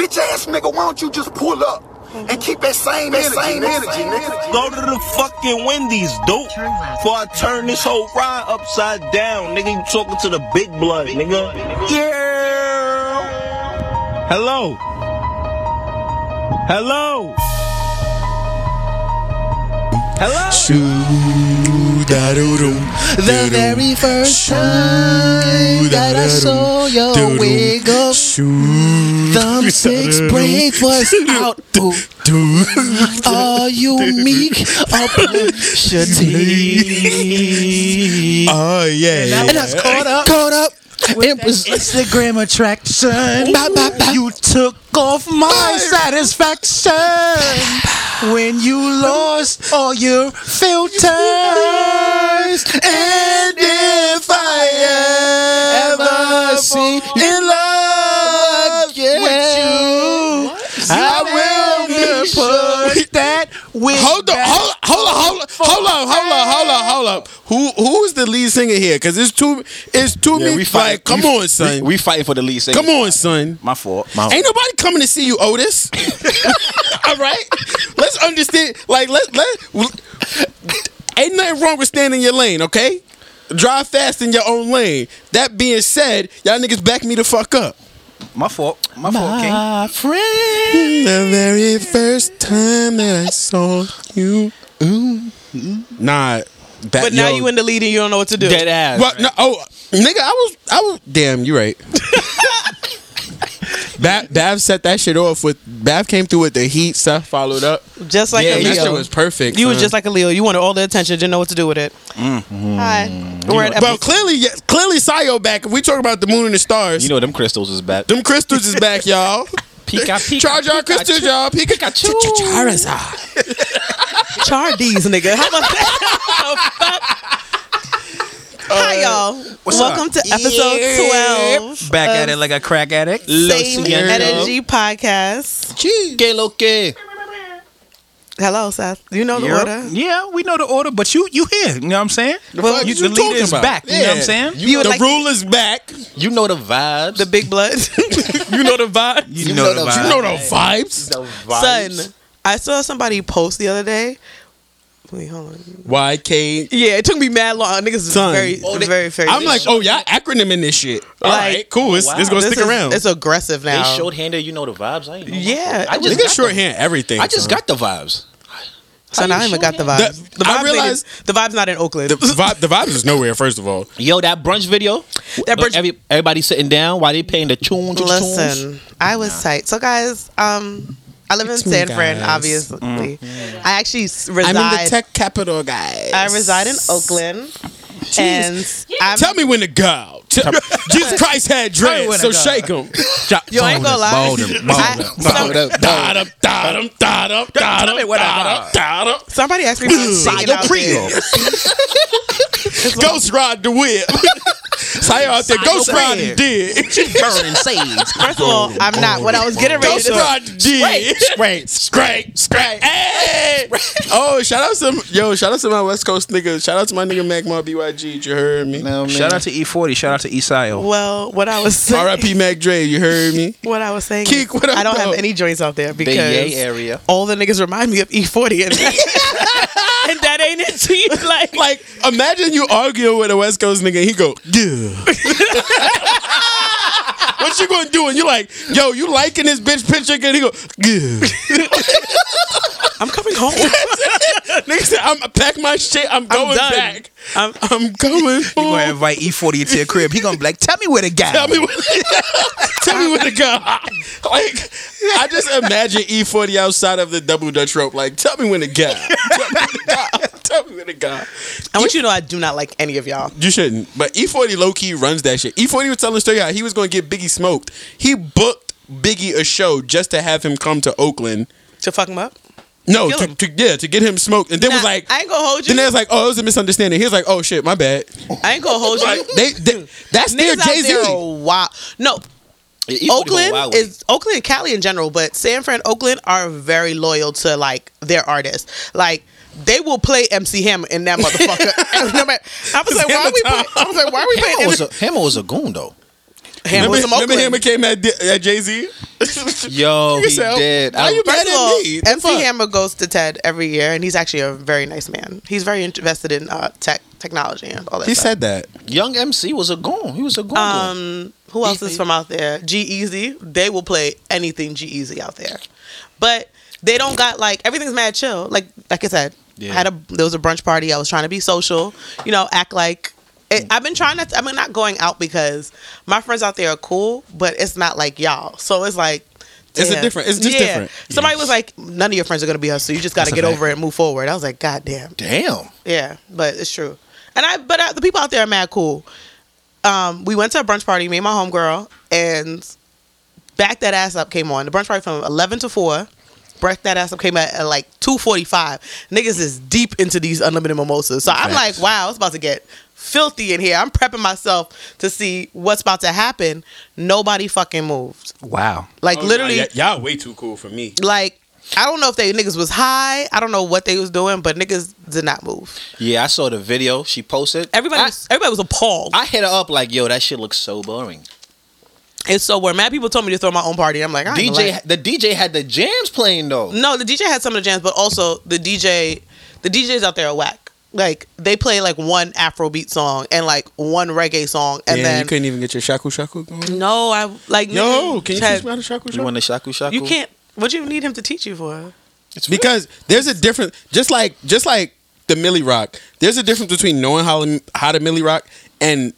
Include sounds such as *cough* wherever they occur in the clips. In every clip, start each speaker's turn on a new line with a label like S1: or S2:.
S1: ass nigga, why don't you just pull up and keep that same energy, same energy, nigga?
S2: Go to the fucking Wendy's, dude. Before I turn this whole ride upside down, nigga. You talking to the big blood, nigga. Yeah. Hello. Hello. Hello.
S3: The very first time that I saw your wiggle, the six brave was
S4: *laughs*
S3: out. Ooh, are you meek upon
S4: *laughs*
S3: your teeth?
S4: Oh yeah.
S3: And I was caught up, caught up. It
S4: *laughs*
S3: was
S4: Instagram attraction.
S3: Bop, bop, bop.
S4: You took off my satisfaction when you lost all your filters. And if I ever see in love
S3: again,
S4: with you, I will
S3: What's
S4: put that with
S5: Hold on,
S4: that.
S5: hold on, hold on, hold on, hold on, hold on, hold on. Who who is the lead singer here? Because it's too, it's too
S1: Yeah,
S5: many.
S1: we fight.
S5: like, come
S1: we-
S5: on, son.
S1: We, we fighting for the lead singer.
S5: come on, son.
S1: My fault. My
S5: Ain't nobody coming to see you,
S1: *laughs*
S5: Otis. *laughs* All right, let's understand. Like let let. Ain't nothing wrong with staying in your lane, okay? Drive fast in your own lane. That being said, y'all niggas back me the fuck up.
S1: My fault. My, fault, King.
S4: My friend.
S5: The very first time that I saw you, nah. That,
S3: But now
S5: yo,
S3: you in the lead and you don't know what to do.
S2: Dead ass.
S5: Well, no, oh, nigga, I was, I was. Damn, you
S1: *laughs*
S5: right. Bav, Bav set that shit off with. Bav came through with the heat stuff, followed up.
S3: Just like
S5: yeah,
S3: a
S5: that shit
S3: Leo.
S5: was perfect.
S3: you was
S5: son.
S3: just like a Leo. You wanted all the attention, didn't know what to do with it.
S5: Mm-hmm.
S3: Hi. We're at
S5: Well,
S3: episode.
S5: clearly, yeah, clearly, Sayo back. If we talk about the moon and the stars,
S1: You know them crystals is back.
S5: them crystals is back, y'all.
S2: Pika, pika,
S5: Charge our crystals, y'all. Pika,
S3: Pikachu.
S5: Charizard.
S3: *laughs* Chardies, nigga. How about that?
S5: Uh,
S3: Hi, y'all. Welcome to episode 12.
S2: Back at
S3: of
S2: it like a crack addict.
S3: Same Energy Podcast.
S2: Que lo que.
S3: Hello, Seth. You know the
S2: Yeah.
S3: order.
S2: Yeah, we know the order, but you you here. You know what I'm saying?
S3: Well,
S5: fuck
S2: you,
S5: you
S2: the leader
S5: talking
S2: is
S5: about?
S2: back. You know what I'm
S5: Yeah.
S2: saying?
S3: You would
S5: the
S3: like-
S5: ruler's back.
S1: You know the vibes.
S3: The big blood. *laughs*
S2: You know the vibe. You, know, the vibe.
S5: You know the vibes.
S3: Son, I saw somebody post the other day. Wait, hold on.
S5: YK.
S3: Yeah, it took me mad long. Niggas is
S5: Son.
S3: very,
S5: Oh,
S3: it's very, very.
S5: I'm like, oh y'all acronym in this shit. All
S3: Like,
S5: right, cool. It's, it's gonna
S3: This
S5: stick
S3: is-
S5: around.
S3: It's aggressive
S1: they
S3: now.
S1: showed Hander. You know the vibes. I ain't know
S3: Yeah,
S1: I
S3: it
S1: just
S5: Nigga
S1: got the,
S5: shorthand everything.
S1: I just
S5: son.
S1: got the vibes.
S3: So
S1: How
S3: now I
S1: you
S3: even got the
S1: showing
S3: vibes.
S1: it?
S5: That-
S3: the
S5: I
S3: vibes ain't-
S5: realized-
S3: the vibes not in Oakland.
S5: the vibe. The vibes is nowhere. First of all,
S1: Yo, that brunch video.
S3: That brunch-
S1: Every, everybody sitting down while they playing the tune. to the tunes.
S3: Listen, I was tight. So guys, um, I live in
S5: me,
S3: San Fran,
S5: guys.
S3: obviously.
S1: Mm,
S3: I actually s- reside.
S5: I'm
S3: i
S5: in the tech capital, guys.
S3: reside in Oakland, and I'm,
S5: Tell me when to go. T- *laughs* Jesus Christ had dread,
S2: when
S5: so
S2: to go.
S5: shake him.
S3: yo, I ain't gonna lie. *laughs* I- some-
S5: Dot him, dot him, dot him, dot
S2: me
S5: him,
S2: when to
S5: dot him, dot him.
S3: somebody asked me if I'm dating out there.
S5: *laughs* Ghost ride the whip. *laughs* Sayo out there, Ghost ride the
S3: *laughs*
S5: dig.
S2: Burning sage.
S3: First of all, I'm not. What I was getting ready
S5: Ghost
S3: to
S5: ride the dig. Scrape, scrape, scrape. Hey! Oh, shout out some yo, shout out to my West Coast niggas. Shout out to my nigga Mac Mar BYG. You heard me.
S2: Shout out to E40. Shout out to Isayo.
S3: well, what I was saying,
S5: R.I.P. Mac Dre. You heard me.
S3: what I was saying,
S5: Keek,
S3: is
S5: what up,
S3: I don't have
S5: though?
S3: any joints out there because
S1: Yay area.
S3: all the niggas remind me of E40,
S5: *laughs*
S3: and that, and that ain't it. *laughs* G. Like,
S5: *laughs* Like, imagine you arguing with a West Coast nigga and he go, yeah. *laughs* what you gonna do? And you like, yo, you liking this bitch picture? And he go, yeah. *laughs*
S3: I'm coming home.
S5: Nigga said, I'm pack my shit. I'm going
S3: done.
S5: back.
S3: I'm,
S5: I'm *laughs* going.
S2: You gonna
S5: home.
S2: invite
S6: E
S2: E40 to your crib. He gonna be like, tell me where the guy.
S5: Tell me what. *laughs* tell me what to go. *laughs* Like, I just imagine E40 outside of the double Dutch rope. Like, tell me when to go. Tell me when to go. Tell me when to go.
S3: I want you to know I do not like any of y'all.
S5: You shouldn't. But E40 low key runs that shit. E40 was telling the story how he was going to get Biggie smoked. He booked Biggie a show just to have him come to Oakland.
S3: To fuck him up.
S5: No,
S3: Kill
S5: to,
S3: him.
S5: to- yeah, to get him smoked. And then was
S3: Nah,
S5: like,
S3: I ain't gonna hold you.
S5: then they was like, oh, it was a misunderstanding. He was like, oh shit, my bad.
S3: I ain't gonna hold you.
S5: Like, they,
S3: *laughs*
S5: they- that's their
S3: Niggas out
S5: Jay
S3: there are
S5: Z.
S3: wild. No,
S1: Yeah, E40 going wild
S3: Oakland
S1: with it.
S3: is Oakland and Cali in general, but San Fran, Oakland are very loyal to like their artists. Like they will play MC Hammer in
S5: *laughs*
S3: that motherfucker. *laughs* And I'm like- I was like, why
S5: Hammer
S3: we? Play,
S5: time. *laughs*
S7: Oh,
S3: *laughs* I was like, why we playing?
S1: Hammer
S3: MC
S1: was a, Hammer was a goon though.
S5: Remember,
S3: Ham was some
S5: remember
S3: Oakland.
S5: Hammer came at, D- at Jay Z.
S7: Yo, he
S5: said,
S7: did.
S5: Why
S7: I-
S5: you mad
S3: First of all,
S5: at me? The
S3: MC
S5: fuck?
S3: Hammer goes to TED every year, and he's actually a very nice man. He's very invested in uh, tech technology and all that.
S5: He
S3: stuff.
S5: said that.
S7: Young MC was a gone. He was a gone.
S3: Um, who
S5: E
S3: else is from out there? G Easy. They will play anything G Easy out there, but they don't got like everything's mad chill. Like like I said,
S7: Yeah.
S3: had a there was a brunch party. I was trying to be social. You know, act like.
S5: Mm.
S3: It, I've been trying not. To, I'm not going out because my friends out there are cool, but it's not like y'all. So it's like.
S5: It's a
S3: damn.
S5: different- it's just different.
S3: Somebody was like, "None of your friends are gonna be us, so you just got to
S7: That's a
S3: get
S7: fact.
S3: over it and move forward." I was like, "God damn."
S7: Damn.
S3: Yeah, but it's true. And I, but I, the people out there are mad cool. Um, we went to a brunch party, me and my homegirl, and Back That Ass Up came on. The brunch party from 11 to 4. Back That Ass Up came at, at like 2.45. Niggas is deep into these unlimited mimosas. So I'm like, wow, it's about to get filthy in here. I'm prepping myself to see what's about to happen. Nobody fucking moved.
S7: Wow.
S3: Like, literally,
S5: Oh, y'all way too cool for me.
S3: like, I don't know if they niggas was high. I don't know what they was doing, but niggas did not move.
S7: Yeah, I saw the video she posted.
S3: Everybody,
S7: I,
S3: was, everybody was appalled.
S7: I hit her up like, yo, that shit looks so boring.
S3: It's so weird. Mad people told me to throw my own party. I'm like, I ain't
S7: DJ,
S3: Like,
S7: the DJ had the jams playing though.
S3: no, the DJ had some of the jams, but also the DJ, the DJs out there are whack. Like they play like one Afrobeat song and like one reggae song, and
S5: And
S3: then
S5: you couldn't even get your shaku shaku going.
S3: no, I like
S5: Yo, can you
S3: had-
S5: teach me how to shaku
S7: You
S5: shaku?
S7: want the shaku shaku?
S3: You can't. What do you need him to teach you for?
S5: because there's a difference. Just like just like the Millie Rock, there's a difference between knowing how to, how to Millie Rock and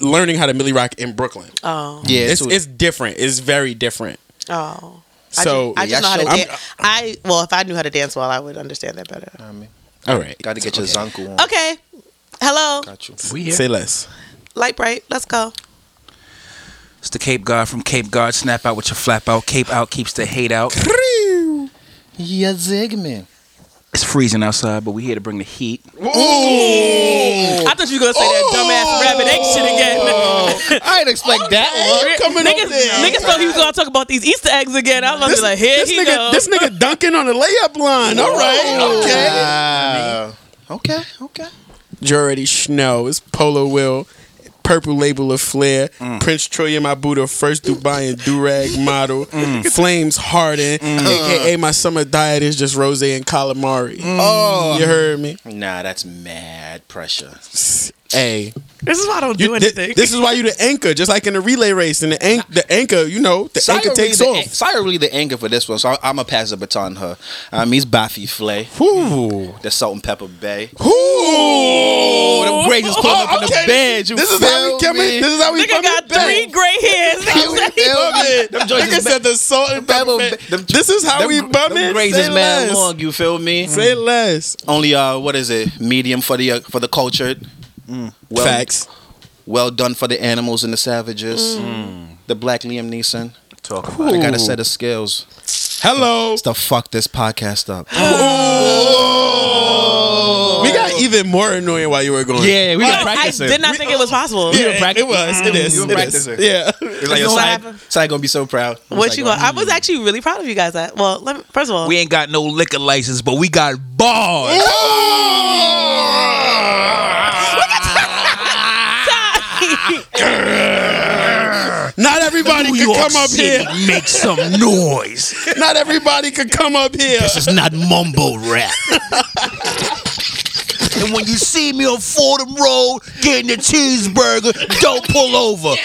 S5: learning how to Millie Rock in Brooklyn.
S3: Oh,
S7: Yeah,
S5: it's
S7: so-
S5: it's different. It's very different.
S3: oh.
S5: So-
S3: I just, I just know how to
S5: I'm-
S3: dance. I well, if I knew how to dance well, I would understand that better.
S5: Oh.
S7: I mean,
S5: All right,
S7: got to get your zanku on.
S3: Okay, Uh, hello,
S7: Got you.
S6: We here.
S5: say less.
S3: light bright. Let's go.
S6: It's the Cape Guard from Cape Guard. Snap out with your flap out. Cape out keeps the hate out.
S7: Yeah, Zigman.
S6: It's freezing outside, but we here to bring the heat.
S5: Oh.
S3: I thought you were gonna say that dumbass rabbit egg shit again.
S7: I didn't expect that one.
S5: Coming
S3: *laughs* niggas, niggas thought he was gonna talk about these Easter eggs again. I was gonna be like, here
S5: this
S3: he
S5: nigga,
S3: goes.
S5: this nigga dunking on the layup line. All right, okay.
S7: Wow. Okay, okay.
S5: Jordy Snow, it's Polo Will, Purple Label of Flair, Prince Troy and my Buddha, first Dubai and *laughs* Durag model, Flames Harden, aka my summer diet is just rose and calamari. Oh, you heard me?
S7: Nah, that's mad pressure.
S5: Hey,
S3: This is why I don't do
S5: you, thi-
S3: anything.
S5: this is why you the anchor, just like in the relay race. And the, an- the anchor, you know, the
S7: Sire
S5: anchor
S7: really
S5: takes
S7: the,
S5: off.
S7: Sire really the anger for this one, so I, I'm gonna pass the baton to her. Um, he's Baffy Flay,
S5: Ooh.
S7: the Salt and Pepper Bay.
S5: Ooh. Oh,
S7: Oh, them grapes is pulling up in the
S5: okay.
S7: bed. You
S5: This is how
S7: feel
S5: we come
S7: me?
S5: in. This is how we
S3: nigga
S5: come
S3: got
S5: in back.
S3: three gray
S5: *laughs*
S3: hairs. *laughs*
S7: You feel me? Them joints
S5: Nigga
S7: is
S5: said the salt and pepper.
S7: Pepper-
S5: ba-
S7: them-
S5: this is how
S7: them-
S5: we bum
S7: them
S5: it.
S7: grades
S5: Say
S7: is mad
S5: less.
S7: long. You feel me? Mm.
S5: Say less.
S7: Only uh, what is it? Medium for the uh, for the cultured. Well,
S5: Facts.
S7: Well done for the animals and the savages. The black Liam Neeson.
S6: Talk about
S7: I got a set of skills
S5: Hello.
S7: to fuck this podcast *gasps* up.
S5: We got even more annoying while you were going.
S7: yeah, we got
S3: I
S7: practice.
S3: did not think it was possible.
S5: Yeah, it was. It is.
S7: You were
S5: It is.
S7: practicing.
S5: Yeah.
S7: It's like
S3: You
S7: your
S3: know what
S7: side,
S3: happened?
S7: side gonna be so proud.
S3: What you going I
S5: hmm.
S3: was actually really proud of you guys. That well, let me, first of all,
S6: We ain't got no liquor license, but we got bars.
S5: Not everybody
S6: New
S5: could
S6: York
S5: come up
S6: City,
S5: here.
S6: make some noise.
S5: Not everybody could come up here.
S6: It's not mumble rap. and when you see me on Fordham Road getting a cheeseburger, don't pull over.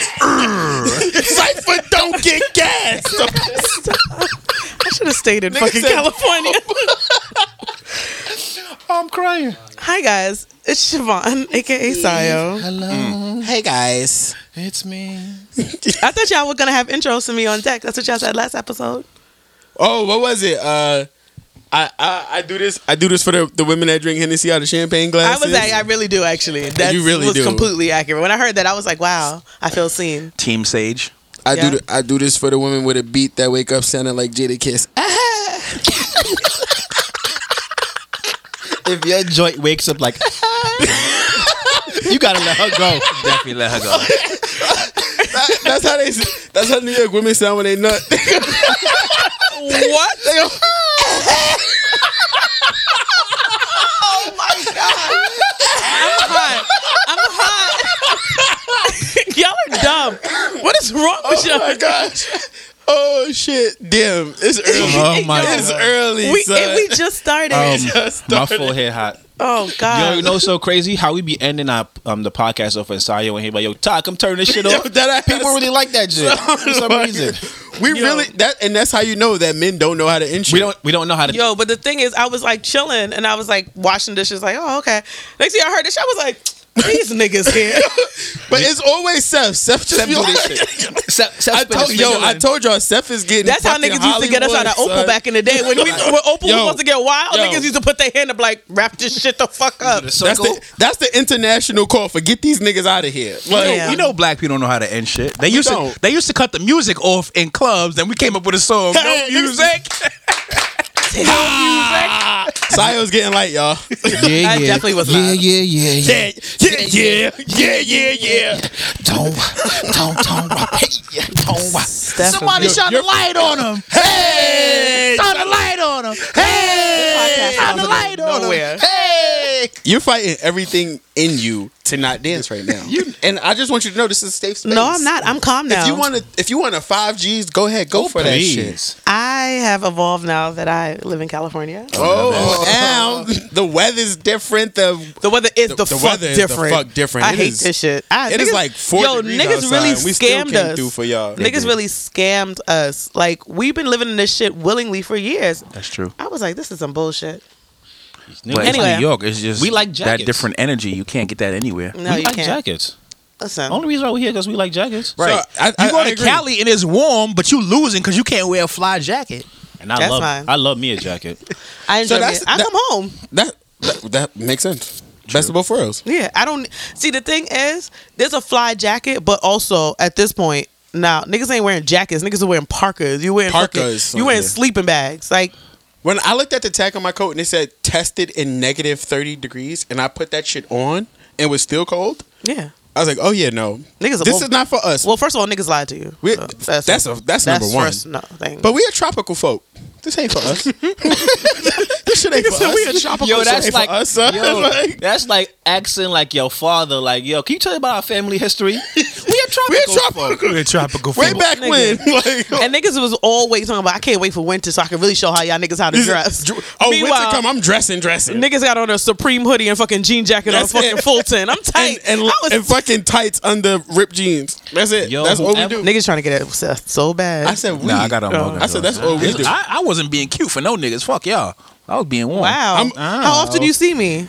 S5: Cipher don't get gas.
S6: *laughs*
S3: I should have stayed in
S5: *laughs*
S3: fucking California.
S7: I'm crying.
S3: Hi guys, it's Siobhan, aka Sayo.
S7: Hello,
S5: Hey guys.
S7: it's me.
S3: I thought y'all were gonna have intros to me on deck. That's what y'all said last episode.
S5: Oh, what was it? Uh, I, I I do this. I do this for the, the women that drink Hennessy out of champagne
S3: I
S5: glasses.
S3: was like, I really do actually. That
S5: You really
S3: was
S5: do.
S3: completely accurate. When I heard that, I was like, wow, I feel seen.
S6: Team Sage.
S5: I
S3: Yeah.
S5: do th- I do this for the women with a beat that wake up sounding like Jada Kiss. *laughs*
S7: If your joint wakes up like, *laughs* you gotta let her go.
S6: Definitely let her
S5: *laughs*
S6: go.
S5: That- that's how they. s- That's how New York women sound when they nut. *laughs*
S3: What?
S5: They go,
S3: Oh *laughs* hot. I'm hot. Y'all are dumb. What is wrong
S5: Oh
S3: with y'all?
S5: my gosh. Oh shit. Damn. It's
S4: Oh
S5: early.
S4: my
S5: It's
S4: God.
S5: early.
S3: We,
S5: son.
S3: and we just started.
S4: Um,
S5: just
S4: my
S5: started.
S4: full head hot.
S3: oh God.
S7: Uh.
S4: Yo, you know what's so crazy how we be ending our um the podcast off in Sayo and he like, yo, Todd, come turn this shit
S5: Yo,
S4: off.
S5: that ass.
S4: People really like that shit for some
S5: Like,
S4: reason.
S5: we really that and that's how you know that men don't know how to inch.
S4: We don't we don't know how to.
S3: Yo, but the thing is, I was like chilling and I was like washing dishes, like, oh, okay. Next thing I heard this, I was like, these niggas
S5: *laughs*
S3: here.
S5: But it's always Seth. Seth just
S4: Seth
S5: be
S4: do this
S5: like,
S4: shit. Seth, Seth
S5: *laughs* I
S4: spin
S5: told
S4: his
S5: yo,
S4: finger
S5: I
S4: in.
S5: told y'all Seth is getting.
S3: That's how
S5: fucking
S3: niggas used to get us out of
S5: Hollywood,
S3: Opal
S5: son.
S3: back in the
S5: *laughs*
S3: day. When, we, when Opal was
S5: Yo.
S3: supposed to get wild,
S5: Yo.
S3: niggas used to put their hand up, like, wrap this shit the fuck up.
S4: The
S5: That's
S4: circle.
S5: the that's the international call for get these niggas out of here.
S4: *laughs*
S5: Like,
S3: Yeah.
S6: You know, black people don't know how to end shit. They used to
S5: don't.
S6: they used to cut the music off in clubs. Then we came up with a song, no music.
S5: *laughs* Sayo's getting light, y'all.
S4: yeah,
S3: I definitely was
S4: yeah,
S3: loud.
S4: yeah, yeah, yeah.
S5: yeah, yeah, yeah, yeah, yeah, yeah.
S4: Don't, don't, don't, hey, yeah, don't.
S3: Somebody
S6: shine the light on them.
S5: Hey,
S6: Shine the light on them. Hey, shine the light on them.
S3: nowhere.
S6: Hey,
S5: you're fighting everything in you to not dance right now. You and I just want you to know this is a safe space.
S3: No, I'm not. I'm calm now.
S5: If you want to, if you want to five Gs, go ahead, go for that shit.
S3: I have evolved now that I live in California.
S5: Oh,
S3: *laughs*
S5: now the weather's different. The
S3: The weather is the,
S5: the
S3: fuck
S5: weather is the
S3: different.
S5: fuck different.
S3: I
S5: It
S3: hate
S5: is-
S3: this shit. I,
S5: it is like 40
S3: Yo,
S5: degrees
S3: niggas
S5: outside,
S3: really
S5: and we still
S3: scammed
S5: came
S3: us.
S5: through for y'all. They
S3: Niggas
S5: did.
S3: really scammed us. Like we've been living in this shit willingly for years.
S6: That's true.
S3: I was like, this is some bullshit.
S6: But
S4: anyway,
S3: Anyway.
S6: it's New York. It's just
S4: We like
S6: that
S4: jackets.
S6: different energy. You can't get that anywhere.
S5: Mm.
S3: No,
S4: we
S3: you
S4: like
S3: can't.
S4: jackets.
S3: Listen,
S4: Only reason why we're here because we like jackets,
S5: Right. So, I- I-
S6: you go
S5: I
S6: to
S5: agree.
S6: Cali and it's warm, but you losing because you can't wear a fly jacket.
S5: *laughs*
S4: And I
S3: That's
S4: love,
S3: fine.
S4: I love me a jacket.
S3: I enjoy
S5: So that's-
S3: it. I
S5: that-
S3: come home.
S5: that that, that makes sense. Best of both worlds.
S3: Yeah, I don't see. The thing is, there's a fly jacket, but also at this point now, niggas ain't wearing jackets. Niggas are wearing parkas. You wearing fucking-
S5: Parkas,
S3: you wearing
S5: yeah.
S3: sleeping bags. Like
S5: When I looked at the tag on my coat and it said tested in negative thirty degrees, and I put that shit on and it was still cold,
S3: yeah.
S5: I was like, oh yeah, no,
S3: Niggas-
S5: this
S3: well-
S5: is not for us.
S3: Well, first of all, niggas lied to you.
S5: We-
S3: So,
S5: that's a- that's number one.
S3: First, no, thing.
S5: but we a tropical folk. This ain't for us. this shit ain't for us.
S6: we a tropical
S5: Yo,
S4: Yo,
S5: this
S4: that's
S5: ain't for
S4: like,
S5: us, son.
S4: yo,
S5: *laughs* Like-
S4: that's like asking like your father, like, yo, can you tell me about our family history? we are tropical.
S5: We a tropical.
S6: We're tropical.
S5: Way back
S3: Nigga.
S5: when, *laughs* like,
S3: and niggas was always talking about, I can't wait for winter so I can really show how y'all niggas how to dress.
S5: oh, winter
S3: Meanwhile,
S5: come, I'm dressing, dressing.
S3: niggas got on a Supreme hoodie and fucking jean jacket
S5: That's
S3: on fucking
S5: it.
S3: Fulton.
S5: *laughs*
S3: I'm
S5: and,
S3: tight.
S5: and,
S3: I was,
S5: and fucking tights under ripped jeans. That's it.
S4: Yo,
S5: that's what we
S4: whoever-
S5: do.
S3: *laughs* niggas trying to get at Seth so bad.
S5: I said we.
S6: Nah, I got on.
S5: Oh, I said that's what we do.
S6: I, I wasn't being cute for no niggas. Fuck y'all. I was being warm.
S3: wow.
S5: I'm-
S3: how often you see me?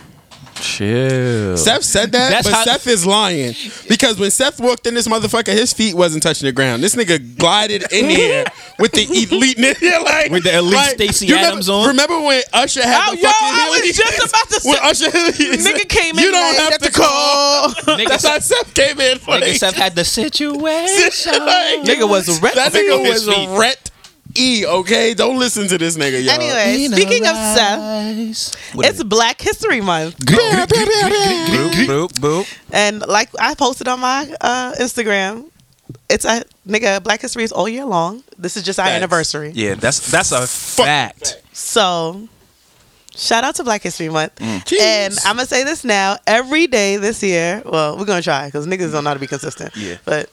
S6: Chill.
S5: Seth said that,
S4: That's
S5: but
S4: how-
S5: Seth is lying because when Seth walked in this motherfucker, his feet wasn't touching the ground. This nigga glided
S4: *laughs*
S5: in here with the elite nigga, *laughs* like
S4: With the elite
S5: like,
S4: Stacey
S5: you remember-
S4: Adams on?
S5: Remember when Usher had
S3: Oh,
S5: the
S3: yo,
S5: fucking
S3: I was
S5: Heelys?
S3: just about
S5: *laughs*
S3: to
S5: when
S3: say-
S5: Usher Heelys-
S3: Nigga came in
S5: You don't
S3: late
S5: have
S3: at
S5: to
S3: the
S5: call.
S4: Nigga
S5: *laughs* *laughs* That's
S4: Seth-
S5: how Seth came in.
S4: Nigga, Seth had the situation.
S5: like,
S3: Nigga was
S5: *laughs*
S3: wrecked.
S5: That
S4: Pick up
S5: nigga
S4: his
S5: was
S4: feet.
S5: ret e. Okay, don't listen to this nigga, yo.
S3: Anyway, speaking of Seth, it's Black History Month.
S6: boop, boop, boop.
S3: And like I posted on my uh, Instagram, it's a nigga, Black History is all year long. This is just our
S5: Facts.
S3: anniversary.
S6: Yeah, that's that's a fact.
S3: So, shout out to Black History Month.
S5: Jeez.
S3: And I'm going to say this now every day this year, well, we're going to try because niggas don't know how to be consistent.
S6: Yeah.
S3: But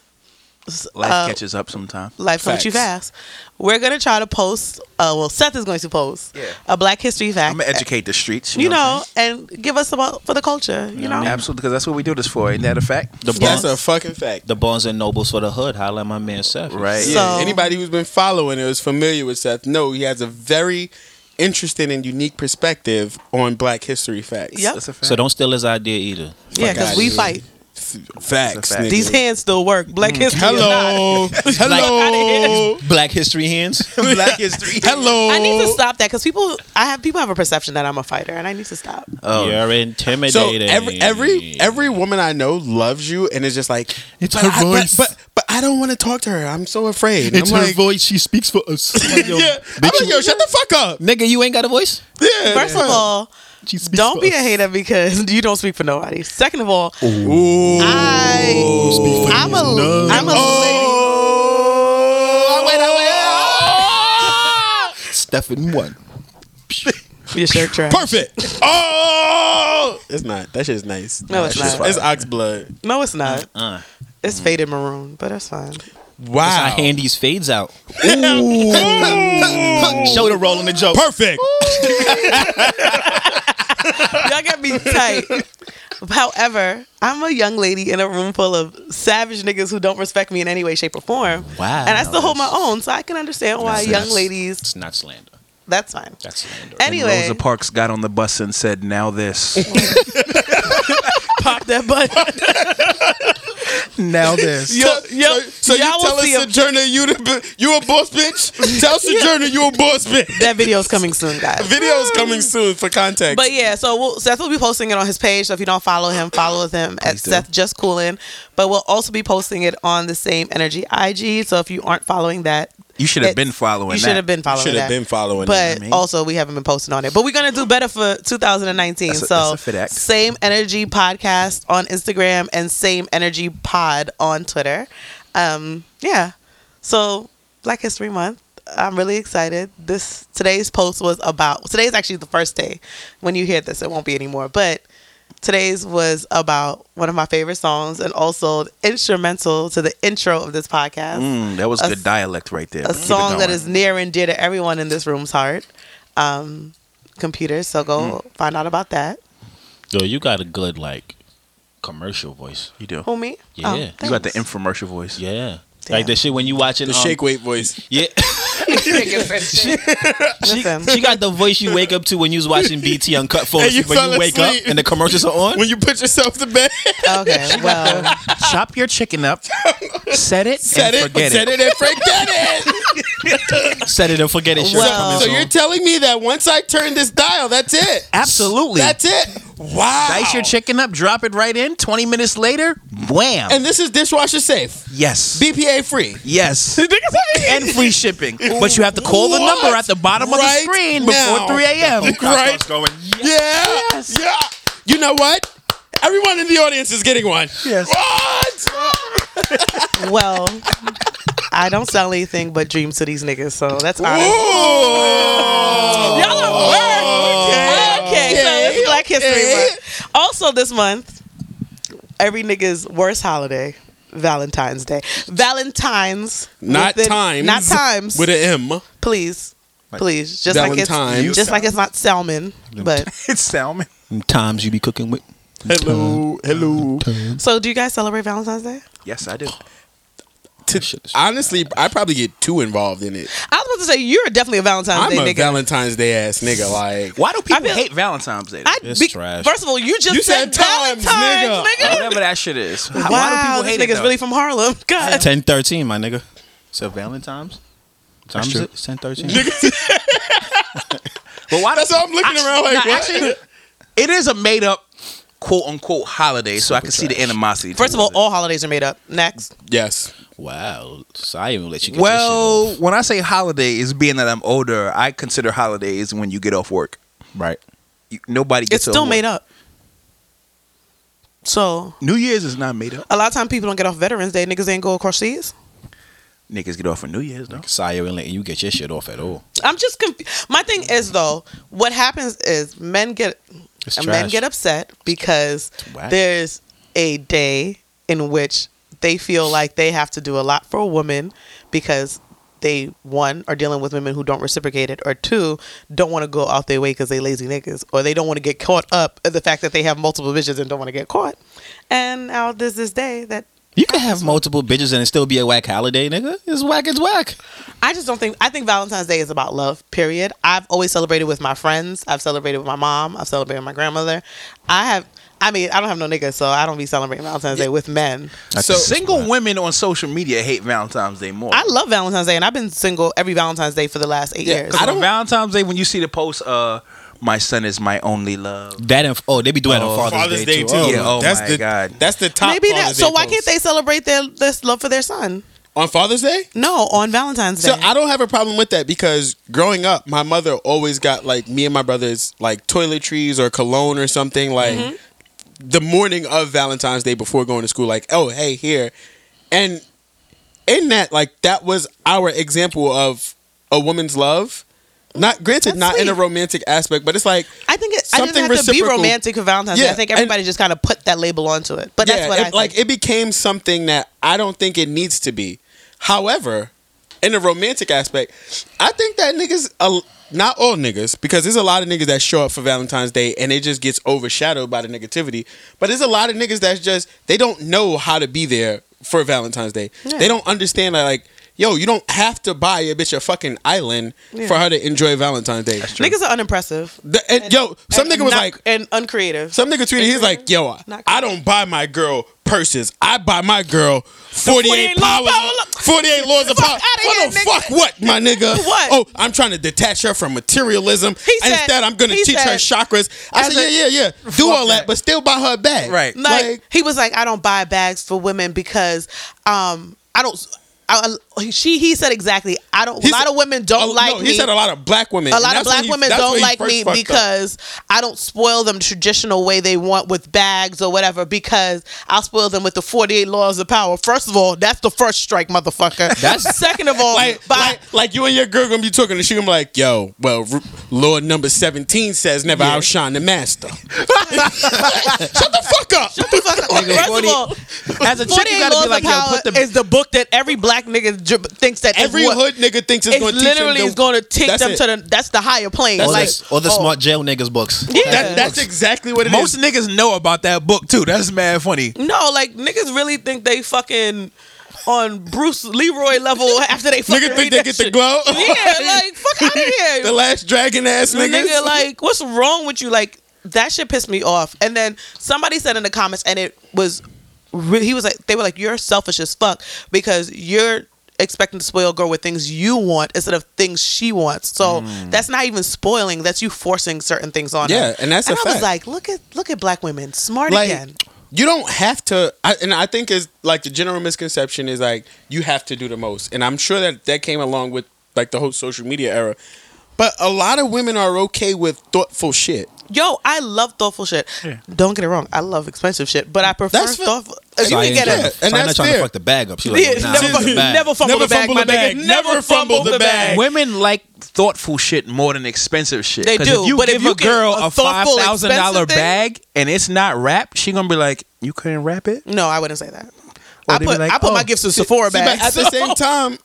S6: Life
S3: Uh,
S6: catches up sometime.
S3: life comes you
S5: Facts.
S3: fast. We're going to try to post, uh, well, Seth is going to post
S6: Yeah.
S3: a Black History fact. uh,
S6: I'm gonna educate the streets.
S3: You know, and give us about for the culture, you know?
S6: absolutely, because that's what we do this for. Ain't that a fact?
S4: the
S5: That's
S4: Barnes,
S5: a fucking fact.
S4: the Barnes and Nobles for the hood. Holla at my man Seth.
S6: Right.
S5: Yeah,
S3: So-
S5: anybody who's been following or is familiar with Seth, no, he has a very interesting and unique perspective on Black history facts.
S3: Yep.
S6: That's a fact.
S4: So don't steal his idea either.
S3: Yeah,
S5: Fuck
S3: because
S5: outta
S3: we
S5: here.
S3: fight.
S5: Facts.
S6: That's a fact.
S5: nigga.
S3: These hands still work. Black History is not. *laughs*
S5: Hello. *laughs* Hello.
S4: Black History hands.
S6: black history.
S5: Hello.
S3: I need to stop that because people, I have people have a perception that I'm a fighter, and I need to stop.
S6: Oh.
S4: You're
S5: So
S4: intimidating.
S5: every every every woman I know loves you and is just like
S4: It's
S5: but
S4: her
S5: I- but-
S4: voice.
S5: but, but I don't want to talk to her. I'm so afraid. And I'm like,
S4: voice. She speaks for us.
S5: *laughs* Yeah. I'm like, yo, shut the fuck up.
S4: Nigga, you ain't got a voice.
S5: Yeah.
S3: First of all, don't be a hater because *laughs* you don't speak for nobody. Second of all,
S5: Ooh.
S3: I I'm a am a
S4: Oh.
S5: Oh,
S3: *laughs*
S5: ah!
S4: Stefan one.
S3: lady. Your shirt trash.
S5: Perfect. Oh, it's not. That shit's nice.
S3: No, it's
S5: That shit's
S3: not.
S5: It's ox blood.
S3: No, it's not.
S4: Uh.
S3: It's faded maroon, but that's fine.
S5: Wow.
S4: That's how Handy's fades out.
S5: *laughs*
S4: Shoulder rolling the joke.
S5: Perfect.
S3: Y'all got me tight.
S4: *laughs*
S3: However, I'm a young lady in a room full of savage niggas who don't respect me in any way, shape, or form.
S4: Wow.
S3: And I still hold my own, so I can understand why
S4: That's-
S3: young
S4: that's-
S3: ladies.
S4: It's not slander.
S3: That's fine.
S4: That's slander.
S3: Anyway,
S6: Rosa Parks got on the bus and said, "Now
S3: *laughs*
S6: this,
S3: pop that
S4: *laughs*
S3: button.
S6: now this."
S5: So,
S3: Yep.
S5: so, so you
S3: Y'all will
S5: tell us,
S3: see a-
S5: Sojourner,
S3: *laughs*
S5: you the b- you a boss bitch? Tell Sojourner you a boss bitch.
S3: that video's coming soon, guys.
S5: Video's coming soon for context.
S3: But yeah, so we'll, Seth will be posting it on his page. So if you don't follow him, follow him at
S6: do.
S3: Seth Just Coolin. But we'll also be posting it on the same Energy IG. So if you aren't following that,
S6: *laughs* You should have
S3: it's-
S6: been following.
S3: You should have been following.
S5: should have
S3: that.
S5: been following
S3: But
S5: that.
S6: I mean.
S3: also, we haven't been posting on it. But we're gonna do better for 2019.
S6: That's a-
S3: so
S6: that's a fit act.
S3: same energy podcast on Instagram and same energy pod on Twitter. Um, yeah. So Black History Month. I'm really excited. This today's post was about today's actually the first day. When you hear this, it won't be anymore. But today's was about one of my favorite songs and also instrumental to the intro of this podcast
S6: Mm, that was
S3: A-
S6: good dialect right there.
S3: a
S6: Keep it
S3: song that
S6: going.
S3: is near and dear to everyone in this room's heart. Um, computers, so go find out about that.
S7: Yo, you got a good like commercial voice.
S6: You do.
S3: Who me?
S7: Yeah. You
S6: You got the
S3: Oh, thanks.
S6: infomercial voice.
S7: Yeah.
S3: Damn.
S7: Like the shit when you watching
S5: the
S7: um,
S5: shake weight voice.
S7: Yeah,
S3: Listen,
S4: *laughs* She got the voice you wake up to when you was watching BT Uncut Fools.
S5: And you
S4: when
S5: fell
S4: you wake
S5: asleep.
S4: up and the commercials are on.
S5: When you put yourself to bed, *laughs*
S3: okay. Well,
S6: Chop your chicken *laughs* up, set it,
S5: set
S6: and
S5: it,
S6: forget
S5: set it, and forget
S3: *laughs*
S5: it.
S4: Set it and forget it. Shirt's
S3: Well-
S4: coming
S5: so
S4: soon.
S5: you're telling me that once I turn this dial, that's it.
S6: Absolutely.
S5: That's it. Wow.
S6: Dice your chicken up, drop it right in. Twenty minutes later, wham!
S5: And this is dishwasher safe,
S6: yes,
S5: BPA
S3: *laughs*
S5: free.
S6: *laughs* yes, and free shipping. But you have to call the
S5: What?
S6: number at the bottom of
S5: Right
S6: the screen
S5: now.
S6: before three a.m.
S5: Right?
S4: going.
S5: Yeah. Yeah. You know what? Everyone in the audience is getting one.
S6: Yes.
S5: What?
S3: well, I don't sell anything but dreams to these niggas, so that's honest.
S5: Ooh.
S3: Y'all are weird. Okay, so
S5: Okay.
S3: it's Black History
S5: Okay.
S3: Month. Also, this month, every nigga's worst holiday. Valentine's Day. Valentine's.
S5: Not
S3: with an-
S5: times.
S3: Not times.
S5: With an M.
S3: please. Please. Just like
S5: Valentine's.
S3: it's just like it's not salmon.
S6: *laughs*
S3: But
S6: It's salmon.
S4: Times you be cooking with.
S5: Hello. Hello.
S3: So, do you guys celebrate Valentine's Day?
S6: Yes, I do.
S5: Honestly, I probably get too involved in it.
S3: I was about to say you're definitely a Valentine's
S5: I'm
S3: Day
S5: a
S3: nigga.
S5: Valentine's Day ass nigga. Like,
S6: Why do people
S3: feel-
S6: hate Valentine's Day?
S3: I
S7: It's
S3: be-
S7: trash.
S3: First of all, you just
S5: You
S3: said,
S5: said times,
S3: Valentine's, nigga.
S6: Whatever that shit is. How-
S3: Wow,
S6: why do
S3: this
S6: people hate it?
S3: nigga's
S6: though?
S3: really from Harlem.
S4: *laughs*
S3: God,
S4: Ten thirteen, my nigga. So Valentine's. Times
S6: true.
S4: it. Ten thirteen.
S6: But why
S5: that's
S6: does
S5: how I'm looking around. Like,
S6: nah,
S5: what?
S6: actually, it is a made up quote unquote holiday, so I can see the animosity.
S3: first of all,
S6: towards it.
S3: all holidays are made up. Next,
S5: yes.
S7: Wow. So I even let you get well,
S6: well, when I say holiday, is being that I'm older, I consider holidays when you get off work.
S4: Right.
S6: You, nobody
S3: it's
S6: gets.
S3: still made up. So
S6: New Year's is not made up.
S3: a lot of time people don't get off Veterans Day. Niggas ain't go across seas.
S6: Niggas get off for New Year's though.
S7: Sire and letting you get your shit off at all.
S3: I'm just confused. My thing is though, what happens is men get
S7: It's
S3: men
S7: trash.
S3: get upset because
S7: whack.
S3: there's a day in which they feel like they have to do a lot for a woman because they one are dealing with women who don't reciprocate it, or two don't want to go out their way because they lazy niggas, or they don't want to get caught up in the fact that they have multiple visions and don't want to get caught. And now there's this day that
S4: You can have multiple bitches and it still be a whack holiday, nigga. It's whack. It's whack.
S3: I just don't think I think Valentine's Day is about love, period. I've always celebrated with my friends. I've celebrated with my mom. I've celebrated with my grandmother. I have I mean, I don't have no niggas, so I don't be celebrating Valentine's Day with men.
S5: So,
S6: Single women on social media hate Valentine's Day more.
S3: I love Valentine's Day and I've been single every Valentine's Day for the last eight years.
S6: I don't. Valentine's Day, when you see the post, uh, my son is my only love.
S4: That and oh, they be doing it
S6: Oh,
S4: on Father's,
S5: Father's Day, too.
S4: Oh,
S6: Yeah, oh
S5: that's
S6: my
S5: the,
S6: God.
S5: That's the top.
S3: Maybe that
S5: Father's
S3: so
S5: Day
S3: why
S5: post.
S3: can't they celebrate their this love for their son?
S5: on Father's Day?
S3: No, on Valentine's Day.
S5: So I don't have a problem with that because growing up, my mother always got like me and my brothers like toiletries or cologne or something like
S3: Mm-hmm.
S5: the morning of Valentine's Day before going to school. Like, oh hey, here, and in that like that was our example of a woman's love. Not granted,
S3: That's
S5: not in a
S3: sweet.
S5: romantic aspect, but it's like
S3: I think it, I didn't
S5: something
S3: have to be
S5: reciprocal.
S3: romantic for Valentine's Day.
S5: Yeah,
S3: I think
S5: and-
S3: everybody just kind of put that label onto it. But that's what
S5: it,
S3: I think.
S5: like. It became something that I don't think it needs to be. However, in the romantic aspect, I think that niggas, uh, not all niggas, because there's a lot of niggas that show up for Valentine's Day and it just gets overshadowed by the negativity. But there's a lot of niggas that's just they don't know how to be there for Valentine's Day.
S3: Yeah.
S5: They don't understand that like. Yo, you don't have to buy a bitch a fucking island
S3: Yeah.
S5: for her to enjoy Valentine's Day.
S3: Niggas are unimpressive.
S5: The- and, yo, some
S3: And
S5: nigga was
S3: not-
S5: like,
S3: and uncreative.
S5: some nigga tweeted, he's like, yo,
S3: Not
S5: I don't buy my girl purses. I buy my girl 48
S3: 48 laws
S5: powers.
S3: of power.
S5: 48 laws of
S3: Fuck
S5: power.
S3: outta
S5: What
S3: here,
S5: the
S3: nigga.
S5: fuck what, my nigga?
S3: *laughs* What?
S5: Oh, I'm trying to detach her from materialism.
S3: He said-
S5: Instead, I'm going to
S3: he
S5: teach her
S3: said-
S5: chakras. I
S3: as
S5: said,
S3: a-
S5: yeah, yeah, yeah. Do all that,
S3: that.
S5: but still buy her a bag.
S6: Right.
S3: like, he was like, I don't buy bags for women because um I don't. I, I- she he said exactly. I don't. A
S5: He
S3: lot
S5: said-
S3: of women don't
S5: a-
S3: like
S5: no,
S3: me.
S5: He said a lot of black women.
S3: a
S5: and
S3: lot of
S5: that's when
S3: black
S5: he-
S3: women
S5: that's when
S3: don't
S5: he
S3: like
S5: first
S3: me
S5: fucked up.
S3: because I don't spoil them the traditional way they want with bags or whatever because I'll spoil them with the 48 laws of power. First of all, that's the first strike, motherfucker. That's *laughs* second of all,
S5: Like,
S3: by
S5: like, like you and your girl gonna be talking, and she gonna be like, "Yo, well, R- Lord number seventeen says never outshine the
S3: *laughs*
S5: master." Shut the fuck up.
S3: the fuck up. *laughs* First of all,
S6: As a chick,
S3: 48
S6: you gotta
S3: laws
S6: be like, yo,
S3: of power
S6: put the
S3: is the book that every black nigga dri- thinks that
S5: Every
S3: is
S5: hood
S3: what,
S5: nigga thinks it's,
S3: it's
S5: gonna teach them
S3: literally
S5: the-
S3: is going to take
S5: That's
S3: them
S5: it.
S3: to the that's the higher plane.
S4: Or,
S5: That's
S3: like,
S5: it.
S4: the, or the
S3: oh.
S4: smart jail niggas
S3: *laughs*
S4: books.
S3: Yeah.
S5: That, that's exactly what it is.
S6: most niggas know about that book too. That's mad funny.
S3: no, like niggas really think they fucking on Bruce Leroy level *laughs* after they
S5: nigga
S3: fucking read
S5: think they
S3: that
S5: get the
S3: shit.
S5: glow. *laughs*
S3: Yeah, like fuck out of here.
S5: the last dragon ass niggas.
S3: Nigga, like, what's wrong with you? Like, that shit pissed me off. And then somebody said in the comments, and it was, re- he was like, they were like, you're selfish as fuck because you're expecting to spoil a girl with things you want instead of things she wants. So that's not even spoiling. That's you forcing certain things on.
S5: Yeah,
S3: her.
S5: and that's a
S3: and I
S5: fact.
S3: was like, look at look at black women, smart
S5: Like,
S3: again.
S5: you don't have to. I, and I think is like the general misconception is like you have to do the most, and I'm sure that that came along with like the whole social media era. But a lot of women are okay with thoughtful shit.
S3: Yo, I love thoughtful shit. Don't get it wrong, I love expensive shit, but I prefer
S5: That's fa-
S3: thoughtful. If you
S4: I ain't
S3: can get
S4: trying
S3: a
S4: to-
S5: and
S4: I ain't
S5: that's
S4: trying
S5: fair.
S4: to fuck the bag up. She like,
S3: Yeah,
S4: nah,
S3: never,
S4: fuck the bag.
S3: *laughs* never fumble
S5: Never
S3: the bag,
S5: fumble
S3: my
S5: the bag.
S3: nigga. Never fumble the bag.
S6: Women like thoughtful shit more than expensive shit.
S3: They
S6: 'Cause
S3: do,
S6: If you
S3: but if
S6: give
S3: you
S6: a
S3: get
S6: girl
S3: a
S6: a five
S3: thoughtful,
S6: thousand dollar
S3: expensive thing-
S6: bag and it's not wrapped, she gonna be like, "You couldn't wrap it."
S3: No, I wouldn't say that.
S6: Or they
S3: I
S6: be
S3: put
S6: like,
S3: I put
S6: oh.
S3: my gifts in Sephora
S5: See,
S3: bags.
S5: But at the
S3: *laughs*
S5: same time,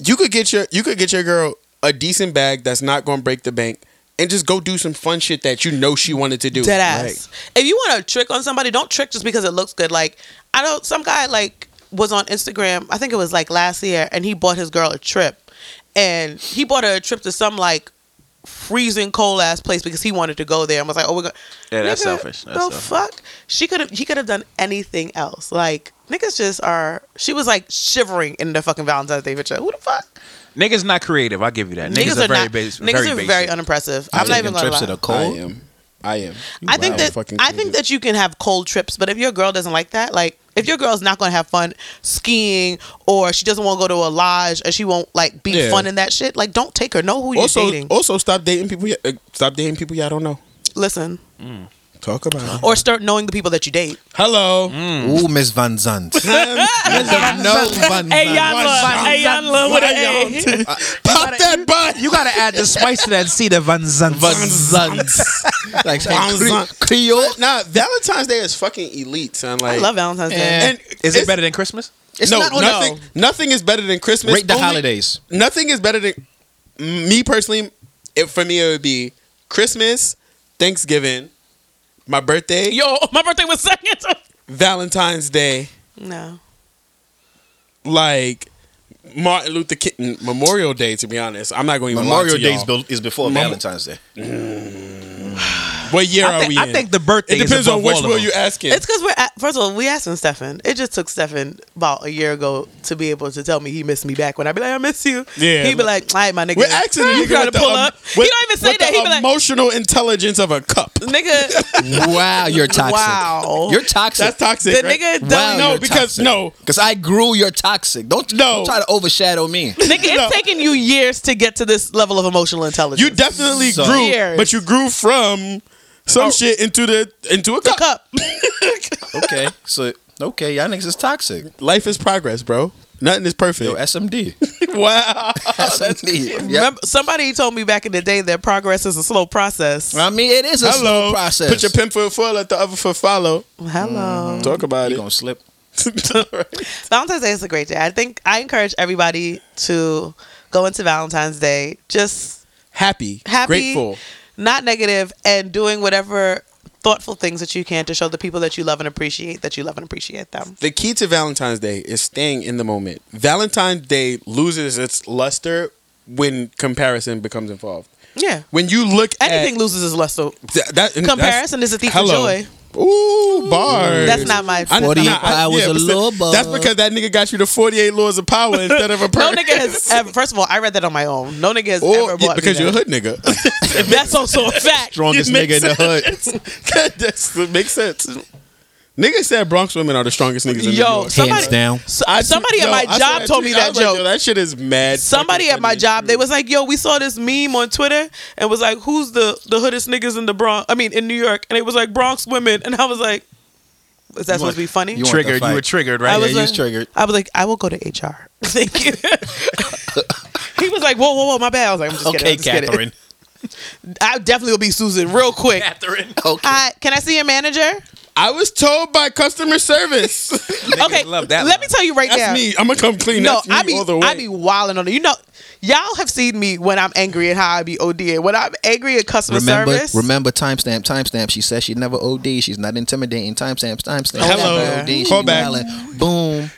S5: you could get your you could get your girl a decent bag that's not going to break the bank, and just go do some fun shit that you know she wanted to do.
S3: dead ass. If you want to trick on somebody, don't trick just because it looks good. Like I don't. Some guy like was on Instagram. I think it was like last year, and he bought his girl a trip, and he bought her a trip to some like freezing cold ass place because he wanted to go there and was like, oh, we're going.
S6: Yeah, that's selfish. That's
S3: the
S6: selfish.
S3: fuck? She could have. He could have done anything else. Like niggas just are. She was like shivering in the fucking Valentine's Day picture. Who the fuck?
S6: Niggas not creative. I'll give you that. Niggas, are, very
S3: not.
S6: basic.
S3: niggas
S6: very
S3: are
S6: basic.
S3: very unimpressive. I'm not even gonna
S4: trips
S3: lie.
S4: to the
S5: I
S4: cold.
S5: am. I am.
S3: I think
S5: Wow.
S3: that
S5: Fucking
S3: I think
S5: creative.
S3: that you can have cold trips, but if your girl doesn't like that, like if your girl's not gonna have fun skiing or she doesn't want to go to a lodge and she won't like be
S5: Yeah.
S3: fun in that shit, like don't take her. Know who you're
S5: Also, oh-
S3: dating.
S5: also stop dating people. y- Uh, stop dating people y'all don't know.
S3: Listen,
S5: Talk about. It.
S3: or start knowing the people that you date.
S5: Hello.
S3: Mm.
S4: Ooh, Miss Van
S3: *laughs*
S4: Zandt. no Van Zandt.
S6: Hey, y'all love with
S5: Hey, Pop that butt.
S6: You gotta add the spice to that cedar Van Zandt.
S4: Van Zandt. Like, Cre- Creole.
S5: Nah, Valentine's Day is fucking elite, son. Like,
S3: I love Valentine's Day. oh,
S4: Eh.
S5: And
S6: Is
S5: it's-
S6: it better than Christmas?
S4: It's
S5: no,
S4: not only-
S5: nothing. Nothing is better than Christmas.
S4: Rate the
S5: Only-
S4: holidays.
S5: Nothing is better than me personally. It, for me, it would be Christmas, Thanksgiving, my birthday,
S3: Yo, my birthday was second.
S5: Valentine's Day,
S3: no,
S5: like Martin Luther King Memorial Day. To be honest, I'm not going to even
S4: Memorial
S5: lie to
S4: Day
S5: y'all.
S4: is be- is before Valentine's Day.
S5: What year
S6: I,
S5: are
S6: think,
S5: we in?
S6: I think the birthday.
S5: it depends
S6: is above
S5: on which
S6: all of
S5: will
S6: them.
S5: you asking.
S3: it's because we're at, first of all we asked him Stefan. It just took Stefan about a year ago to be able to tell me he missed me back when I be like I miss you.
S5: Yeah.
S3: he'd be like, all right, my nigga.
S5: We're asking the
S3: you
S5: nigga
S3: gotta
S5: with the,
S3: pull
S5: um,
S3: up.
S5: with-
S3: he don't even say
S5: with
S3: that.
S5: The
S3: He be like,
S5: emotional intelligence of a cup.
S3: nigga.
S5: *laughs*
S4: Wow, you're toxic.
S3: Wow.
S4: You're toxic.
S5: That's toxic.
S3: The
S5: right?
S3: nigga
S4: Wow,
S3: done
S5: No,
S4: you're
S5: because-
S4: toxic.
S5: no.
S4: Because I grew. You're toxic. Don't,
S5: No.
S4: don't try to overshadow me.
S3: Nigga, it's taking you years to get to this level of emotional intelligence.
S5: You definitely
S4: So-
S5: grew,
S3: Years.
S5: but you grew from some shit into the into a
S3: Oh. the
S5: cup. *laughs*
S3: cup.
S4: Okay, so okay, y'all niggas is toxic.
S5: Life is progress, bro. Nothing is perfect.
S4: Yo, *laughs* SMD.
S5: *laughs* wow.
S4: SMD. Yep.
S3: Remember, somebody told me back in the day that progress is a slow process.
S5: Uh-huh.
S4: I mean, it is a
S5: Hello.
S4: slow process.
S3: Mm-hmm.
S5: Put your pin foot full, let the other foot follow.
S3: Hello.
S5: Talk about
S4: you
S5: *laughs* it.
S4: gonna slip.
S5: Mm-hmm.
S3: Valentine's Day is a great day. I think I encourage everybody to go into Valentine's Day just
S5: Happy,
S3: Happy.
S5: grateful.
S3: not negative and doing whatever thoughtful things that you can to show the people that you love and appreciate that you love and appreciate them.
S5: The key to Valentine's Day is staying in the moment. Valentine's Day loses its luster when comparison becomes involved.
S3: Yeah.
S5: When you look
S3: Anything
S5: at
S3: loses its luster.
S5: th- that, and *laughs* that's-
S3: Comparison is a thief
S5: hello.
S3: of joy.
S5: Ooh, bars.
S3: That's not my.
S5: I-
S3: that's not
S4: 48
S5: nah, I-
S4: hours of
S5: but still,
S4: law, bub.
S5: That's because that nigga got you the 48 laws of power instead of a
S3: *laughs* No
S5: person.
S3: nigga has ever. First of all, I read that on my own. No nigga has
S5: Or,
S3: ever
S5: yeah,
S3: bought
S5: because
S3: me
S5: you're a
S3: that.
S5: hood
S3: *laughs*
S5: nigga. *laughs*
S3: That's also a fact.
S4: Strongest
S5: It
S4: nigga
S5: makes
S4: in the hood. *laughs*
S5: *laughs* That's- that makes sense. Nigga said Bronx women are the strongest niggas in New
S3: Yo,
S5: York.
S3: somebody,
S7: down.
S3: so-
S5: I-
S3: somebody
S5: yo,
S3: at my
S5: I saw
S3: job told me
S5: tweet. I
S3: that
S5: was like,
S3: joke.
S5: yo, that shit is mad.
S3: Somebody
S5: fucking
S3: at my
S5: funny.
S3: job, they was like, "Yo, we saw this meme on Twitter, and was like, who's the the hoodest niggas in the Bronx? I mean, in New York?" And it was like Bronx women, and I was like, "Is that supposed to be funny?"
S4: you want the
S6: Triggered. You
S4: fight.
S6: were triggered,
S3: I
S6: right?
S3: was
S4: you
S3: like,
S4: was triggered.
S3: I was like, "I will go to HR." *laughs* Thank you.
S5: *laughs*
S3: he was like, "Whoa, whoa, whoa, my bad." I was like, "I'm just
S7: Okay,
S3: kidding." I'm just
S7: Catherine.
S3: Kidding. I definitely will be Susan real quick.
S6: Catherine.
S4: Okay.
S3: Hi, can I see your manager?
S5: I was told by
S6: *laughs*
S5: customer service.
S3: Okay,
S6: love that
S3: let
S6: line.
S3: me tell you right
S5: That's
S3: now.
S5: me. I'm gonna come clean.
S3: No,
S5: That's me
S3: I be
S5: all the way.
S3: I be wilding on it. You know, y'all have seen me when I'm angry and how I be ODing. When I'm angry at customer
S4: Remember,
S3: service,
S4: remember timestamp, timestamp. She says she never OD. She's not intimidating. Timestamp, timestamp.
S5: Hello.
S4: She never OD. She
S5: Call back.
S4: wildin'. Boom.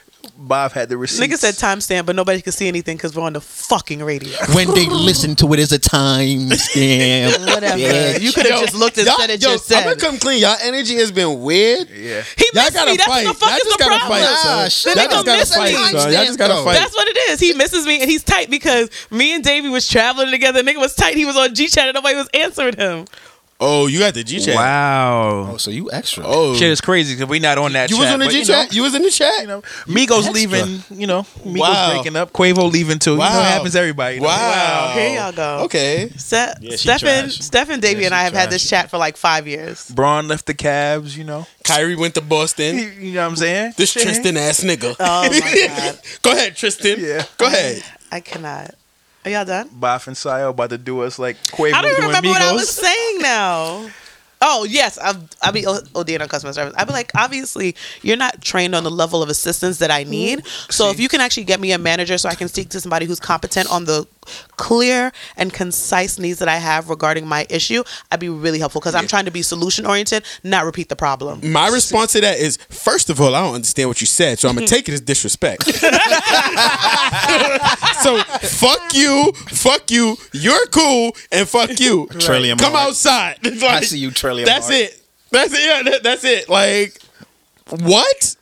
S6: Bob had the receipt.
S3: nigga said timestamp, but nobody could see anything because we're on the fucking radio.
S4: When they listen to it, it's a timestamp.
S3: Whatever.
S4: Bitch.
S3: You could have just looked and
S5: Y'all-
S3: said it
S5: yo,
S3: yourself.
S5: I'm gonna come clean. Y'all energy has been weird.
S6: Yeah.
S3: he
S5: Y'all
S3: missed
S5: gotta
S3: me. That's
S5: fight.
S3: what the fuck
S5: Y'all
S3: is
S5: just
S3: the
S5: gotta
S3: problem.
S5: fight, son.
S4: Nah, shit.
S3: The
S5: Y'all
S3: nigga
S5: just gotta
S3: missed
S5: fight,
S3: me.
S5: son. Y'all just gotta
S4: Timestamp,
S5: fight.
S3: That's what it is. He misses me and he's tight because me and Davey was traveling together. Nigga was tight. He was on G chat and nobody was answering him.
S5: Oh, you got the G chat.
S6: Wow.
S4: Oh, so you extra.
S5: Oh,
S6: Shit is crazy because we not on that
S5: you
S6: chat.
S5: was on the
S6: but,
S5: G
S6: you know,
S5: chat. You was in the chat.
S6: Migos leaving, you know. Migos
S5: Wow.
S6: breaking up. Quavo leaving too. You know
S5: Wow.
S6: what happens to everybody. you know?
S5: Wow.
S3: Here y'all go.
S5: Okay.
S3: Se-
S7: Yeah, she
S3: Stefan,
S7: trash.
S3: Stefan, Davey,
S7: Yeah,
S3: and
S7: she
S3: I have had
S7: trash.
S3: this chat for like five years.
S6: Braun left the Cavs, you know. *laughs*
S5: Kyrie went to Boston.
S6: You know what I'm saying?
S5: This
S6: Shit.
S5: Tristan ass nigga. *laughs*
S3: Oh my god,
S5: Go ahead, Tristan.
S6: Yeah.
S5: Go ahead.
S3: I cannot. Are y'all done?
S6: Boff and Sayo about to do us like Quavo
S3: I don't
S6: doing
S3: remember
S6: Migos.
S3: what I was saying now. Oh yes, I've, I'll be O- ODing on customer service. I'll be like, obviously, you're not trained on the level of assistance that I need. So if you can actually get me a manager, so I can speak to somebody who's competent on the clear and concise needs that I have regarding my issue, I'd be really helpful because I'm trying to be solution oriented, not repeat the problem.
S5: My response to that is first of all, I don't understand what you said, so I'm gonna take it as disrespect. *laughs* so fuck you, fuck you, you're cool, and fuck you.
S7: Trillium
S5: Come
S7: Mark.
S5: outside. It's like,
S4: see you, Trillium
S5: That's
S4: Mark.
S5: it. That's it. Yeah, that- that's it. Like what?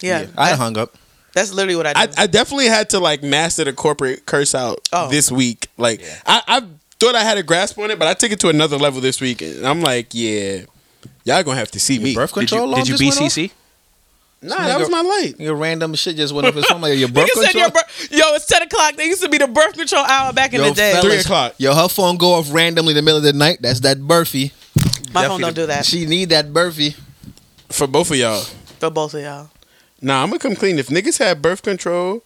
S3: Yeah,
S4: I
S7: Uh-huh.
S4: hung up.
S3: that's literally what I
S5: I,
S3: did.
S5: I definitely had to like master the corporate curse out
S3: Oh.
S5: this week. Like I, I thought I had a grasp on it, but I took it to another level this week, and I'm like, yeah, y'all gonna have to see me.
S4: Birth
S6: Did you,
S4: control
S6: did you
S4: alarm just went
S6: BCC?
S5: Nah, that was my light.
S4: off? Your random shit just went off. It's from like your birth
S3: Nigga said
S4: control.
S3: your bir- yo, it's ten o'clock. There used to be the birth control hour back in
S4: Yo,
S3: the day.
S4: fellas,
S5: Three o'clock.
S4: Yo, her phone go off randomly in the middle of the night. That's that Burfy.
S3: My phone
S6: Definitely
S3: don't do that
S4: She need that Burfy.
S5: for both of y'all.
S3: for both of y'all.
S5: Nah, I'm gonna come clean. If niggas had birth control,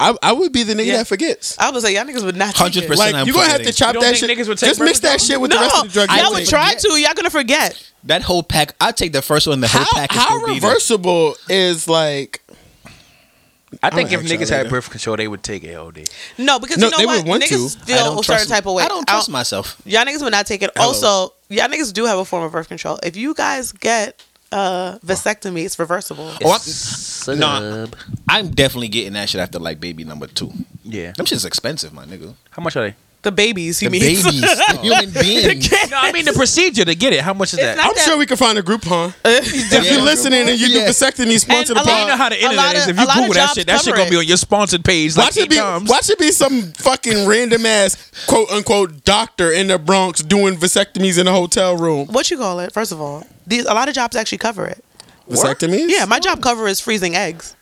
S5: I, I would be the nigga
S6: Yeah.
S5: that forgets.
S3: I was like, y'all niggas would not. take it.
S4: 100%.
S5: Like
S4: I'm
S5: you gonna have to
S4: forgetting.
S5: chop
S6: You don't
S5: that shit.
S6: think niggas would take
S5: Just
S6: birth
S5: mix that
S6: control?
S5: shit with
S3: no,
S5: the rest of the drug. you
S3: y'all would
S5: take.
S3: try to. Y'all gonna forget.
S4: That whole pack. I take the first one. The whole
S5: How,
S4: pack is
S5: how
S4: gonna be there.
S5: reversible is like?
S6: I think
S5: I'm
S6: if
S5: gonna ask
S6: niggas
S5: y'all
S6: had
S5: later.
S6: birth control, they would take it, LD.
S3: No, because
S5: No,
S3: you know
S5: they
S3: what?
S5: would want
S3: niggas
S5: to.
S4: I
S3: feel a
S4: don't
S3: certain
S4: trust-
S3: type of way.
S4: I don't trust
S3: I'll-
S4: myself.
S3: Y'all niggas would not take it. Also, y'all niggas do have a form of birth control. If you guys get uh vasectomy, it's reversible.
S4: Oh, I'm, nah, I'm definitely getting that shit after like baby number two.
S6: Yeah.
S4: Them shit's expensive, my nigga.
S6: How much are they?
S3: The babies, he
S4: The
S3: means.
S4: babies,
S3: *laughs*
S4: the human beings.
S6: No, I mean the procedure to get it. How much is that?
S3: not-
S5: I'm
S3: that-
S5: sure we can find a Groupon.
S3: *laughs*
S5: If
S4: Yeah.
S5: you're listening and you do
S4: Yeah.
S5: vasectomy, sponsor the
S3: And a lot-
S5: pod.
S6: you know how the
S3: A
S6: internet
S3: lot
S6: is.
S3: of-
S6: If
S3: a
S6: you
S3: lot of
S6: Google that
S3: jobs
S6: shit, that shit
S3: cover
S6: gonna
S3: it.
S6: be on your sponsored page
S5: Why
S6: like
S5: should
S6: eight
S5: be
S6: times.
S5: why should be some fucking random ass quote unquote doctor in the Bronx doing vasectomies in a hotel room?
S3: What you call it? First of all, these a lot of jobs actually cover it.
S5: Vasectomies?
S3: Yeah, my job cover is freezing eggs.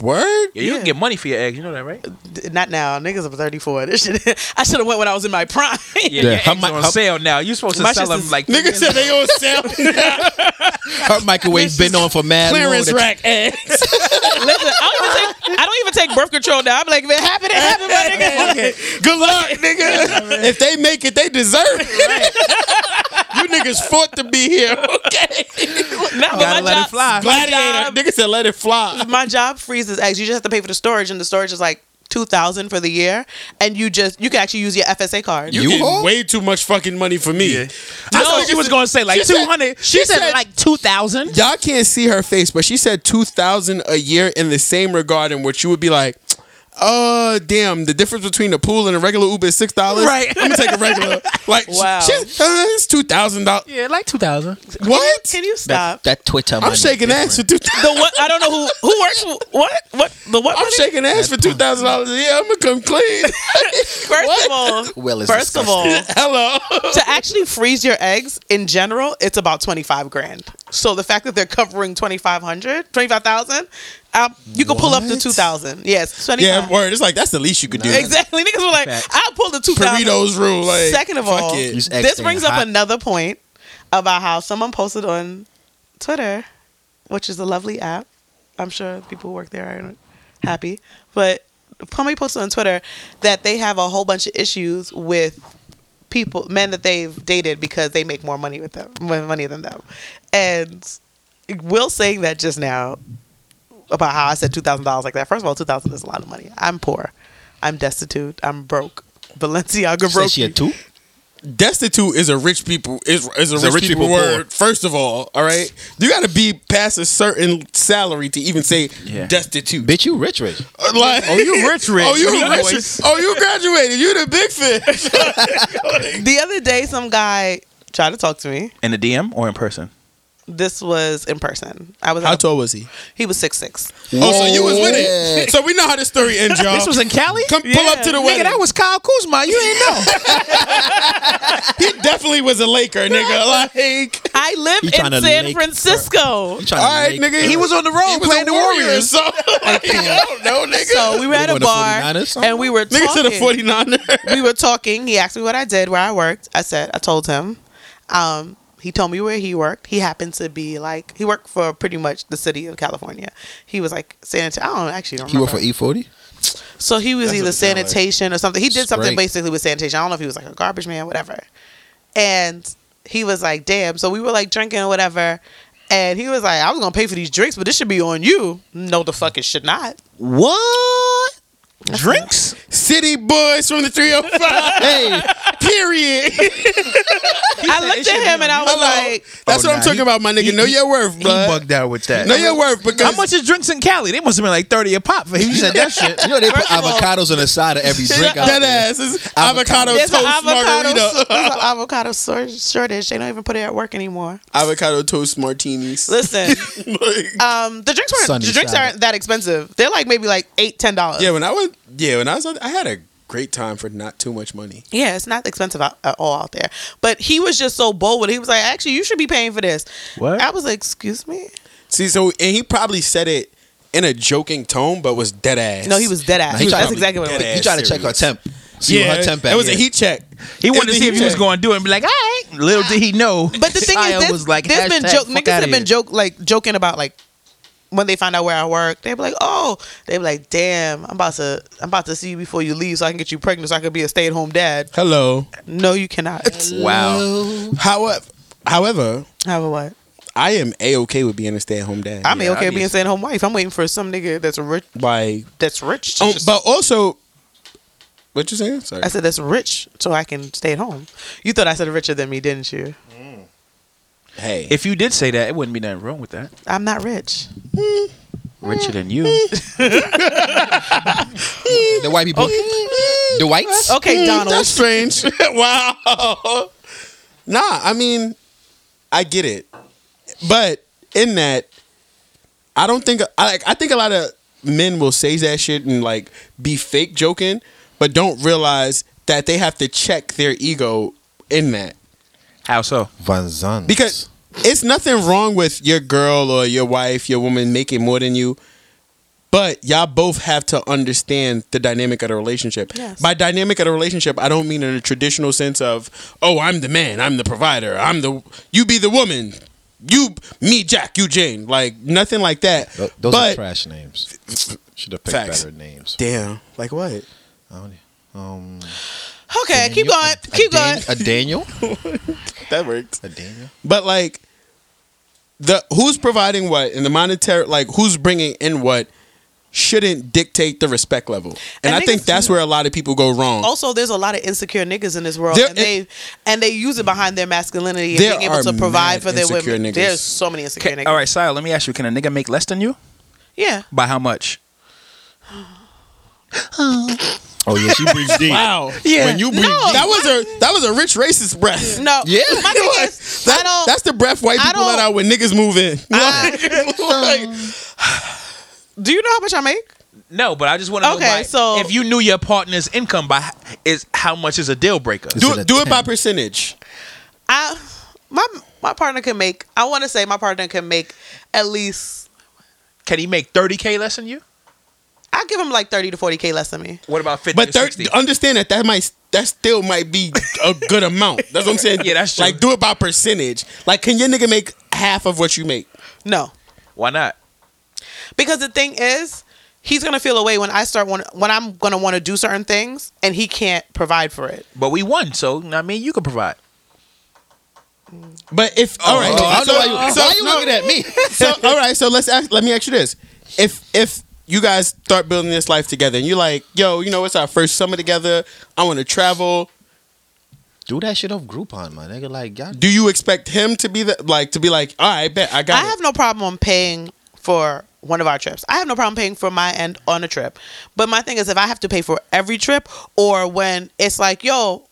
S5: word.
S6: Yeah, you
S3: Yeah.
S6: can get money for your eggs. You know that, right?
S3: D- Not now. Niggas are 34. This shit, *laughs* I should have went when I was in my prime.
S6: Yeah,
S4: Yeah.
S6: your
S4: Her
S6: eggs
S4: mi-
S6: are on
S4: her-
S6: sale now. You're supposed to
S3: My
S6: sell
S3: shit's
S6: them like
S5: Nigga said they
S6: *laughs*
S5: on sale.
S4: Her microwave's been on for mad
S5: Clearance
S4: long.
S5: rack eggs.
S3: Listen, I don't, even take, I don't even take birth control now. I'm like, if it happened,
S5: *laughs*
S3: it happened, my nigga.
S5: Good luck, nigga. if they make it, they deserve it. *laughs* you niggas fought to be here. Okay. *laughs*
S3: No, but
S6: Gotta
S3: my
S6: let
S3: job,
S6: it fly.
S5: Gladiator. Nigga said let it fly.
S3: my job freezes eggs. You just have to pay for the storage, and the storage is like two thousand for the year, and you just you can actually use your FSA card.
S5: You,
S4: You
S5: getting
S4: all?
S5: way too much fucking money for me.
S6: I
S5: This
S6: thought
S5: nigga
S6: she was
S5: said-
S6: gonna say like
S5: she said-
S6: two hundred.
S5: she
S6: She
S5: said-
S6: said like two thousand.
S5: Y'all can't see her face, but she said two thousand a year in the same regard in which you would be like, uh, damn, the difference between the pool and a regular Uber is six dollars.
S6: Right.
S5: I'm gonna take a regular. Like, wow.
S3: Wow.
S5: it's two thousand dollars.
S6: Yeah, like two thousand.
S5: What?
S3: Can you stop?
S4: That Twitter money.
S5: I'm shaking ass for two.
S3: the what? I don't know who who works. for- What what the what?
S5: I'm
S3: money?
S5: shaking ass for two thousand dollars a year. I'm gonna come clean.
S3: *laughs* First of all,
S4: Well, it's
S3: first of all,
S4: disgusting.
S5: *laughs*
S3: to *laughs*
S5: Hello.
S3: actually freeze your eggs in general, it's about twenty five grand. So the fact that they're covering 2,500, 25,000, um, you can pull up to
S5: What?
S3: two thousand. Yes, twenty
S5: Yeah,
S3: five.
S5: word. It's like that's the least you could do.
S3: exactly. Niggas were like,
S6: Facts.
S3: I'll pull the two thousand.
S5: Burritos rule. Like,
S3: Second of
S5: fuck
S3: all,
S5: it.
S4: These eggs
S3: this
S4: staying
S3: brings
S4: hot.
S3: up another point about how someone posted on Twitter, which is a lovely app. I'm sure people who work there are happy, but somebody posted on Twitter that they have a whole bunch of issues with people, men that they've dated because they make more money with them, more money than them, and Will saying that just now about how I said two thousand dollars like that. First of all, two thousand is a lot of money. I'm poor, I'm destitute, I'm broke. Balenciaga
S4: Say
S3: broke.
S4: she a
S3: me.
S4: two?
S5: destitute is a rich people is is a rich, people, word. First of all, all right, you got to be past a certain salary to even say
S6: Yeah.
S5: destitute.
S4: Bitch, you rich, rich.
S5: *laughs* Like, oh,
S6: you rich, rich.
S5: Oh, you
S6: You
S5: rich.
S6: boys.
S5: Oh, you graduated. You the big *laughs* fish.
S3: The other day, some guy tried to talk to me.
S6: In the DM or in person?
S3: This was in person. I was. at a-
S5: was he?
S3: He was six six.
S5: Oh, so you was with
S4: Whoa.
S5: it. So we know how the story *laughs* ends, y'all.
S6: This was in Cali.
S5: Come pull up to the wedding.
S6: Nigga, that was Kyle Kuzma. You ain't know.
S5: he definitely was a Laker, nigga. *laughs* Like,
S3: I live
S4: You tryna
S3: in San
S4: lake-
S3: Francisco.
S4: You tryna
S5: all right,
S4: make-
S5: nigga.
S6: He was on the road
S5: he was
S6: playing the
S5: on Warriors.
S6: Warriors.
S5: So, like, *laughs* I don't know,
S4: *laughs*
S5: nigga.
S3: So we were at a
S4: going to
S3: bar
S4: 49ers?
S3: and we were
S5: nigga
S3: talking.
S5: said a 49er.
S3: we were talking. He asked me what I did, where I worked. I said I told him. Um, he told me where he worked. He happened to be like he worked for pretty much the city of California. He was like sanitation. I don't actually don't
S4: He worked
S3: remember.
S4: for E E40?
S3: so he was either sanitation or something. He did something
S4: Straight.
S3: basically with sanitation. I don't know if he was like a garbage man, whatever. And he was like, "Damn!" So we were like drinking or whatever. And he was like, "I was gonna pay for these drinks, but this should be on you." No, the fuck it should not.
S6: *laughs* What? Drinks?
S5: City boys from the 305.
S4: Hey,
S5: Period.
S3: I looked at him and I was like,
S5: That's
S6: Oh,
S5: what I'm
S6: nah,
S5: talking
S6: he-
S5: about, my nigga. know your worth,
S6: He
S5: bro.
S6: bugged out with that.
S5: Know your worth because
S6: How much is drinks in Cali? They must have been like thirty a pop. For he said that shit.
S4: you know they put
S3: First of all-
S4: avocados on the side of every drink. out
S5: that
S4: there.
S5: ass is avocado
S3: "There's
S5: toast
S3: an avocado,
S5: margarita.
S3: there's an avocado sor- shortage. They don't even put it at work anymore."
S5: avocado toast martinis.
S3: Listen,
S5: *laughs* Like-
S3: *laughs* um, the drinks weren't
S4: Sunny
S3: the drinks
S4: side.
S3: aren't that expensive. They're like maybe like eight, ten dollars.
S5: yeah, when I was yeah, when I was I had a great time for not too much money.
S3: Yeah, it's not expensive out, at all out there. But he was just so bold with it. He was like, actually, you should be paying for this.
S6: What?
S3: I was like, excuse me?
S5: See, so and he probably said it in a joking tone, but was dead ass.
S3: No, he was dead ass.
S4: he was
S3: That's
S4: probably
S3: exactly what
S5: dead
S3: it was.
S5: ass.
S4: You try to check her
S5: serious.
S4: temp. See what her temp at.
S5: It was a
S4: Yeah.
S5: heat check.
S6: He wanted
S5: It
S6: to
S5: a
S6: see if
S5: heat
S6: he was
S5: check.
S6: going to do it and be like, all right. Little did he know.
S3: But the thing
S6: Shia
S3: is, this,
S6: was like,
S3: there's been
S6: hashtag
S3: joke.
S6: fuck
S3: Niggas that
S6: outta
S3: have been
S6: here.
S3: joke like joking about like when they find out where I work, they be like, "Oh," they be like, "Damn, I'm about to, I'm about to see you before you leave, so I can get you pregnant, so I can be a stay at home dad."
S5: Hello.
S3: No, you cannot.
S6: Wow.
S5: However, uh, however,
S3: However, what?
S5: I am a okay with being a stay at home dad.
S3: I'm
S6: Yeah,
S3: okay with
S6: obvious.
S3: being stay at home wife. I'm waiting for some nigga that's rich,
S5: like,
S3: that's rich. to
S5: oh,
S3: just-
S5: but also, what you saying? Sorry.
S3: I said that's rich, so I can stay at home. You thought I said richer than me, didn't you?
S5: Hey,
S6: If you did say that, it wouldn't be nothing wrong with that.
S3: I'm not rich.
S6: Richer than you.
S7: *laughs*
S4: The white people. The whites?
S3: Oh. Okay, Donald.
S5: Mm, That's strange. *laughs* wow. Nah, I mean, I get it, but in that, I don't think I like. I think a lot of men will say that shit and like be fake joking, but don't realize that they have to check their ego in that
S6: How so?
S4: Van Zandt.
S5: because it's nothing wrong with your girl or your wife, your woman making more than you. But y'all both have to understand the dynamic of the relationship.
S3: Yes.
S5: By dynamic of the relationship, I don't mean in a traditional sense of, oh, I'm the man, I'm the provider, I'm the you be the woman, you me Jack, you Jane, like nothing like that.
S4: Th- Those
S5: but
S4: are trash names. Should have picked
S5: Facts.
S4: better names.
S5: damn, like what?
S4: I don't- Um,
S3: Okay, keep
S4: Daniel-
S3: going.
S4: a- a
S3: keep
S4: Dan-
S3: going.
S4: A Daniel?
S5: that
S4: *laughs*
S5: worked.
S4: A Daniel.
S5: But like the who's providing what and the monetary like who's bringing in what shouldn't dictate the respect level. And
S3: And
S5: I think
S3: niggas- Oh,
S5: that's where a lot of people go wrong.
S3: Also, there's a lot of insecure niggas in this world,
S5: There-
S3: and they and they use it behind their masculinity and
S5: There
S3: being able
S5: are
S3: to provide
S5: mad
S3: for their
S5: insecure
S3: women.
S5: niggas.
S3: There's so many insecure
S6: Can-
S3: niggas.
S6: all right, Sire, let me ask you: Can a nigga make less than you?
S5: *laughs*
S3: Yeah.
S6: By how much?
S7: Oh yeah, she breathes
S6: *laughs*
S7: deep.
S5: Wow.
S3: Yeah.
S5: When you breathe,
S3: No,
S5: that was a that was a rich racist breath.
S3: No.
S5: Yeah. *laughs*
S3: My
S5: it
S3: thing
S5: was.
S3: is,
S5: That-
S3: I don't-
S5: that's the breath white
S3: I
S5: people let
S3: don't-
S5: out when niggas move in.
S3: *laughs*
S5: Like,
S3: *sighs* Do you know how much I make?
S6: No, but I just want to
S3: Okay, so-
S6: if you knew your partner's income by is how much is a deal breaker.
S5: do
S4: it a
S5: it, do it by
S4: 10?
S5: percentage.
S3: I my my partner can make. I want to say my partner can make at least.
S6: Can he make thirty k less than you?
S3: I give him like thirty to forty k less than me.
S6: What about fifty?
S5: But
S6: or
S5: thir-
S6: 60?
S5: understand that that might that still might be a good amount. That's what
S4: *laughs*
S5: I'm saying.
S6: Yeah, that's true.
S5: Like do it by percentage. Like can your nigga make half of what you make?
S3: No,
S6: Why not?
S3: because the thing is, he's gonna feel away when I start want, when I'm gonna want to do certain things and he can't provide for it.
S6: But we won, so I mean, you can provide.
S5: But if all right,
S4: Oh, I don't
S5: so,
S4: know why you,
S5: so-
S4: why you
S5: no,
S4: looking at me.
S5: so all right, so let's ask, let me ask you this: if if you guys start building this life together and you're like, yo, you know, it's our first summer together. I want to travel.
S4: Do that shit off Groupon, my nigga. Like, y'all
S5: Do you expect him to be the like to be like, all right, bet I got
S3: I
S5: it.
S3: have no problem paying for one of our trips. I have no problem paying for my end on a trip. But my thing is if I have to pay for every trip or when it's like, yo,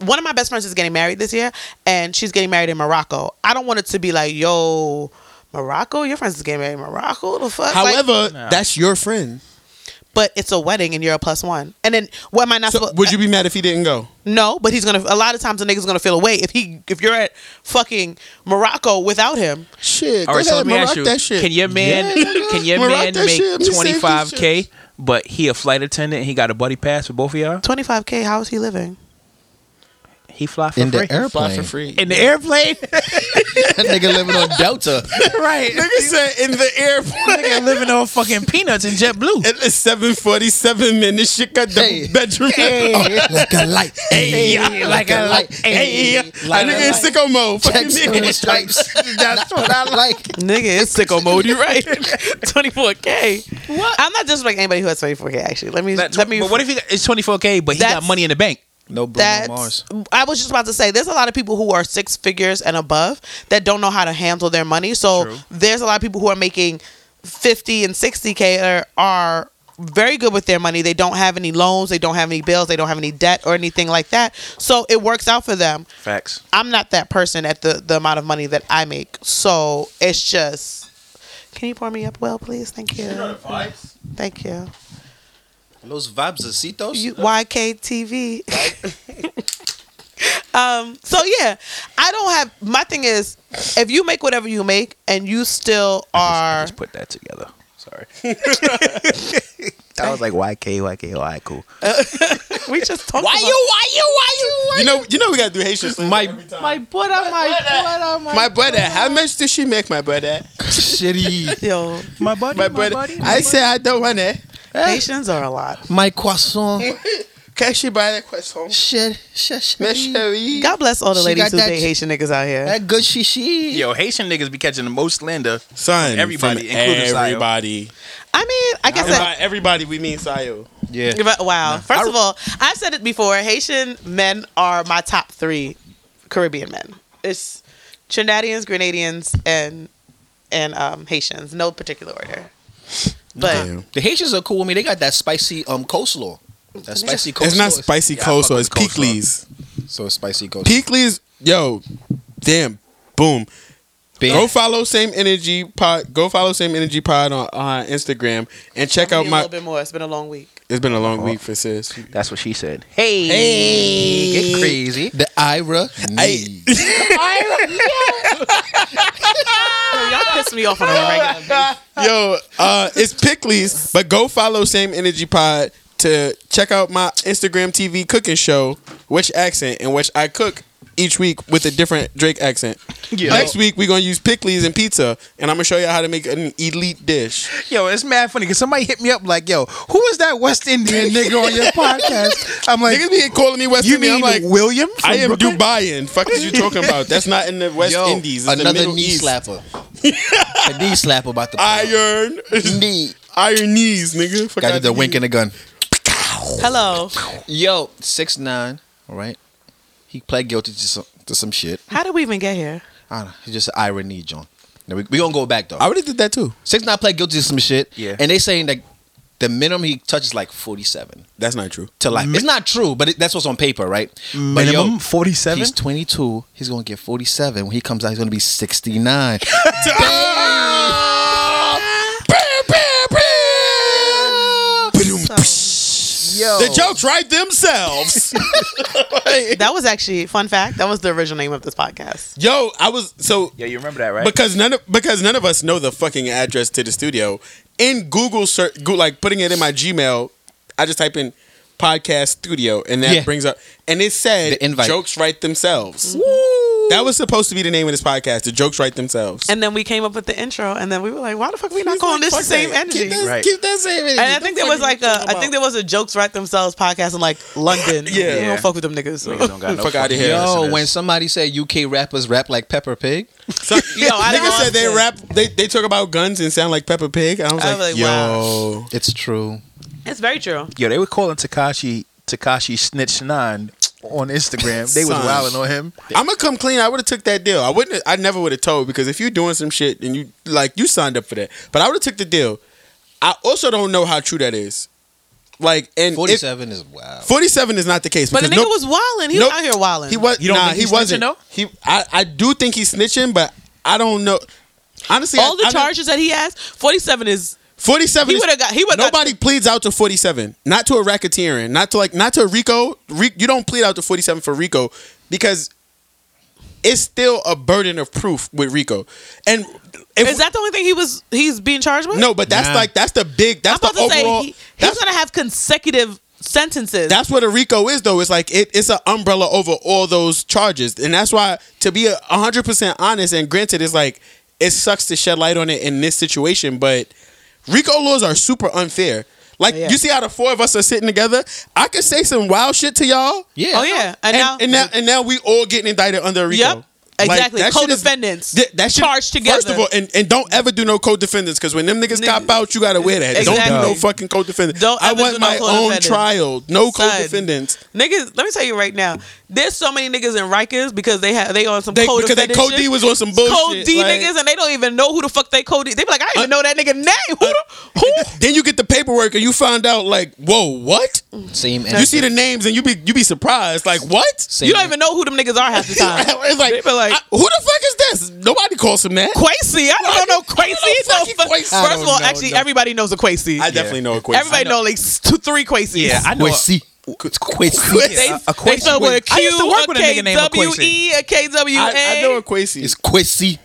S3: one of my best friends is getting married this year and she's getting married in Morocco. I don't want it to be like, yo, Morocco, your friends is getting married in Morocco. The fuck? Like,
S5: However, that's your friend.
S3: but it's a wedding and you're a plus one. And then what am I not
S5: So
S3: supposed
S5: would you be mad if he didn't go?
S3: No, but he's gonna a lot of times the nigga's gonna feel away if he if you're at fucking Morocco without him.
S5: Shit.
S6: All
S5: go
S6: right, so let
S5: ahead,
S6: me ask
S5: Maroc
S6: you:
S5: that shit.
S6: Can your man
S5: Yeah, nigga.
S6: can your
S5: Maroc
S6: man
S5: that shit. Let me
S6: make
S5: save these
S6: twenty five k?
S5: shits.
S6: But he a flight attendant. He got a buddy pass for both of y'all.
S3: Twenty five K, how is he living?
S6: He fly for
S4: in
S6: free
S4: the airplane.
S5: Fly for free.
S6: in the airplane.
S4: *laughs* That nigga living on Delta.
S6: *laughs* right.
S5: Nigga said in the
S6: *laughs*
S5: airport.
S6: Nigga living on fucking peanuts and JetBlue.
S5: It is 747 and this shit got the
S4: Hey.
S5: bedroom. Hey,
S4: *laughs* like a light. Hey,
S6: like a light.
S4: Hey,
S5: yeah.
S4: like
S5: nigga in sicko mode. Fuck you,
S4: Checks and
S5: nigga.
S4: stripes.
S5: *laughs*
S4: That's what I like.
S3: Nigga, it's sicko mode. You
S6: *laughs*
S3: right? Twenty four k. What? I'm not just like anybody who has twenty four k. Actually, let me let me.
S6: but what if he got, it's 24k, but he got
S3: That's-
S6: money in the bank?
S4: No Bruno
S3: that's?
S5: *laughs*
S4: Mars.
S3: I was just about to say, there's a lot of people who are six figures and above that don't know how to handle their money. So there's a lot of people who are making fifty and sixty k are, are very good with their money. They don't have any loans. They don't have any bills. They don't have any debt or anything like that. So it works out for them.
S6: Facts.
S3: I'm not that person at the the amount of money that I make. So it's just. Can you pour me up well, please? Thank you. Thank you.
S4: Los vibes of Citos.
S3: you YKTV. *laughs* um. So yeah, I don't have. My thing is, if you make whatever you make and you still are, *laughs*
S6: Let's put that together. Sorry. *laughs* I was like, YK, YK, YK, cool.
S3: we just talked. Why you?
S5: You know, you know we gotta do Haitian slang. My,
S3: My butt on my butt on
S5: my brother, how much does she make, my brother?
S4: Shitty.
S3: Yo,
S6: My buddy,
S5: My brother. I say I don't want it.
S3: Haitians are a lot.
S4: My croissant.
S5: Can she buy that question?
S4: Shit. Shit.
S5: My
S4: shit.
S5: chérie.
S3: God bless all the
S4: She
S3: ladies
S4: got
S3: who
S4: that-
S3: date Haitian niggas out here.
S4: That good shishi.
S6: Yo, Haitian niggas be catching the most slander.
S5: Son,
S6: From everybody,
S5: from
S6: including Sayo.
S5: everybody.
S3: I mean, I guess
S5: And
S3: that,
S5: by everybody, we mean Sayo.
S4: Yeah.
S3: But wow. First of all, I've said it before. Haitian men are my top three Caribbean men. It's Trinidadians, Grenadians, and and um, Haitians. No particular order. But
S4: The Haitians are cool with me. They got that spicy um coleslaw. That spicy coleslaw.
S5: It's not spicy
S6: Yeah, I fuck
S5: coleslaw,
S6: with
S5: it's
S6: coleslaw.
S5: pickles.
S4: So it's spicy coleslaw.
S5: Peekleys, yo, damn, boom.
S4: Bam.
S5: Go follow same energy pod. Go follow same energy pod on, on Instagram and check
S3: I
S5: out
S3: need a
S5: my.
S3: little bit more. It's been a long week.
S5: It's been a
S6: Oh.
S5: long week for sis.
S6: That's what she said. Hey, hey, get crazy.
S4: The Ira. Hey.
S3: Yo, Oh, y'all piss me off on a regular.
S5: Yo, uh, it's Pickles, but go follow same energy pod to check out my Instagram TV cooking show, which accent in which I cook each week with a different Drake accent.
S3: Yeah.
S5: Next week we're gonna use pickles and pizza, and I'm gonna show you how to make an elite dish.
S6: Yo, it's mad funny because somebody hit me up like, "Yo, who is that West Indian nigga *laughs* on your podcast?" I'm like,
S5: Niggas be calling me West
S6: "You
S5: Indian.
S6: mean
S5: I'm like,
S6: William?" from
S5: I am
S6: Brooklyn?
S5: Dubaian. Fuck is you talking about? That's
S4: *laughs*
S5: not in the West
S4: Yo,
S5: Indies. It's the
S4: another
S5: Middle
S4: knee
S5: East. *laughs*
S4: slapper. a knee slapper about the
S5: Iron *laughs*
S4: knee.
S5: Iron knees, nigga. Fuck
S4: Got
S5: out
S4: the
S5: of
S4: wink
S5: here.
S4: in the gun.
S3: *laughs* Hello.
S4: Yo, six nine. All right, he pled guilty to some to some shit.
S3: How did we even get here?
S4: I don't know. It's just irony, John. Now we we gonna go back though.
S5: I already did that too.
S4: Six nine pled guilty to some shit.
S6: Yeah.
S4: and they saying that the minimum he touches like forty seven
S5: That's not true.
S4: to life. it's not true, but it, that's what's on paper, right? But yo,
S6: Minimum forty seven.
S4: He's twenty two. He's gonna get forty seven. When he comes out, he's gonna be sixty nine.
S3: So,
S4: Yo,
S5: The jokes write
S4: *laughs*
S5: themselves.
S3: that was actually fun fact. That was the original name of this podcast.
S5: Yo, I was so
S6: Yeah, you remember that, right?
S5: because none of because none of us know the fucking address to the studio. In Google search, Goo- like putting it in my Gmail, I just type in podcast studio, and that
S4: Yeah.
S5: brings up, and it said
S4: The invite.
S5: jokes write themselves. That was supposed to be the name of this podcast. The jokes write themselves.
S3: And then we came up with the intro, and then we were like, "Why the fuck we not calling this the
S5: Fuck
S3: same
S5: that.
S3: energy?"
S5: Keep that,
S6: Right.
S5: keep that same energy.
S3: And I think there was like a, I think
S5: that
S3: there was a jokes right themselves podcast in like London.
S5: *laughs* Yeah.
S3: we don't fuck with them niggas.
S6: Niggas don't got no
S5: Fuck outta
S6: fucking
S5: here.
S4: yo,
S6: listeners.
S4: when somebody said UK rappers rap like Pepper Pig,
S3: *laughs* Yo, I
S5: niggas
S3: lost
S5: said they
S3: it.
S5: rap. They they talk about guns and sound like Peppa Pig. I was
S3: I
S5: like,
S3: was like,
S5: yo,
S3: wow.
S4: it's true.
S3: It's very true.
S8: Yo, they were calling Takashi Takashi Snitch Nine on Instagram. They was
S5: Son.
S8: wilding on him.
S5: I'm gonna come clean. I would have took that deal. I wouldn't. I never would have told because if you're doing some shit and you like you signed up for that, but I would have took the deal. I also don't know how true that is. Like and
S4: Forty seven is wow.
S5: Forty seven is not the case.
S3: But the
S5: because
S3: nigga
S5: nope-
S3: was wilding. He
S5: nope,
S3: was out here wilding.
S5: He was.
S6: You don't
S5: nah,
S6: think
S5: he
S6: he's snitching,
S5: wasn't.
S6: though?
S5: He. I. I do think he's snitching, but I don't know. Honestly,
S3: All
S5: I-
S3: the
S5: I don't-
S3: charges that he has, forty seven is
S5: Forty seven.
S3: He would've got- he would've got-
S5: Nobody pleads out to forty seven. Not to a racketeering. Not to like. Not to a Rico. Re, you don't plead out to forty seven for Rico because it's still a burden of proof with Rico. And if,
S3: is that the only thing he was he's being charged with?
S5: no, but that's
S7: Nah.
S5: like that's the big.
S3: I'm
S5: That's
S3: about
S5: the
S3: to
S5: overall.
S3: say he, he's
S5: that's,
S3: gonna have consecutive sentences.
S5: that's what a Rico is though. It's like it, it's an umbrella over all those charges, and that's why to be hundred percent honest and granted, it's like it sucks to shed light on it in this situation, but Rico laws are super unfair. Like
S3: Yeah.
S5: you see how the four of us are sitting together, I could say some wild shit to y'all,
S4: Yeah.
S3: oh yeah,
S5: and,
S3: and, now,
S5: and now and now we all getting indicted under a Rico.
S3: Yep. Exactly.
S5: that shit is-
S3: Co-defendants
S5: Th- that shit-
S3: charged
S5: First of
S3: together.
S5: all, and, and don't ever do no co-defendants because when them niggas
S3: Nigga.
S5: cop out, you gotta wear that. Don't do
S3: Exactly.
S5: no fucking co-defendants.
S3: Don't
S5: I
S3: ever
S5: want
S3: do no
S5: my own
S3: co-defendants.
S5: trial. No
S3: Son.
S5: co-defendants.
S3: niggas, let me tell you right now, there's so many niggas in Rikers because they have they on some
S5: They,
S3: code
S5: because that
S3: code
S5: Code D was on some bullshit.
S3: code D
S5: like- Uh,
S3: niggas and they don't even know who the fuck they code D. They be like, I don't even know that nigga name. Who? the- *laughs* who?
S5: Then you get the paperwork and you find out like, whoa, what?
S4: Same.
S5: You see the names and you be you be surprised like, what?
S4: Same
S3: You don't even know who them niggas are half the time.
S5: *laughs* it's like,
S3: They be
S5: I-
S3: like-
S5: who the fuck is this? Nobody calls him that.
S3: Quasi, I don't know Quasi.
S5: I don't know
S3: No,
S5: fucking
S3: First
S5: Quasi. I
S3: of all, actually, everybody knows a Quasi.
S5: I definitely know a quiz.
S3: Everybody know like s- two, three Quasis.
S6: yeah, I know. a-
S4: Quincy.
S3: They,
S4: Quincy.
S6: a
S3: they
S6: Quasi
S3: spell with a Q,
S6: I used to work
S3: a
S6: with a nigga named
S3: KWE, a KWA.
S5: I, I know a Quasi.
S4: It's Quincy.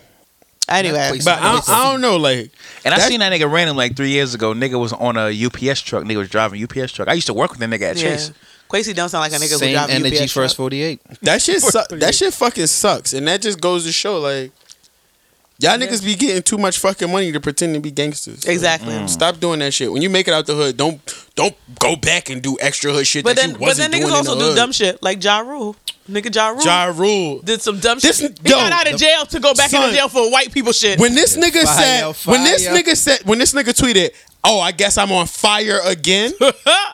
S3: Anyway,
S4: Quasi.
S5: But I, don't- I don't know, like
S6: And I
S5: That-
S6: seen that nigga random like three years ago. Nigga was on a UPS truck. Nigga was driving UPS truck. I used to work with the nigga at
S3: yeah.
S6: Chase.
S3: Quasi don't sound like a nigga who
S4: Same
S3: drive
S4: energy
S3: UPS
S4: first
S3: truck.
S4: forty eight.
S5: that shit. Su- that shit fucking sucks, and that just goes to show, like y'all niggas be getting too much fucking money to pretend to be gangsters.
S3: Exactly.
S5: Stop doing that shit. When you make it out the hood, don't don't go back and do extra hood shit
S3: But
S5: that
S3: then,
S5: you
S3: but then
S5: wasn't
S3: niggas
S5: doing
S3: also
S5: in the
S3: do
S5: hood.
S3: dumb shit like Ja Rule. Nigga Ja Rule
S5: Ja Rule.
S3: did some dumb
S5: This-
S3: shit. He
S5: yo,
S3: got out of jail to go back
S5: son.
S3: into jail for white people shit.
S5: When this nigga
S4: Fire,
S5: said, when this
S4: fire.
S5: nigga said, when this nigga tweeted, "Oh, I guess I'm on fire again."
S3: *laughs*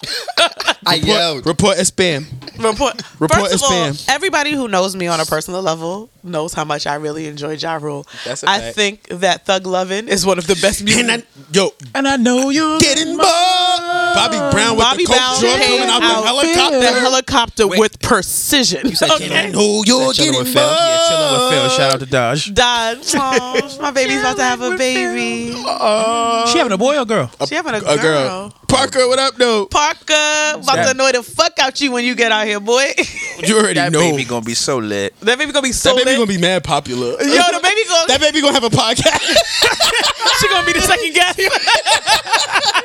S4: I
S5: report,
S4: yelled.
S5: report as spam.
S3: Report,
S5: *laughs* Report
S3: first
S5: as
S3: of all,
S5: spam.
S3: everybody who knows me on a personal level knows how much I really enjoy Ja Rule.
S5: That's a
S3: I
S5: fact.
S3: think that Thug Lovin' is one of the best music.
S5: *laughs* And I,
S3: *laughs*
S5: yo,
S6: And I know you.
S5: getting more. Bobby Brown with
S3: Bobby
S5: the coke
S3: Brown
S5: drug coming
S3: came
S5: out,
S3: out
S5: the helicopter.
S3: the helicopter with precision.
S5: I know you're
S6: Chilling
S5: getting
S6: with Phil. Yeah, chilling with Phil.
S5: more.
S6: Shout out to Dodge.
S5: *laughs*
S3: Dodge, Aw, my baby's about to have a baby.
S6: She having a boy or girl?
S3: She having a girl.
S5: A girl. Parker, what up, though?
S3: Parker, about to annoy the fuck out you when you get out here, boy. *laughs*
S5: You already
S6: That
S5: know.
S6: baby gonna be so lit.
S3: that baby gonna be so
S5: that baby
S3: lit.
S5: gonna be mad popular.
S3: *laughs* Yo, the
S5: *laughs*
S3: baby gonna
S5: that baby gonna have a podcast. *laughs*
S3: she gonna *laughs* be the second guest.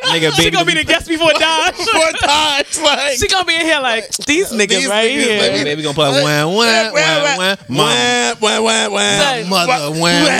S7: Nigga,
S3: she
S7: baby,
S3: gonna be the guest before Dodge. *laughs*
S5: Four times, like
S3: she gonna be in here like these niggas
S5: These
S3: right
S5: niggas,
S3: here.
S5: baby.
S7: baby gonna play like, wah, wah, wah, wah, mom,
S5: wah, wah, wah, wah.
S3: Son,
S7: mother, wah, wah,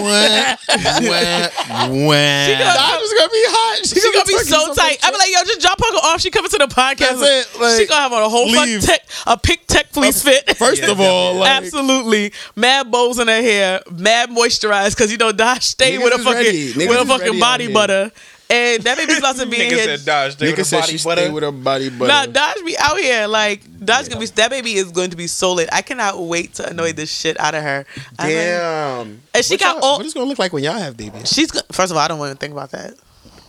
S7: wah, wah.
S5: Nah, it's gonna be hot. She,
S3: She gonna be
S5: talking
S3: so tight. I'm like, yo, just drop her off. She coming to the podcast.
S5: That's it, like,
S3: she gonna have on a whole fuck
S5: leave.
S3: tech, a pink tech fleece fit.
S5: First of all, like,
S3: Absolutely, mad bows in her hair, mad moisturized because you know Dash stay
S5: Niggas
S3: with a
S5: is
S3: fucking
S5: ready. Niggas
S3: with a
S5: is
S3: fucking
S5: ready
S3: body
S5: out here.
S3: butter, and that baby's about
S5: *laughs*
S3: to be in here.
S6: Dodge.
S5: nigga said she stay with her body butter.
S3: Nah, Dodge be out here like Dodge gonna be that baby is going to be solid. I cannot wait to annoy the shit out of her. I'm like-
S5: Damn.
S3: and she
S5: What
S3: got
S5: y'all-
S3: all.
S5: What is gonna look like when y'all have babies?
S3: She's go- first of all, I don't even think about that.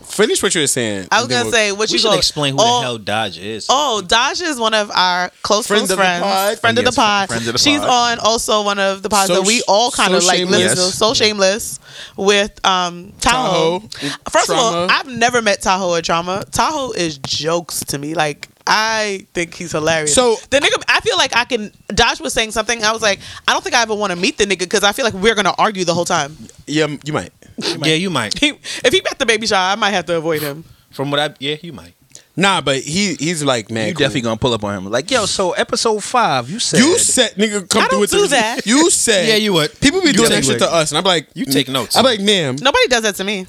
S5: Finish what you were saying.
S3: I was
S5: and then
S3: gonna
S5: we'll-
S3: say what
S7: We
S3: you
S7: should
S3: gonna
S7: explain who the
S3: all-
S7: hell Dodge is.
S3: Oh, Dasha is one of our close
S5: Friend
S3: friends,
S5: of the
S3: friends,
S5: pod.
S3: friend of the
S6: Yes,
S3: pod.
S6: friend of the
S3: She's
S6: pod.
S3: on also one of the pods
S5: So
S3: that we
S5: sh-
S3: all kind of
S5: so
S3: like
S5: shameless.
S3: listen to.
S6: Yes.
S3: So shameless with um Tahoe.
S5: Tahoe,
S3: First of all,
S5: Trauma.
S3: I've never met Tahoe or Trauma. Tahoe is jokes to me. Like I think he's hilarious.
S5: So-
S3: the nigga, I feel like I can. Josh was saying something. I was like, I don't think I ever want to meet the nigga because I feel like we're gonna argue the whole time. *laughs*
S5: Yeah, you might.
S7: yeah, you might.
S3: He, if he met the baby shower, I might have to avoid him.
S7: From what I, yeah, you might.
S5: Nah, but he he's like man.
S6: You definitely gonna pull up on him. Like, yo, so episode five, you said
S5: You said nigga come
S3: I
S5: through
S3: don't
S5: with
S3: do
S5: the-
S3: that.
S5: You said
S7: Yeah, you would.
S5: People be doing that
S7: take
S5: shit to us, and I'm like,
S7: You take notes.
S5: I'm like, ma'am,
S3: Nobody does that to me.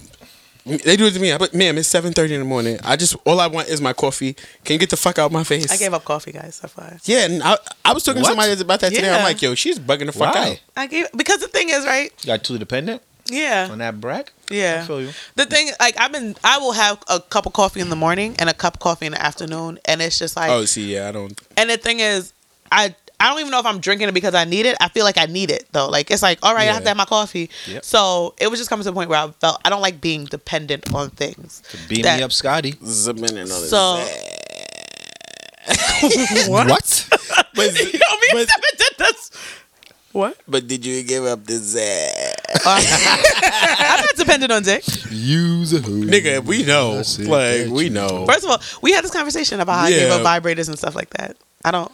S5: they do it to me. I'm like, ma'am, it's 7:30 in the morning. I just all I want is my coffee. Can you get the fuck out my face?
S3: I gave up coffee, guys. That's why.
S5: Yeah, and I, I was talking to
S7: What?
S5: somebody about that today.
S3: Yeah.
S5: I'm like, yo, she's bugging the fuck
S7: Why?
S5: out.
S3: I gave because the thing is right.
S7: You got too dependent
S3: Yeah.
S7: on that brack.
S3: Yeah.
S7: I feel you.
S3: The thing, like, I've been, I will have a cup of coffee in the morning and a cup of coffee in the afternoon, and it's just like,
S5: Oh, see, yeah, I don't.
S3: and the thing is, I, I don't even know if I'm drinking it because I need it. I feel like I need it though. Like it's like, all right, I have to
S5: Yeah.
S3: have my coffee. So it was just coming to the point where I felt I don't like being dependent on things.
S7: Beam
S3: That-
S7: me up, Scotty.
S5: *laughs*
S3: So *laughs*
S5: What? But,
S3: *laughs* you know me,
S5: but,
S3: did this. What?
S5: but did you give up the zap?
S3: I'm not dependent on dick.
S7: Use a who.
S5: Nigga, we know. Like, we know.
S3: First of all, we had this conversation about how I gave
S5: Yeah.
S3: up vibrators and stuff like that. I don't.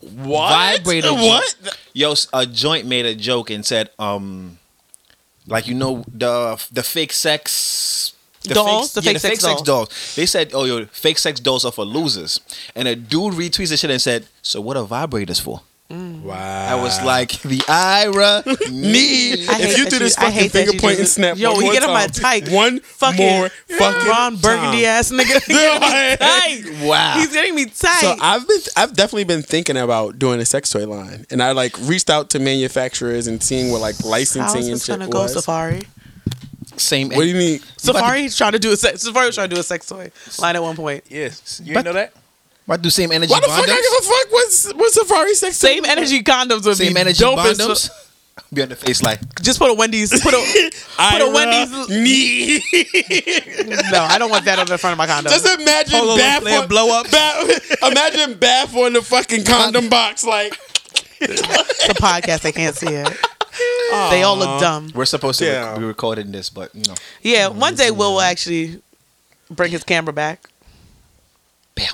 S7: What? Vibrator.
S5: What?
S7: joke. Yo, s- a joint made a joke and said, um, like you know the the fake sex.
S3: Dolls? The
S7: yeah,
S3: fake sex
S7: dolls. They said, "Oh, yo, fake sex dolls are for losers." And a dude retweets the shit and said, "So what are vibrators for?"
S5: Wow.
S7: I was
S5: Ah.
S7: like, "The
S3: *laughs*
S7: Ira need."
S3: I hate
S5: if you
S3: that
S5: do this
S3: I hate
S5: fucking
S3: that
S5: finger point
S3: you do
S5: and
S3: this.
S5: snap,
S3: Yo,
S5: one
S3: he
S5: more
S3: get on my
S5: time,
S3: type.
S5: One
S3: fucking
S5: more fucking
S3: Ron Burgundy
S5: time. *laughs*
S3: ass nigga.
S5: Yeah.
S3: tight.
S7: Wow.
S3: He's getting me tight.
S5: So I've been, I've definitely been thinking about doing a sex toy line, and I like reached out to manufacturers and seeing what like
S3: How is
S5: licensing and
S3: this
S5: shit
S3: gonna go,
S5: was.
S3: Safari?
S7: Same.
S5: What do you mean?
S3: Safari he's trying to do a sex. Safari was trying to do a sex toy line at one point.
S6: Yes. You didn't know that?
S7: Why do same energy
S5: Why the fuck? I
S7: condoms?
S5: give a fuck. What's what's Safari sex? toy
S3: Same
S5: line?
S3: energy condoms would
S7: same
S3: be
S7: energy
S3: dope as
S7: condoms? *laughs* Be on the face like
S3: Just put a Wendy's. Put
S5: *laughs*
S3: a put a
S5: Ira
S3: Wendy's.
S5: knee.
S3: No, I don't want that on the front of my condom.
S5: Just imagine
S6: Hold on,
S5: bath
S6: play a
S5: on,
S6: blow up.
S5: Bath, *laughs* imagine bath on the fucking condom box. Like
S3: It's a podcast. They can't see
S5: *laughs*
S3: it. They all look dumb.
S7: we're supposed to
S5: Yeah.
S7: rec- be recording this, but you know,
S3: Yeah, one day Will will actually bring his camera back.
S7: bam,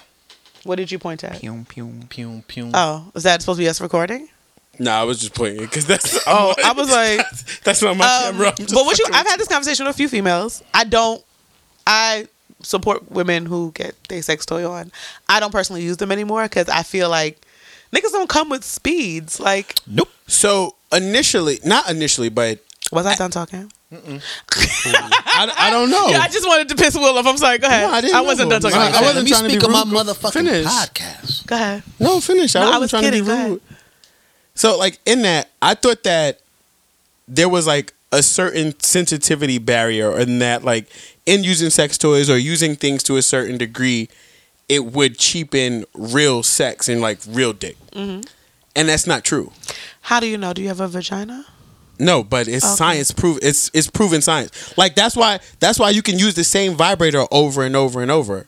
S3: What did you point at?
S6: Pew, pew,
S7: pew, pew.
S3: Oh, is that supposed to be us recording?
S5: no, nah, I was just pointing because that's
S3: Oh, I was like,
S5: *laughs* that's not my
S3: um,
S5: camera. I'm
S3: but
S5: just
S3: what you?
S5: fucking-
S3: I've had this conversation with a few females. I don't. I support women who get their sex toy on. I don't personally use them anymore because I feel like niggas don't come with speeds. Like,
S7: Nope.
S5: so initially, not initially, but
S3: was I done talking?
S5: *laughs* I, I don't know.
S3: *laughs* Yeah, I just wanted to piss Will off. I'm sorry. Go ahead.
S5: No, I
S3: I,
S5: didn't know
S3: wasn't
S5: Will.
S3: done talking.
S5: No,
S3: about
S5: I
S3: that.
S5: wasn't
S7: Let me
S5: trying to
S7: speak
S5: be
S7: on my
S5: rude.
S7: motherfucking
S5: Finish.
S7: podcast.
S3: Go ahead.
S5: No, finish. I
S3: No, I
S5: wasn't
S3: was
S5: trying
S3: kidding.
S5: to
S3: Go
S5: be
S3: ahead.
S5: rude. So, like in that, I thought that there was like a certain sensitivity barrier, in that, like in using sex toys or using things to a certain degree, it would cheapen real sex and like real dick.
S3: Mm-hmm.
S5: And that's not true.
S3: How do you know? Do you have a vagina?
S5: No, but it's
S3: Okay.
S5: science proof. It's it's proven science. Like that's why that's why you can use the same vibrator over and over and over,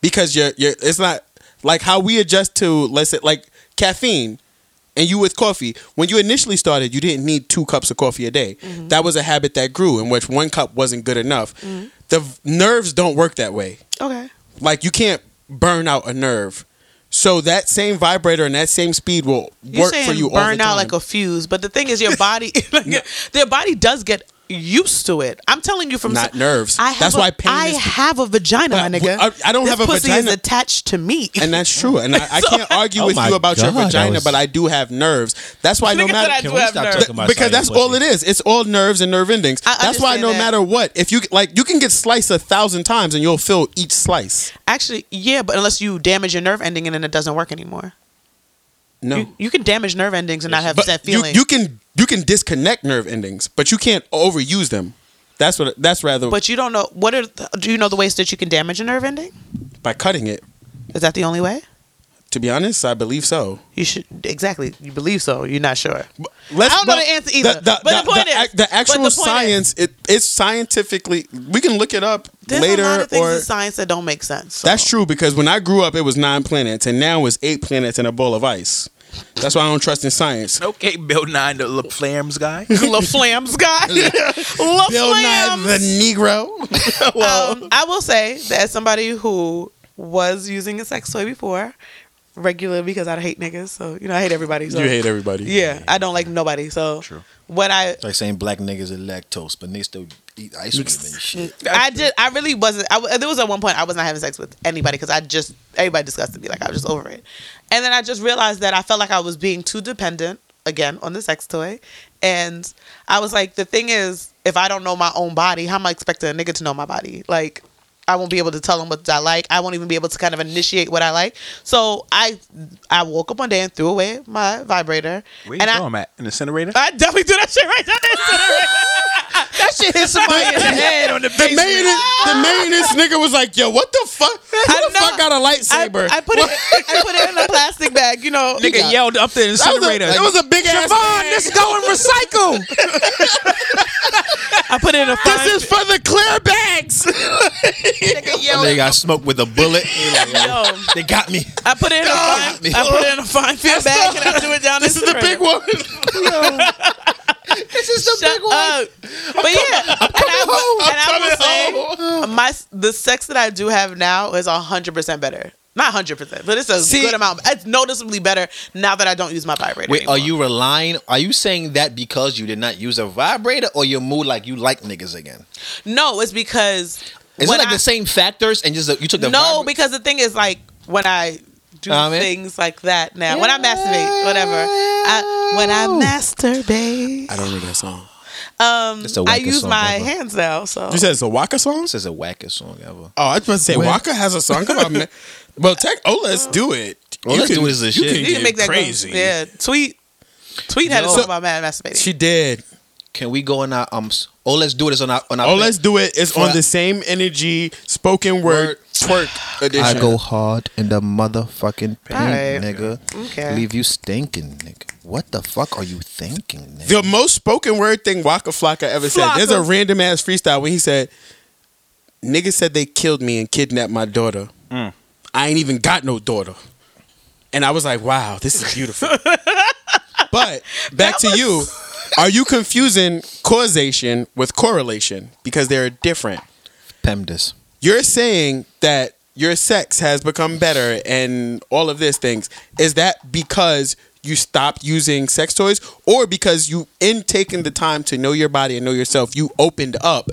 S5: because you're you're. It's not like how we adjust to let's say like caffeine, and you with coffee. When you initially started, you didn't need two cups of coffee a day.
S3: Mm-hmm.
S5: That was a habit that grew in which one cup wasn't good enough. The v- nerves don't work that way.
S3: Okay.
S5: Like you can't burn out a nerve. So that same vibrator and that same speed will
S3: You're
S5: work
S3: saying
S5: for you all the
S3: burn
S5: time.
S3: out like a fuse, but the thing
S5: *laughs*
S3: is, your body, *laughs* their body does get used to it. I'm telling you from
S5: Not nerves. That's
S3: a-
S5: why pain
S3: I
S5: is-
S3: have a vagina, my
S5: But
S3: nigga.
S5: I- I don't
S3: This
S5: have a
S3: pussy
S5: vagina.
S3: Is attached to me.
S5: and
S3: *laughs*
S5: that's true. And I, I can't argue
S7: Oh
S5: with
S7: my
S5: you about your
S7: God, that
S5: vagina,
S7: was-
S5: but I do have nerves. That's why no
S3: Nigga said
S5: matter
S3: I do have nerves.
S7: talking about
S5: because
S7: Saudi
S5: that's
S7: pussy?
S5: all it is. It's all nerves and nerve endings.
S3: I
S5: That's why
S3: understand
S5: no
S3: that.
S5: matter what, if you like, you can get sliced a thousand times and you'll feel each slice.
S3: Actually, yeah, but unless you damage your nerve ending and then it doesn't work anymore.
S5: No,
S3: You, you can damage nerve endings and not have
S5: but
S3: that
S5: you,
S3: feeling.
S5: you can you can disconnect nerve endings, but you can't overuse them. That's what that's rather
S3: but you don't know what are the, do you know the ways that you can damage a nerve ending?
S5: by cutting it.
S3: Is that the only way?
S5: To be honest, I believe so.
S3: You should exactly. You believe so. You're not sure.
S5: Let's-
S3: I don't know
S5: but
S3: the answer either, but the point is-
S5: ac- the
S3: but the
S5: actual
S3: point is-
S5: science it, it's scientifically we can look it up
S3: There's
S5: later
S3: a lot of things
S5: or
S3: in science that don't make sense. so.
S5: That's true because when I grew up, it was nine planets, and now it's eight planets and a bowl of ice. That's why I don't trust in science.
S6: Okay, Bill Nine, the little flams guy.
S3: *laughs* La Flams guy. La Flams.
S5: Negro.
S3: Um, I will say that as somebody who was using a sex toy before, regularly because I hate niggas, so *laughs* you know I hate everybody. So.
S5: You hate everybody.
S3: Yeah, I don't like nobody. So what I
S7: Like saying black niggas are lactose, but they still eat ice cream and shit.
S3: I did I really wasn't. I, w- there was at one point I was not having sex with anybody because I just everybody disgusted me. Like I was just over it, and then I just realized that I felt like I was being too dependent again on the sex toy, and I was like, the thing is, if I don't know my own body, how am I expecting a nigga to know my body? Like. I won't be able to tell him what I like. I won't even be able to kind of initiate what I like. So I, I woke up one day and threw away my vibrator.
S6: Where
S3: and
S6: you
S3: I,
S6: throw him at? An incinerator?
S3: I definitely do that shit right now. that shit hit somebody in the head on the
S5: The maintenance, the maintenance nigga was like, "Yo, what the fuck? Who
S3: I
S5: the
S3: know.
S5: fuck got a lightsaber?"
S3: I, I put it. I put it in a plastic bag. You know,
S6: Nigga yelled up the
S5: That was a-
S6: incinerator.
S5: It was a big ass.
S6: let's go and recycle.
S5: *laughs*
S3: I put it in a. Fine,
S5: This is for the clear bags.
S3: nigga
S7: And
S3: yelled.
S7: They got smoked with a bullet.
S3: Yo,
S7: *laughs* they got me.
S3: I put it in a fine. I put it in a fine feel bag and I threw it down.
S5: this is the big one.
S3: Shut up. But yeah, and I, will- and I will say, my the sex that I do have now is hundred percent better. Not hundred percent, but it's a
S5: See-
S3: good amount. It's noticeably better now that I don't use my vibrator.
S7: Wait, are
S3: anymore.
S7: you relying? Are you saying that because you did not use a vibrator, or your mood like you like niggas again?
S3: No, it's because.
S7: Is
S3: when
S7: it like
S3: I-
S7: the same factors and just the, you took the Um,
S3: no,
S7: vibra-
S3: because the thing is, like, when I do
S7: Know what I mean?
S3: things like that now, when I masturbate, whatever, I, when I masturbate,
S5: I don't know that song.
S3: um,
S7: It's a
S3: I
S7: wanker
S3: use
S7: song,
S3: my
S7: Papa.
S3: hands now. So
S5: You said it's a Waka song?
S7: this is the wackest song ever.
S5: Oh, I was about to say Waka has a song about.
S7: *laughs*
S5: ma- well, tech. Oh, let's do it.
S7: Well,
S5: You
S7: Oh, let's
S5: can-
S7: do this as
S5: you
S7: shit.
S5: can
S3: you can
S5: get
S3: make that go-
S5: crazy.
S3: Yeah, tweet, tweet had a
S7: Yo.
S3: song about mad masturbating.
S5: She did.
S7: Can we go on our um? s- Oh, let's do this on our on our.
S5: Oh, let's do it. It's on
S7: Well,
S5: the same energy spoken word, twerk edition.
S7: I go hard in the motherfucking pain,
S3: Alright.
S7: nigga.
S3: Okay.
S7: Leave you stinking, nigga. What the fuck are you thinking, nigga?
S5: The most spoken word thing Waka Flocka ever said. There's a random ass freestyle when he said, "Niggas said they killed me and kidnapped my daughter. I ain't even got no daughter." And I was like, "Wow, this is beautiful." but back to you. Are you confusing causation with correlation because they're different?
S7: PEMDAS.
S5: You're saying that your sex has become better and all of these things. Is that because you stopped using sex toys or because you, in taking the time to know your body and know yourself, you opened up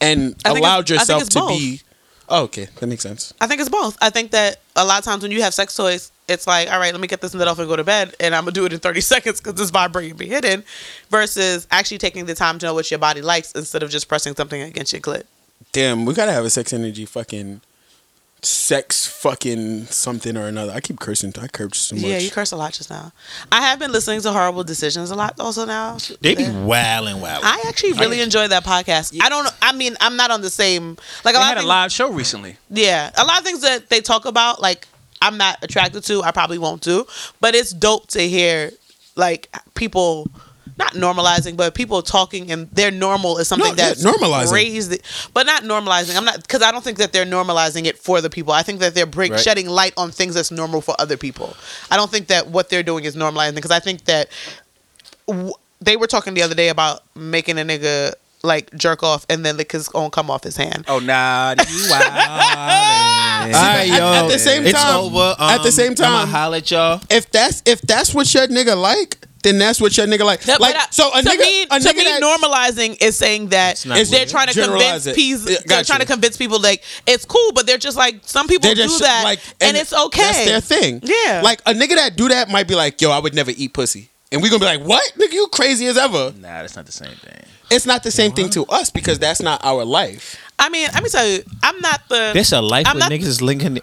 S5: and
S3: I think
S5: allowed
S3: it's- I think
S5: yourself
S3: it's
S5: to
S3: both.
S5: be. Oh, okay, that makes sense.
S3: I think it's both. I think that a lot of times when you have sex toys, it's like, all right, let me get this nut off and go to bed, and I'm gonna do it in 30 *laughs* seconds because this vibrating be hidden, versus actually taking the time to know what your body likes instead of just pressing something against your clit.
S5: Damn, we gotta have a sex energy fucking sex fucking something or another. I keep cursing. I curse so much.
S3: Yeah, you curse a lot just now. I have been listening to Horrible Decisions a lot also now.
S7: They be wild and wild.
S3: I actually really enjoy that podcast. I don't. I mean, I'm not on the same like
S6: They
S3: a lot.
S6: had
S3: of
S6: a
S3: things,
S6: live show recently.
S3: Yeah, a lot of things that they talk about, like I'm not attracted to. I probably won't do, but it's dope to hear like people not normalizing, but people talking and their normal is something
S5: No, yeah,
S3: that's
S5: normalizing.
S3: raised, it- but not normalizing. I'm not because I don't think that they're normalizing it for the people. I think that they're bring,
S5: Right.
S3: shedding light on things that's normal for other people. I don't think that what they're doing is normalizing because I think that w- they were talking the other day about making a nigga like jerk off, and then the kiss gonna come off his hand.
S6: Oh nah, *laughs* you wildin'.
S5: All right, yo. At the same
S7: It's
S5: time,
S7: over. Um,
S5: at the same
S7: I'ma
S5: time,
S7: holler at y'all.
S5: if that's if that's what your nigga like, then that's what your nigga like.
S3: That-
S5: like
S3: but I-
S5: so a
S3: to
S5: nigga,
S3: me,
S5: a nigga
S3: to me
S5: that,
S3: normalizing is saying that
S7: not
S3: they're
S7: weird.
S3: trying to
S5: Generalize
S3: convince
S5: it.
S3: people.
S5: Yeah,
S3: they're
S5: got
S3: trying
S5: you.
S3: to convince people like it's cool, but they're just like some people
S5: They just
S3: do that,
S5: like,
S3: and, it's
S5: That's
S3: okay.
S5: their thing.
S3: Yeah.
S5: Like a nigga that do that might be like, yo, I would never eat pussy, and we gonna be like, what? Nigga, you crazy as ever.
S6: nah, that's not the same thing.
S5: It's not the same thing to us because that's not our life.
S3: I mean, let me tell you, I'm not the.
S7: This a life
S3: I'm
S7: with
S3: not-
S7: niggas is linking.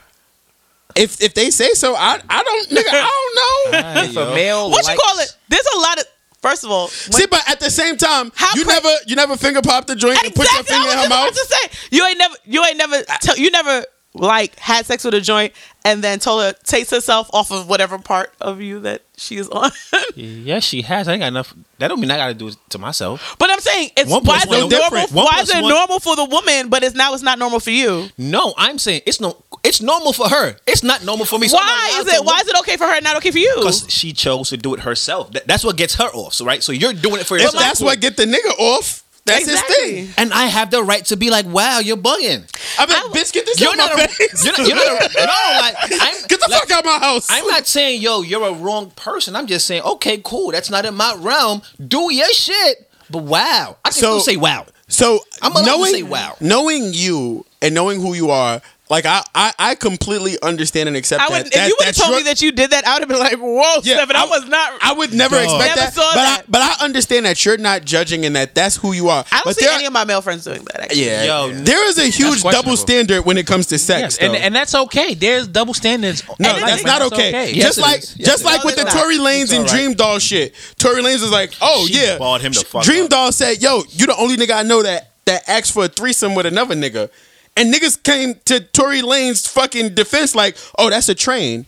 S5: If if they say so, I I don't nigga,
S3: *laughs*
S5: I don't know.
S6: If a male
S3: what you
S6: likes-
S3: call it? There's a lot of. First of all, when-
S5: See, but at the same time,
S3: How
S5: you
S3: cra-
S5: never you never finger pop the joint and put your
S3: Exactly,
S5: finger in
S3: I was
S5: her mouth.
S3: just about to say you ain't never, you ain't never, tell, you never like had sex with a joint and then told her takes herself off of whatever part of you that she is on. *laughs*
S7: Yes, she has. I ain't got enough. That don't mean I got to do it to myself.
S3: but I'm saying it's
S7: One
S3: why
S7: plus
S3: is it
S7: one
S3: normal?
S7: is different. One
S3: Why
S7: plus
S3: is it
S7: one-
S3: normal for the woman, but it's now it's not normal for you?
S7: No, I'm saying it's no. It's normal for her. It's not normal for me. So I'm not
S3: why
S7: allowed
S3: is
S7: to
S3: it? Why
S7: look
S3: is it okay for her and not okay for you?
S7: because she chose to do it herself. That, that's what gets her off. So right, so you're doing it for
S5: If
S7: yourself.
S5: that's what get the nigga off, that's
S3: Exactly.
S5: his thing.
S7: and I have the right to be like, wow, you're bugging.
S5: I mean,
S3: I-
S5: bitch, get this
S7: You're
S5: out my
S7: not, a,
S5: face.
S7: you're not. You're not. A, no, like I'm,
S5: *laughs* get the
S7: like,
S5: fuck out my house.
S7: I'm not saying yo, you're a wrong person. I'm just saying, okay, cool. That's not in my realm. Do your shit. But wow, I can
S5: So-
S7: still say wow.
S5: so
S7: I'm allowed to
S5: knowing
S7: say wow.
S5: knowing you and knowing who you are, like I I, I completely understand and accept
S3: I
S5: that.
S3: would. If you would have
S5: that's
S3: told
S5: your-
S3: me that you did that, I would have been like, "Whoa,
S5: Yeah,
S3: Stephen, I,
S5: I-
S3: was not."
S5: I would never expect
S3: Never
S5: that,
S3: saw
S5: but
S3: that.
S5: I, but I understand that you're not judging and that that's who you are.
S3: I don't
S5: but
S3: see
S5: there,
S3: any of my male friends doing that. Actually.
S5: yeah,
S7: Yo,
S5: there is a huge double
S6: questionable.
S5: standard when it comes to sex.
S6: and,
S5: though.
S6: and that's okay. There's double standards.
S5: No,
S3: And
S5: that's
S3: it's
S5: not okay. just
S7: Yes, it
S5: like,
S7: is. Yes,
S5: just
S7: it
S5: like
S3: is.
S5: with the
S3: No, it's
S5: Tory Lanes and Dream Doll shit. Tory Lanes is like, oh
S7: She
S5: yeah,
S7: barred him the fuck
S5: Dream
S7: up.
S5: Doll said, yo, you the only nigga I know that that asked for a threesome with another nigga, and niggas came to Tory Lane's fucking defense like, oh, that's a train.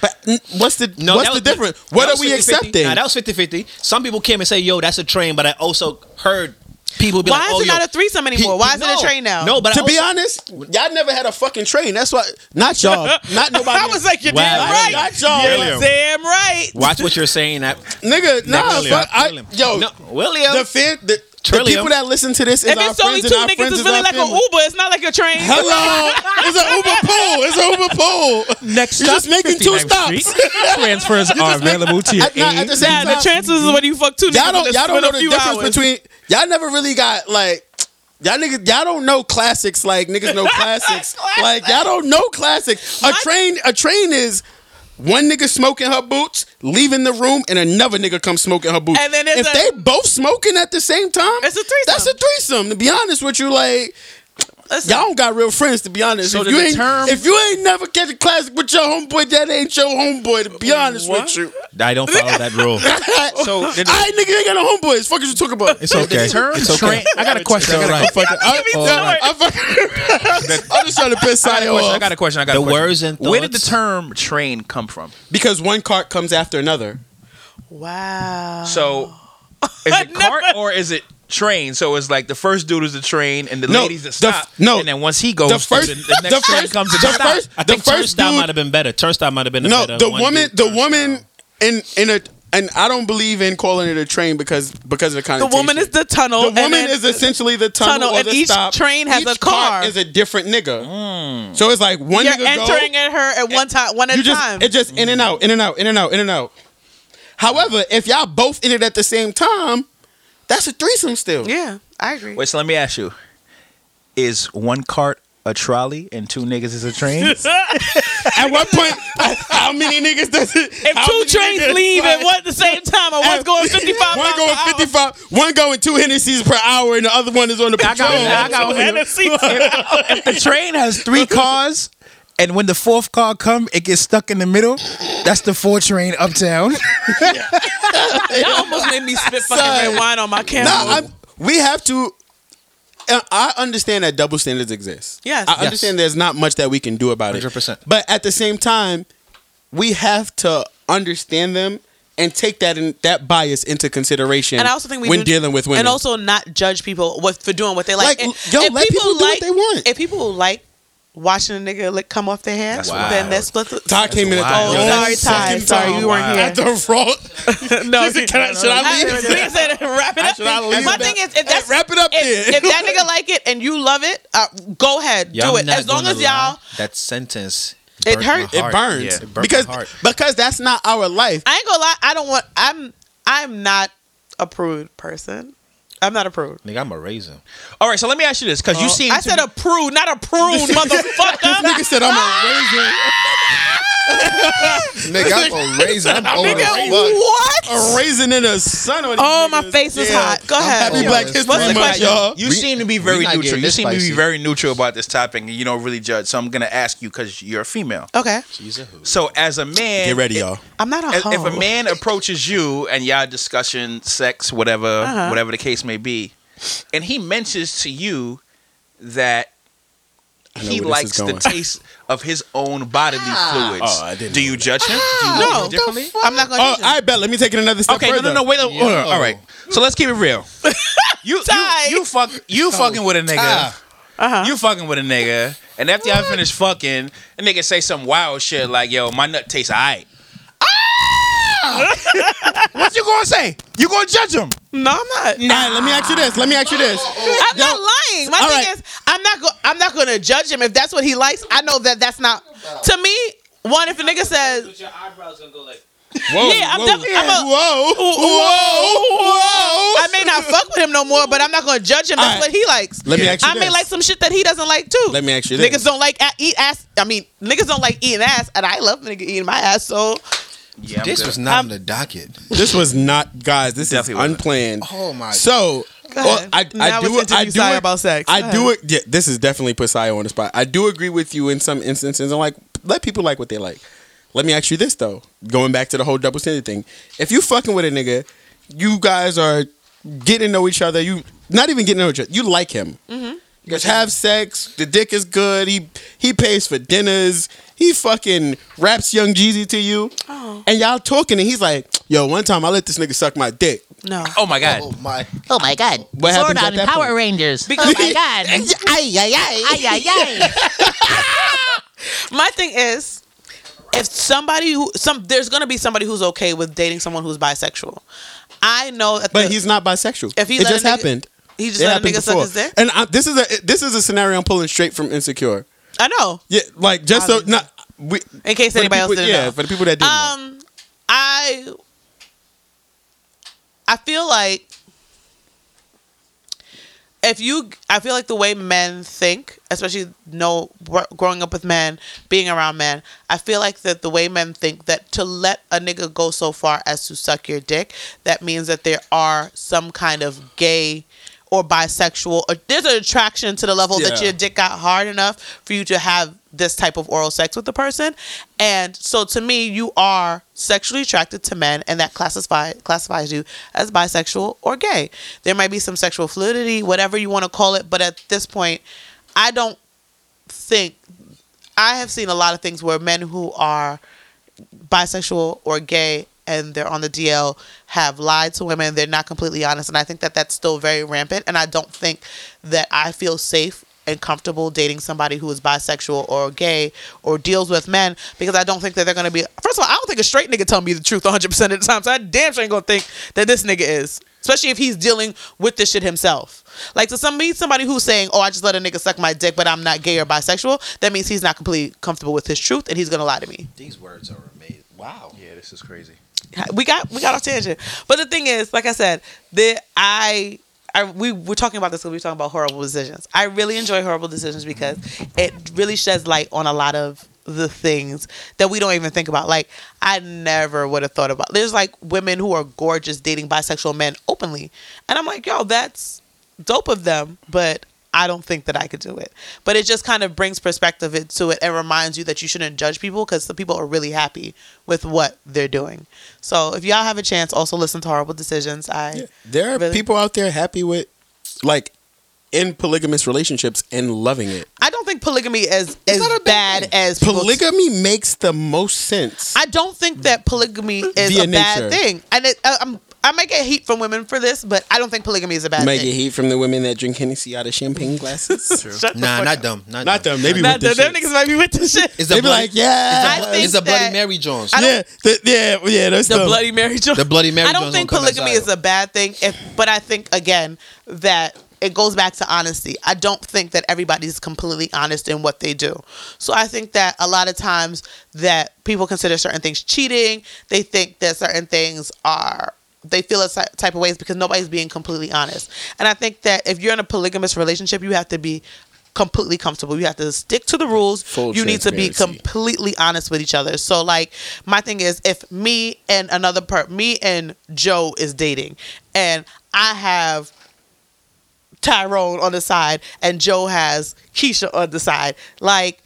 S5: But n- what's the
S7: No,
S5: what's
S7: that
S5: the
S7: was-
S5: difference?
S7: that
S5: What are
S7: was
S5: we
S7: 50-50.
S5: accepting?
S7: Nah, that was 50 50. Some people came and say, yo, that's a train, but I also heard people be
S3: Why
S7: like,
S3: is
S7: oh,
S3: it
S7: yo,
S3: not a threesome
S7: he-
S3: anymore? Why is
S7: no,
S3: it a train now?
S7: No, but
S5: to
S7: I
S5: be
S7: also-
S5: honest, y'all never had a fucking train. That's why not y'all, uh,
S7: *laughs*
S3: *laughs*
S5: not nobody.
S3: I was like, "You're
S7: Wow,
S3: damn
S7: William.
S3: right.
S5: Not y'all,
S7: William.
S3: Damn right."
S7: Watch what you're saying. That,
S5: nigga. Nah,
S7: William.
S5: fuck, I,
S7: William.
S5: yo,
S7: No, William.
S5: the fan, the, the
S7: Trillium.
S5: people that listen to this is
S3: If
S5: our
S3: it's only
S5: friends
S3: two
S5: and our
S3: niggas,
S5: friends
S3: it's
S5: is our
S3: really like an
S5: family.
S3: Uber. It's not like a train.
S5: Hello, it's an Uber pool. It's an Uber pool.
S6: Next
S5: You're just making two stops.
S6: Transfers are available to you.
S5: At, not at the same
S3: Nah, the
S5: time,
S3: chances is when you fuck two niggas.
S5: y'all
S3: in
S5: don't
S3: the
S5: y'all don't
S3: span
S5: know
S3: of
S5: the
S3: few
S5: difference
S3: hours.
S5: between y'all never really got like y'all niggas y'all don't know classics like niggas
S3: *laughs*
S5: know classics like y'all don't know classics. A train a train is. One nigga smoking her boots, leaving the room, and another nigga comes smoking her boots.
S3: And then it's
S5: if
S3: a-
S5: they both smoking at the same time,
S3: It's a threesome.
S5: That's a threesome. To be honest with you, like
S3: Listen,
S5: Y'all don't got real friends, to be honest.
S6: So
S5: if,
S6: the
S5: you ain't,
S6: term-
S5: if you ain't never catch a classic with your homeboy, that ain't your homeboy, to be honest with you.
S7: I don't follow that rule.
S3: *laughs*
S6: So the,
S5: I ain't nigga, you ain't got no homeboys. Fuck is you talking about?
S8: It's
S5: *laughs*
S8: okay.
S6: the term
S8: It's okay.
S6: train. I got a question. I got a question.
S5: I, am just trying to piss
S6: I
S5: Sayo
S6: got a question.
S5: off.
S6: I got a question. I got a
S7: The
S6: question.
S7: words and
S6: Where did the
S7: thoughts.
S6: term train come from?
S5: because one cart comes after another.
S3: Wow.
S6: So is
S3: *laughs*
S6: it cart or is it train? So it's like the first dude is the train and the
S5: No,
S6: ladies that
S5: the f-
S6: stop.
S5: no.
S6: and then once he goes,
S5: The first-
S6: the, the next
S5: the
S6: train
S5: first-
S6: comes. and
S5: the
S6: stop.
S5: first-
S7: I think
S5: the first
S7: turnstile
S5: dude-
S7: might have been better. Turnstile might have been a
S5: No,
S7: better.
S5: the
S7: one
S5: woman,
S7: dude
S5: the
S7: turnstile.
S5: woman in in a and I don't believe in calling it a train because because of the
S3: the
S5: connotation.
S3: woman is the tunnel.
S5: The
S3: and
S5: woman
S3: then-
S5: is essentially the tunnel,
S3: tunnel,
S5: or
S3: and
S5: the
S3: each
S5: stop.
S3: train has
S5: Each
S3: a car.
S5: cart is a different nigga.
S7: Hmm.
S5: So it's like one
S3: You're
S5: nigga go-
S3: entering at her at one time, one at
S5: you
S3: a
S5: just
S3: time.
S5: it just in and out, in and out, in and out, in and out. However, if y'all both in it at the same time, that's a threesome still.
S3: yeah, I agree.
S6: Wait, so let me ask you: Is one cart a trolley and two niggas is a train?
S5: At what point? how many niggas does it?
S3: if two trains leave at one at the same time, or one's going
S5: *laughs*
S3: 55
S5: one
S3: miles
S5: going
S3: per hour,
S5: 55, one going two Hennessy's per hour, and the other one is on the patrol.
S6: I got one.
S7: *laughs*
S6: if the train has three cars and when the fourth car come, it gets stuck in the middle. That's the four train uptown.
S3: that almost made me
S5: *laughs*
S3: spit fucking red wine on my camera.
S5: Nah, I'm, we have to. uh, I understand that double standards exist.
S3: Yes.
S5: I
S3: Yes.
S5: understand there's not much that we can do about it.
S7: 100%.
S5: But at the same time, we have to understand them and take that in, that bias into consideration.
S3: and I also think we
S5: when
S3: do-
S5: dealing with women,
S3: and also not judge people what, for doing what they like.
S5: Like,
S3: And
S5: yo, let people do what they want.
S3: If people like watching a nigga lick come off their hand.
S7: That's wild.
S3: Then that's split. The,
S5: Ty
S3: *laughs*
S5: came in at
S3: Oh,
S5: the wrong
S3: *laughs* sorry, Ty.
S5: fucking
S3: Sorry,
S5: time.
S3: you weren't here.
S5: At the wrong.
S3: *laughs* no,
S5: He said, "Can I- should I leave?"
S3: *laughs* nigga said, wrap it up.
S5: Should I leave
S3: My
S5: that-
S3: thing is, if that's
S5: wrap it up
S3: if,
S5: then.
S3: if that
S5: *laughs*
S3: nigga like it and you love it, uh, go ahead,
S7: Yeah,
S3: do
S7: I'm
S3: it.
S7: not
S3: As long
S7: gonna
S3: as y'all,
S7: lie, that sentence.
S3: It
S7: burnt
S3: hurt.
S7: my
S5: It
S7: heart.
S5: burns
S7: Yeah, it burnt my
S5: because
S7: heart.
S5: because that's not our life.
S3: I ain't gonna lie. I don't want. I'm I'm not a prude person. I'm not a prude.
S7: nigga, I'm a raisin.
S6: All right, so let me ask you this, because you seem
S3: I
S6: to
S3: said
S6: be-
S3: a prude, not a prude, *laughs*
S5: This
S3: motherfucker.
S5: nigga said I'm a
S1: Nigga, I'm a raisin.
S5: *laughs*
S1: I'm old as
S3: Nigga,
S1: fuck.
S3: what?
S5: raisin, a raisin in the sun. on
S3: Oh,
S5: these
S3: my
S5: niggas.
S3: face is
S5: Yeah.
S3: hot. Go ahead.
S5: Happy Black History
S3: What's the
S5: Month,
S3: question?
S5: y'all.
S6: You seem to be very
S1: we not
S6: neutral.
S1: getting
S6: You
S1: this
S6: seem to be
S1: spicy.
S6: very neutral about this topic, and you don't really judge. So I'm gonna ask you because you're a female.
S3: Okay,
S6: So as a man,
S5: Get ready, y'all.
S3: I'm not a
S6: If,
S3: hoe.
S6: if a man approaches you and y'all discussion sex, whatever,
S3: Uh-huh.
S6: whatever the case may be, and he mentions to you that
S5: know
S6: he
S5: where this
S6: likes
S5: is
S6: the
S5: going.
S6: taste of his own bodily fluids,
S5: Oh, I didn't
S6: do
S5: know
S6: you judge him? Do you
S3: Ah, No.
S6: him differently?
S3: I'm not gonna.
S5: Oh,
S3: judge him.
S5: I bet. Let me take it another step
S6: Okay, no,
S5: further.
S6: no, no. Wait, hold on. all right. So let's keep it
S5: *laughs*
S6: real. You,
S3: Ty.
S6: you, you fuck, you fucking with a nigga.
S3: Uh-huh.
S6: You fucking with a nigga, and after y'all finish fucking, a nigga say some wild shit like, "Yo, my nut tastes alright."
S5: Ah!
S6: *laughs* what you gonna say? You gonna judge him?
S3: no, I'm not.
S5: All right, let me ask you this. Let me ask you this.
S3: I'm not lying. My
S5: All
S3: thing
S5: right.
S3: is, I'm not. Go- I'm not going to judge him if that's what he likes. I know that that's not. To me, one if a nigga says,
S5: Whoa,
S3: Yeah, I'm
S5: whoa,
S3: definitely- I'm a-
S5: whoa, whoa, whoa.
S3: I may not fuck with him no more, but I'm not going to judge him. That's
S5: All right.
S3: what he likes.
S5: Let me ask you
S3: I may
S5: this.
S3: like some shit that he doesn't like too.
S5: Let me ask you
S3: niggas
S5: this.
S3: don't like a- eat ass. I mean, niggas don't like eating ass, and I love nigga eating my ass. So
S6: Yeah, I'm
S1: This
S6: good.
S1: was not on the docket.
S5: This was not, guys. This
S6: Definitely
S5: is
S6: wasn't.
S5: unplanned.
S1: Oh my
S5: So,
S3: Go
S5: well,
S3: ahead.
S5: I,
S3: Now
S5: I do.
S3: let's
S5: I
S3: interview
S5: do.
S3: Saya about sex. Go
S5: I do
S3: ahead.
S5: it. Yeah, this is definitely put Saya on the spot. I do agree with you in some instances. I'm like, let people like what they like. Let me ask you this though. Going back to the whole double standard thing, if you fucking with a nigga, you guys are getting to know each other. You not even getting to know each other. You like him.
S3: Mm-hmm.
S5: You guys have sex. The dick is good. He he pays for dinners. He fucking raps Young Jeezy to you.
S3: Oh.
S5: And y'all talking, and he's like, "Yo, one time I let this nigga suck my dick."
S3: no,
S6: Oh my god.
S1: Oh my.
S9: Oh my god.
S5: What
S9: Sword
S5: happens at
S9: on
S5: that
S9: Power
S5: point?
S9: Rangers.
S3: Um,
S9: oh
S3: *laughs*
S9: my god.
S5: Ay, ay, ay.
S9: ay, ay, ay.
S3: my thing is. If somebody who some there's gonna be somebody who's okay with dating someone who's bisexual, I know. At
S5: But
S3: the-
S5: he's not bisexual.
S3: If he
S5: it
S3: let a
S5: just
S3: nigga-
S5: happened.
S3: he just
S5: It
S3: let a
S5: happened
S3: nigga suck
S5: before.
S3: his dick.
S5: And I, this is a this is a scenario I'm pulling straight from Insecure.
S3: I know.
S5: Yeah, like just so
S3: Obviously.
S5: not we,
S3: In case
S5: for the
S3: anybody else
S5: people-
S3: didn't
S5: yeah,
S3: know.
S5: for the people that didn't. know.
S3: Um, I I feel like if you, I feel like the way men think, especially no gr- growing up with men, being around men, I feel like that the way men think that to let a nigga go so far as to suck your dick, that means that there are some kind of gay or bisexual or there's an attraction to the level that
S5: Yeah.
S3: your dick got hard enough for you to have this type of oral sex with the person. And so to me, you are sexually attracted to men and that classify classifies you as bisexual or gay. There might be some sexual fluidity, whatever you want to call it, but at this point, I don't think I have seen a lot of things where men who are bisexual or gay and they're on the DL have lied to women. They're not completely honest. And I think that that's still very rampant. And I don't think that I feel safe and comfortable dating somebody who is bisexual or gay or deals with men because I don't think that they're going to be. First of all, I don't think a straight nigga tell me the truth 100% of the time. So I damn sure ain't going to think that this nigga is. Especially if he's dealing with this shit himself. Like to somebody, somebody who's saying, "Oh, I just let a nigga suck my dick, but I'm not gay or bisexual," that means he's not completely comfortable with his truth, and he's gonna lie to me.
S7: These words are amazing. Wow. Yeah, this is crazy.
S3: we got we got off tangent. But the thing is, like I said, that I. I, we were talking about this because we were talking about horrible decisions. I really enjoy horrible decisions because it really sheds light on a lot of the things that we don't even think about. Like I never would have thought about. There's like women who are gorgeous dating bisexual men openly, and I'm like, yo, that's dope of them, but I don't think that I could do it. But it just kind of brings perspective it- to it and reminds you that you shouldn't judge people because the people are really happy with what they're doing. So if y'all have a chance, also listen to Horrible Decisions. I
S5: there are
S3: really-
S5: people out there happy with like in polygamous relationships and loving it.
S3: I don't think polygamy is as bad as people-
S5: Polygamy makes the most sense.
S3: I don't think that polygamy is
S5: Via
S3: a bad
S5: nature.
S3: thing, and it, I, I'm I might get heat from women for this, but I don't think polygamy is a bad
S5: Might get
S3: thing.
S5: heat from the women that drink Hennessy out of
S3: *laughs*
S5: champagne glasses.
S3: Shut the
S7: Nah,
S3: fuck
S7: not
S3: up.
S7: them. Not,
S5: Not
S7: them.
S5: them. They be
S3: Not
S5: with this
S3: them. Them
S5: shit.
S3: niggas might be with this shit.
S7: It's
S5: They
S7: the
S5: be
S7: bloody,
S5: like, yeah,
S3: I think
S7: it's the Bloody
S3: that-
S7: Mary Jones.
S3: I don't-
S5: yeah, th- yeah, yeah. That's
S3: the
S5: them.
S3: bloody Mary Jones.
S7: The Bloody Mary
S3: I don't
S7: Jones
S3: think
S7: don't come as
S3: polygamy
S7: idle.
S3: is a bad thing, if, but I think again that it goes back to honesty. I don't think that everybody's completely honest in what they do. So I think that a lot of times that people consider certain things cheating. They think that certain things are they feel a ty- type of ways because nobody's being completely honest. And I think that if you're in a polygamous relationship, you have to be completely comfortable. You have to stick to the rules.
S5: Full
S3: you need to be
S5: transparency.
S3: completely completely honest with each other. So like my thing is if me and another per me and Joe is dating and I have Tyrone on the side and Joe has Keisha on the side, like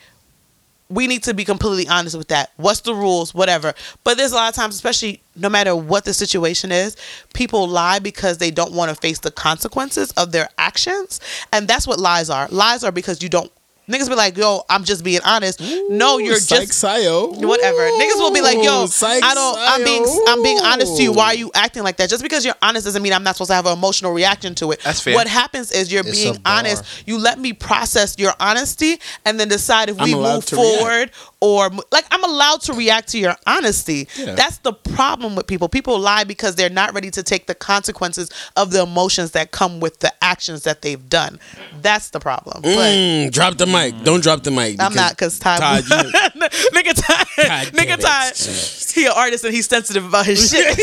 S3: we need to be completely honest with that. What's the rules? Whatever. But there's a lot of times, especially no matter what the situation is, people lie because they don't want to face the consequences of their actions. And that's what lies are. Lies are because you don't. Niggas be like, yo, I'm just being honest. no, you're
S5: Psych
S3: just
S5: Sio.
S3: whatever. Niggas will be like, yo,
S5: Ooh, psych
S3: I don't. I'm being.
S5: Sio.
S3: I'm being honest to you. Why are you acting like that? Just because you're honest doesn't mean I'm not supposed to have an emotional reaction to it.
S8: That's fair.
S3: What happens is you're being honest. You let me process your honesty and then decide if we
S5: I'm allowed
S3: move
S5: to react.
S3: forward or mo- like I'm allowed to react to your honesty. That's the problem with people. People lie because they're not ready to take the consequences of the emotions that come with the actions that they've done. That's the problem. But
S5: Mm, drop the mic. Don't drop the mic.
S3: I'm not because Ty. *laughs*
S5: Todd, you-
S3: nigga Ty.
S5: God damn
S3: nigga
S5: it.
S3: Ty. He an artist and he's sensitive about his *laughs* shit.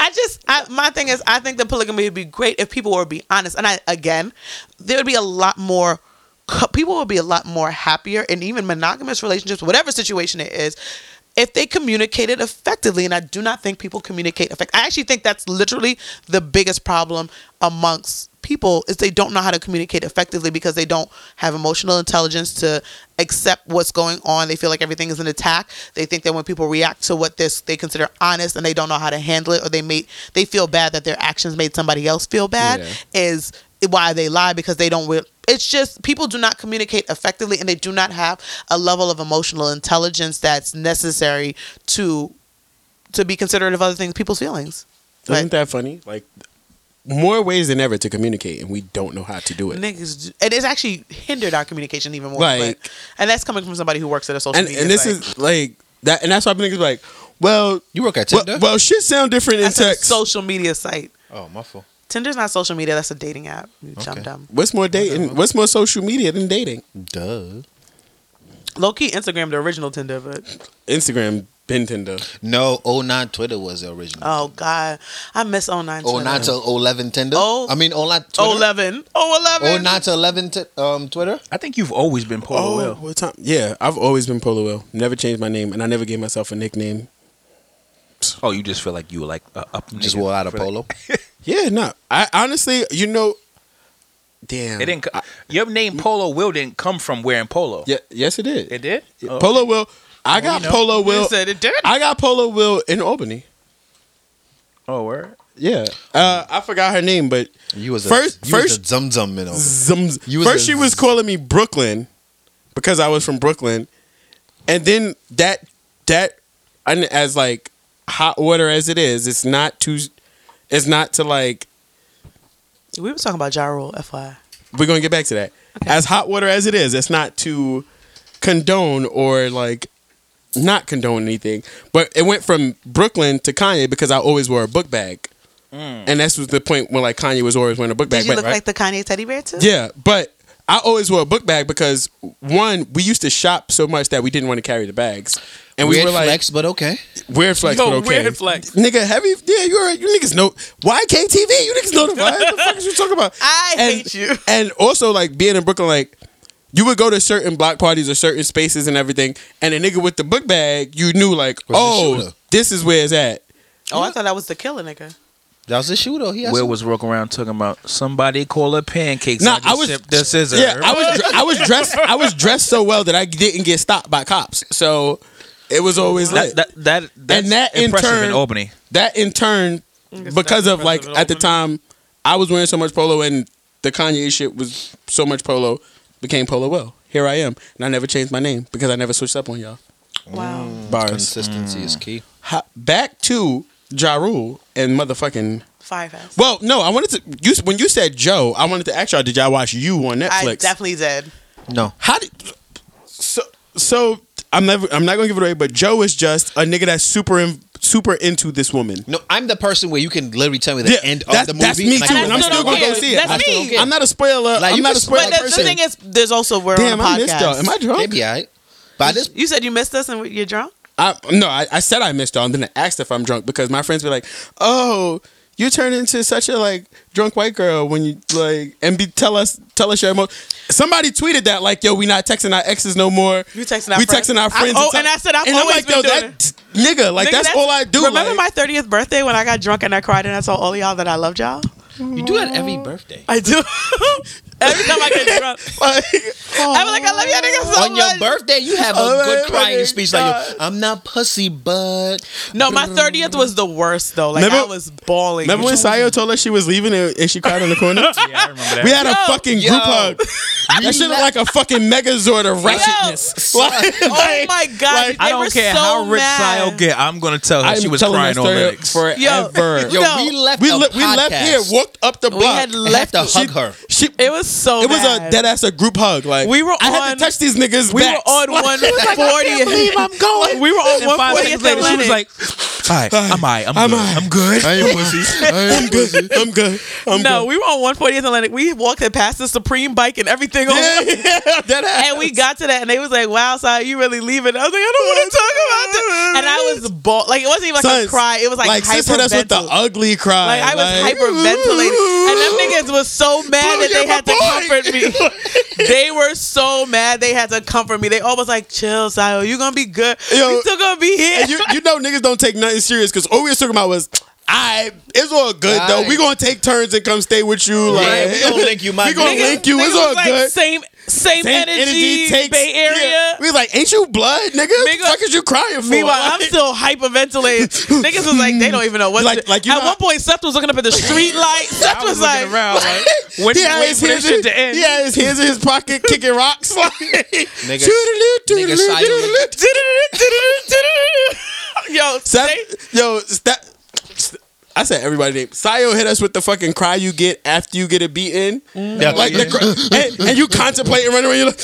S3: I just, I, my thing is, I think that polygamy would be great if people would be honest. And I, again, there would be a lot more, co- people would be a lot more happier in even monogamous relationships, whatever situation it is, if they communicated effectively. And I do not think people communicate effectively. I actually think that's literally the biggest problem amongst people is they don't know how to communicate effectively because they don't have emotional intelligence to accept what's going on. They feel like everything is an attack. They think that when people react to what this they consider honest and they don't know how to handle it or they make they feel bad that their actions made somebody else feel bad is why they lie because they don't re- it's just people do not communicate effectively and they do not have a level of emotional intelligence that's necessary to to be considerate of other things people's feelings
S5: Isn't that funny? Like more ways than ever to communicate, and we don't know how to do it.
S3: niggas it has actually hindered our communication even more
S5: Like-
S3: but- and that's coming from somebody who works at a social
S5: and
S3: media
S5: and this
S3: site.
S5: is like that, and that's why niggas be like, well,
S7: You work at
S5: well,
S7: Tinder?
S5: well, shit sound different in
S3: that's a
S5: text.
S3: social media site
S7: oh, my fault.
S3: tinder's not social media that's a dating app you dumb dumb
S5: What's more dating? What's more social media than dating?
S7: Duh.
S3: low-key instagram the original tinder but
S5: Instagram, been Tinder.
S7: No, 09 Twitter was the original.
S3: oh god i miss 09
S7: Oh, 09 to 11 Tinder.
S3: Oh.
S7: I mean, 09 Twitter.
S3: 11 oh
S7: 09
S3: 11
S7: to 11 t- um, Twitter.
S6: I think you've always been Polo
S5: Oh,
S6: Will.
S5: what time? Yeah, I've always been Polo Will. Never changed my name, and I never gave myself a nickname.
S6: Oh, you just feel like you were like uh, up.
S7: Just
S6: nigga.
S7: wore out a
S6: Feel like-
S7: polo.
S5: Yeah, no. I honestly, you know, damn,
S6: It didn't. co- Your name Polo Will didn't come from wearing polo.
S5: Yeah, yes, it did.
S6: It did. Oh.
S5: Polo Will. I got
S6: know.
S5: Polo Will.
S3: You said it did.
S5: I got Polo Will in Albany.
S6: Oh, word.
S5: Yeah, uh, I forgot her name, but
S7: You was a,
S5: First-
S7: you was
S5: first-
S7: a zum zum in over.
S5: zum-
S7: You was
S5: first
S7: a-
S5: she was calling me Brooklyn because I was from Brooklyn, and then that that and as like hot water as it is, it's not too, it's not to like
S3: we were talking about ja rule fyi
S5: we're gonna get back to that. As hot water as it is, it's not to condone or like not condone anything. But it went from Brooklyn to Kanye because I always wore a book bag, and that's was the point when like Kanye was always wearing a book bag.
S3: Mm. did you
S5: but-
S3: look
S5: right?
S3: like the kanye teddy bear too
S5: yeah, but I always wore a book bag because one, we used to shop so much that we didn't want to carry the bags. And we
S7: Weird
S5: were like,
S7: flex, but okay.
S5: weird flex,
S6: Yo,
S5: but okay.
S6: weird flex.
S5: Nigga, heavy, yeah, you already, you niggas know, why KTV? You niggas know the vibe. What the fuck is you talking about?
S3: *laughs* I
S5: and,
S3: hate you.
S5: And also, like, being in Brooklyn, like, you would go to certain block parties or certain spaces and everything, and a nigga with the book bag, you knew, like,
S7: Was a
S5: oh,
S7: shooter.
S5: this is where it's at.
S3: oh i thought that was the killer nigga
S7: That was a shooter. He
S6: Will
S7: has
S6: was walking around talking about somebody call her pancakes.
S5: Nah,
S6: just
S5: I was-
S6: sipped the scissor.
S5: Yeah, I was I was dressed I was dressed so well that I didn't get stopped by cops. So it was always
S6: that
S5: lit.
S6: that, that that's
S5: And that in
S6: impressive
S5: turn-
S6: in Albany.
S5: that in turn because of like at the time I was wearing so much polo and the Kanye shit was so much polo became polo well. Here I am and I never changed my name because I never switched up on y'all.
S3: Wow.
S5: Mm. Bars.
S4: Consistency
S5: Mm.
S4: is key.
S5: Ha- back to Ja Rule and motherfucking.
S3: Firefest.
S5: Well, no, I wanted to. You when you said Joe, I wanted to ask y'all. Did y'all watch you on Netflix?
S3: I definitely did.
S5: How did so so I'm never I'm not gonna give it away, but Joe is just a nigga that's super in, super into this woman.
S7: No, I'm the person where you can literally tell me the
S5: Yeah,
S7: end
S5: that's-
S7: of the movie.
S5: that's me
S7: and I
S5: too,
S7: can
S5: and I'm
S7: watch
S5: still
S7: it.
S5: gonna go
S3: Okay,
S5: see it.
S3: That's
S7: I
S3: me.
S7: still don't care.
S5: I'm not a spoiler.
S7: Like,
S5: I'm
S7: you
S5: not
S7: can
S5: a spoiler
S3: But the, the
S5: person.
S3: thing is, there's also we're
S5: Damn,
S3: on
S5: I
S3: a
S5: missed y'all.
S3: podcast.
S5: Am I drunk?
S7: Maybe I. By this,
S3: you said you missed us and we- you're drunk.
S5: I, no, I, I said I missed y'all and then I asked if I'm drunk because my friends were like, "Oh, you turn into such a like drunk white girl when you like and be tell us tell us your emo-" Somebody tweeted that like, "Yo, we not texting our exes no more.
S3: You texting our
S5: we
S3: friends.
S5: texting our
S3: I-
S5: friends."
S3: oh,
S5: tell-
S3: and I said, "I've
S5: and
S3: always
S5: I'm like,
S3: been
S5: yo,
S3: doing
S5: that nigga, like
S3: Nigga,
S5: that's, all I do.
S3: Remember
S5: like-
S3: my 30th birthday when I got drunk and I cried and I told all y'all that I loved y'all?
S7: you do that every birthday.
S3: I do. *laughs* Every time I get drunk,
S5: *laughs* Like,
S3: I'm like, *laughs* I love y'all niggas so
S7: On your
S3: much.
S7: birthday, you have a
S5: Oh,
S7: good
S5: my
S7: crying
S5: fucking
S7: speech like, "I'm not pussy, but."
S3: No, my 30th was the worst though. Like
S5: Remember-
S3: I was bawling.
S5: Remember when Sayo told us she was leaving and, and she cried on the corner? *laughs*
S6: Yeah, I remember that.
S5: We had a
S3: Yo,
S5: fucking group
S7: yo.
S3: *laughs*
S5: hug. That shit looked like a fucking megazord of
S3: *laughs*
S5: ratchetness. Like,
S3: Oh my god!
S5: like,
S3: they
S6: I don't
S3: were
S6: care
S3: so
S6: how rich
S3: mad.
S6: Sayo get. I'm gonna tell her
S5: I'm
S6: she was
S5: telling
S6: crying
S5: that
S6: on
S5: story
S6: lyrics.
S5: forever.
S7: Yo,
S3: No.
S7: we left.
S5: we,
S7: a
S5: le- we left here,
S7: podcast
S5: walked up the block.
S3: We had
S7: and had
S3: left.
S7: to hug her.
S5: she,
S3: It was so.
S5: it was a
S3: bad.
S5: dead ass a group hug. Like
S3: We were
S5: I had
S3: on-
S5: to touch these niggas.
S3: We
S5: backs.
S3: were
S5: *laughs*
S3: on
S5: Like,
S3: one forty.
S5: I'm going.
S3: We were on
S6: And
S3: *laughs* one
S6: five
S3: forty.
S6: seconds later, she was like, "All right, I'm alright. I'm,
S5: *laughs* I'm
S6: good. I'm good."
S5: alright.
S8: I ain't pussy. I
S5: I'm
S8: ain't pussy.
S5: good. I'm good. I'm
S3: no,
S5: good.
S3: we were on 140th Atlantic. We walked it past the Supreme bike and everything. on-
S5: Yeah, *laughs* dead ass.
S3: And we got to that, and they was like, "Wow, Si, you really leaving?" I was like, "I don't want to talk about that." And I was bald. Like it wasn't even like a
S5: Sons,
S3: cry. It was like,
S5: like sis hit us with the
S3: hyperventil-
S5: ugly cry.
S3: Like I was hyperventilating, and them niggas was so mad that they had to comfort
S5: *laughs*
S3: me. they were so mad they had to comfort me. They almost like, "Chill, Sayo, you gonna be good.
S5: Yo,
S3: you still gonna be here."
S5: *laughs* And you, you know niggas don't take nothing serious because all we was talking about was I it's all good though. We gonna take turns and come stay with you. Like
S7: Yeah, we gonna link you,
S5: *laughs*
S7: my
S5: We gonna
S7: nigga.
S5: link you. It's
S3: Niggas
S5: all
S3: was like,
S5: good.
S3: Same, same,
S5: Same
S3: energy, Bay Area.
S5: yeah. We like, ain't you blood, nigga?
S3: Nigga-
S5: the fuck is you crying for?
S3: Meanwhile,
S5: Like,
S3: I'm still
S5: *laughs*
S3: hyperventilating. Niggas was like, they don't even know what.
S5: Like-
S3: to-
S5: like you
S3: at
S5: know-
S3: one point, Seth was looking up at
S5: *laughs*
S3: the street light. Seth was, like, *laughs*
S6: When
S5: he
S6: you
S5: had
S6: wait
S5: his
S6: for this
S5: hands
S6: shit
S5: in,
S6: to end,
S5: he had his hands in his pocket kicking rocks. Like,
S7: *laughs*
S5: *laughs*
S7: Nigga-
S5: toodaloo,
S7: nigga
S5: toodaloo, toodaloo.
S7: Simon.
S3: "Yo,
S5: *laughs*
S3: they-
S5: Seth, yo, that I said everybody's name. Sayo hit us with the fucking cry you get after you get a beaten.
S3: Mm.
S7: Yeah,
S5: Like the cr- and, and you contemplate and run around. You're like,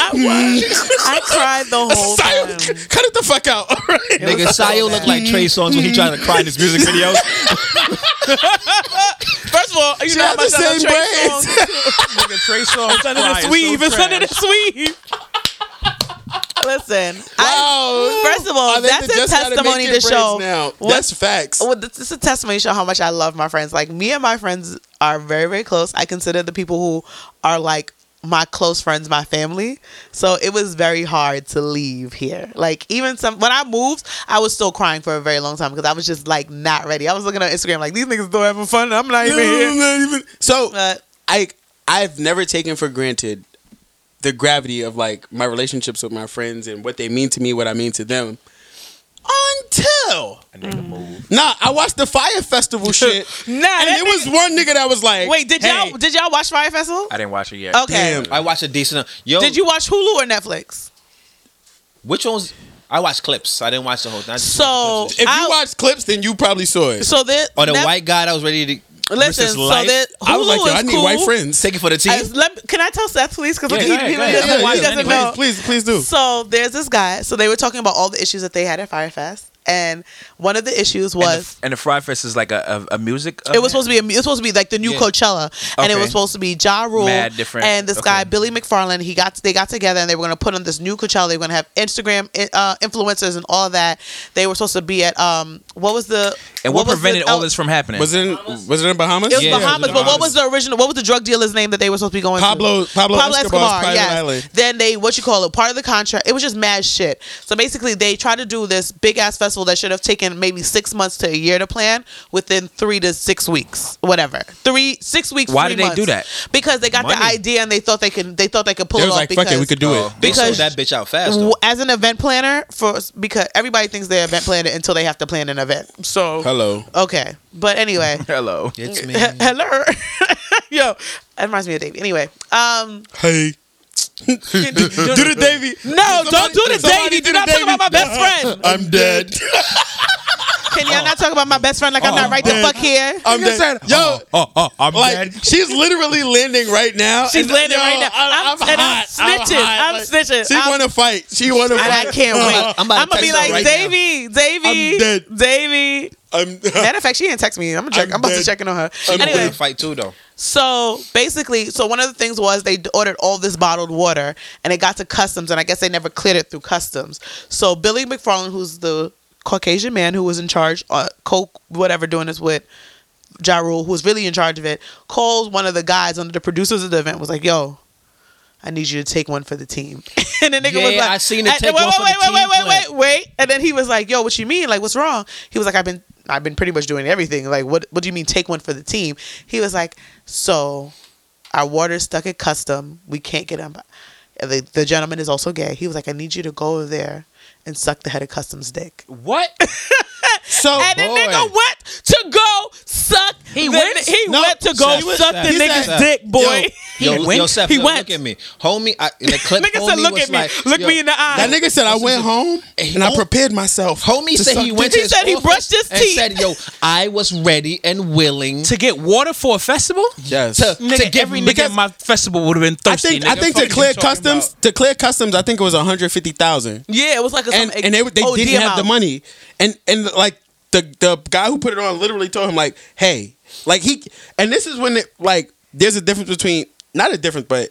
S3: I
S5: *laughs*
S3: was, I cried the whole time."
S5: Sayo, *laughs* cut it the fuck out. All right.
S7: Nigga, Sayo looked like Trey Songz when he tried to cry in his music
S5: *laughs*
S7: videos.
S3: First of all, you know how
S5: had the
S3: much I
S5: same
S3: love Trey
S5: braids.
S6: *laughs*
S3: Songz.
S6: nigga, Trey Songz
S3: It's under the
S6: cry is so
S3: sweeve. It's under the
S6: trash.
S3: sweeve. Listen,
S5: Wow.
S3: I, first of all,
S5: I think
S3: that's
S5: they
S3: a
S5: just gotta
S3: testimony
S5: make it
S3: to show.
S5: braids Now.
S3: what-
S5: That's facts.
S3: Well, this is a testimony to show how much I love my friends. Like me and my friends are very, very close. I consider the people who are like my close friends my family. So it was very hard to leave here. Like even some when I moved, I was still crying for a very long time because I was just like not ready. I was looking on Instagram like these niggas don't having fun. I'm not even here.
S5: So
S3: But
S5: I I've never taken for granted the gravity of like my relationships with my friends and what they mean to me, what I mean to them. Until
S3: Mm.
S5: nah, I watched the Fire
S3: *laughs*
S5: Festival shit,
S3: nah,
S5: and
S3: that
S5: it was one nigga that was like,
S3: nigga- wait, did
S5: hey,
S3: y'all did y'all watch Fire Festival?
S6: I didn't watch it yet.
S3: Okay.
S7: I watched a decent. Yo,
S3: Did you watch Hulu or Netflix?
S7: Which ones? I watched clips. I didn't watch the whole thing. I just
S3: So
S7: watched
S5: If you
S3: I-
S5: watched clips, then you probably saw it.
S3: so there,
S7: clips. or the
S3: Net-
S7: white guy that was ready to
S3: Listen, so
S7: life.
S3: that Hulu
S5: I was like, yo,
S3: is
S5: I need
S3: cool.
S5: white friends.
S7: take it for the team.
S3: As- let- can I tell Seth, please? Because
S6: Yeah,
S3: he,
S6: go ahead,
S3: he-
S6: go ahead.
S3: he
S6: Yeah, yeah,
S3: doesn't
S6: yeah,
S3: know.
S5: Please, please do.
S3: So there's this guy. So they were talking about all the issues that they had at Firefest, and one of the issues
S6: And the,
S3: was.
S6: and the Fry Fest is like a, a, a music.
S3: It was supposed to be a, mu- it was supposed to be like the new
S7: Yeah.
S3: Coachella, and it
S6: Okay.
S3: was supposed to be Ja Rule
S6: Mad different.
S3: and this guy
S6: Okay.
S3: Billy McFarland. He got they got together and they were going to put on this new Coachella. They were going to have Instagram uh, influencers and all that. They were supposed to be at um what was the
S6: And what,
S3: was the-
S6: prevented all
S3: oh,
S6: this from happening?
S5: Was it in, was it in Bahamas?
S3: It was
S7: Yeah, it was
S3: Bahamas,
S7: in
S3: but what was
S7: Bahamas.
S3: the original? What was the drug dealer's name that they were supposed to be going? to?
S5: Pablo- Pablo Escobar's private
S3: yes.
S5: island.
S3: Then they what you call it? Part of the contract. It was just mad shit. So basically, they tried to do this big ass festival that should have taken maybe six months to a year to plan within three to six weeks, whatever. Three six weeks.
S6: Why
S3: three
S6: did they do
S3: months.
S6: that?
S3: Because they got the
S6: Money.
S3: idea and they thought they could. They thought they could pull
S5: They
S3: it
S5: was
S3: off.
S5: like,
S3: because
S5: fuck it, we could do it.
S7: They sold
S3: because-
S7: that bitch out fast.
S3: w-
S7: Though.
S3: as an event planner for because everybody thinks they're event planner until they have to plan an event. So
S5: Hello.
S3: okay, but anyway.
S6: Hello.
S7: It's
S3: *laughs*
S7: me.
S3: *laughs* Hello. Yo, that reminds me of Davey. Anyway, um,
S5: Hey. *laughs* do the Davy.
S3: No, don't do the
S5: somebody do
S3: Davy.
S5: the
S3: Do not talk
S5: Davy.
S3: about my best friend.
S5: I'm *laughs* dead.
S3: Can y'all not talk about my best friend like I'm not right the fuck here?
S5: I'm dead. Yo,
S6: Oh, oh, I'm
S5: like
S6: dead.
S5: she's literally landing right now.
S3: She's
S5: And,
S3: landing
S5: yo,
S3: right now.
S5: I-
S3: I'm- and I'm snitching.
S5: hot.
S3: I'm snitching.
S5: She
S3: I'm-
S5: want to fight. She want to
S3: And
S5: fight. Uh,
S3: I can't wait. I'm,
S7: I'm about to
S3: gonna be
S7: text her
S3: like
S7: right now.
S3: Davy, Davy,
S5: I'm dead.
S3: Davy.
S5: I'm,
S3: Matter of fact, she didn't text me. I'm gonna check. I'm,
S5: I'm
S3: about to
S5: dead.
S3: check in on her.
S5: I'm
S3: anyway,
S5: dead.
S7: fight too though.
S3: So basically, so one of the things was they ordered all this bottled water and it got to customs, and I guess they never cleared it through customs. So Billy McFarland, who's the Caucasian man who was in charge, uh, Coke, whatever, doing this with Ja Rule, who was really in charge of it, calls one of the guys, one of the producers of the event, was like, yo, I need you to take one for the team. *laughs* and the nigga was
S7: Yeah,
S3: like,
S7: I seen it,
S3: and-
S7: "Take
S3: wait,
S7: one
S3: wait,
S7: for
S3: wait,
S7: the
S3: wait,
S7: team,"
S3: wait, wait, wait, wait. And then he was like, yo, what you mean? Like, what's wrong? He was like, I've been I've been pretty much doing everything. Like, what what do you mean take one for the team? He was like, so our water's stuck at custom. We can't get him. The, the gentleman is also gay. He was like, I need you to go over there and suck the head of customs dick.
S7: *laughs* What?
S5: so
S3: And the nigga went to go suck. He
S9: went?
S3: He
S5: No,
S3: went to go
S5: he was-
S3: suck the
S5: he
S3: nigga's
S5: said-
S3: dick, boy.
S7: Yo, yo,
S6: went?
S7: Seth,
S3: He
S7: yo,
S3: went.
S7: look at me, homie. I, the clip
S3: nigga
S7: homie
S3: said, look
S7: was
S3: at me.
S7: Like,
S3: look
S7: yo,
S3: me in the
S5: *laughs*
S3: eye.
S5: that nigga said I went home and I prepared myself.
S7: Homie
S5: to
S7: said he
S5: suck
S7: went.
S5: dick."
S3: He
S7: to his
S3: said he
S7: office
S3: brushed his
S7: and
S3: teeth.
S7: Said, "Yo, I was ready and willing to
S6: to get water for a festival?
S5: Yes.
S7: to,
S6: Nigga,
S7: get
S6: every nigga at my festival would have been
S5: I
S6: thirsty.
S5: think
S6: nigga.
S5: I think
S6: Fuck
S5: to
S6: you
S5: clear
S6: talking
S5: customs to clear customs I think it was 150,000.
S3: Yeah, it was like a
S5: and
S3: some,
S5: and they, they
S3: OD
S5: didn't have the
S3: amount.
S5: money. And and like the the guy who put it on literally told him like, hey, like he and this is when it like there's a difference between not a difference, but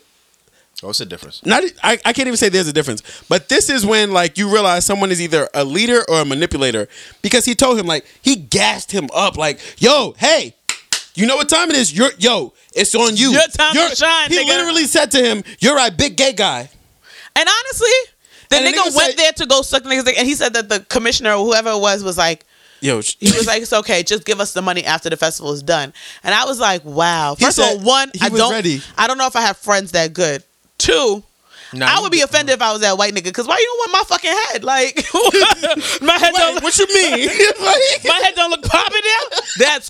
S7: What's the difference?
S5: not e, I, I can't even say there's a difference. But this is when like you realize someone is either a leader or a manipulator. Because he told him like he gassed him up like, yo, hey, you know what time it is? You're yo, it's on you.
S3: Your time to shine,
S5: He
S3: nigga.
S5: literally said to him, You're a big gay guy.
S3: And honestly, the
S5: And the
S3: nigga,
S5: nigga
S3: went
S5: said-
S3: there to go suck the nigga's dick, and he said that the commissioner or whoever it was was like,
S5: Yo,
S3: *laughs*
S5: sh-
S3: he was like, it's okay, just give us the money after the festival is done. And I was like, wow.
S5: He
S3: First
S5: said
S3: of all, one,
S5: he
S3: I
S5: was
S3: don't,
S5: ready.
S3: I don't know if I have friends that good. Two. I *laughs*
S7: you
S3: would be offended if I was that white nigga, cause why you don't want my fucking head? Like *laughs* my head don't
S5: Wait,
S3: look,
S5: what you mean? *laughs* Like-
S3: my head don't look popping now. That's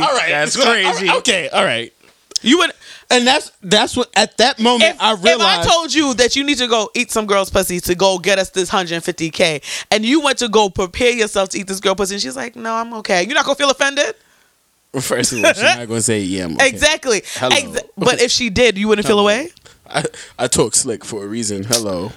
S5: *laughs* all right, that's crazy. okay, all right.
S3: You would
S5: And that's that's what at that moment
S3: if
S5: I realized.
S3: if I told you that you need to go eat some girl's pussy to go get us this 150k, and you went to go prepare yourself to eat this girl pussy, and she's like, "No, I'm okay." You're not gonna feel offended.
S5: first of all, she's not gonna say yeah. I'm okay.
S3: Exactly.
S5: Hello.
S3: Exa- but if she did, you wouldn't feel away.
S5: I, I talk slick for a reason. Hello.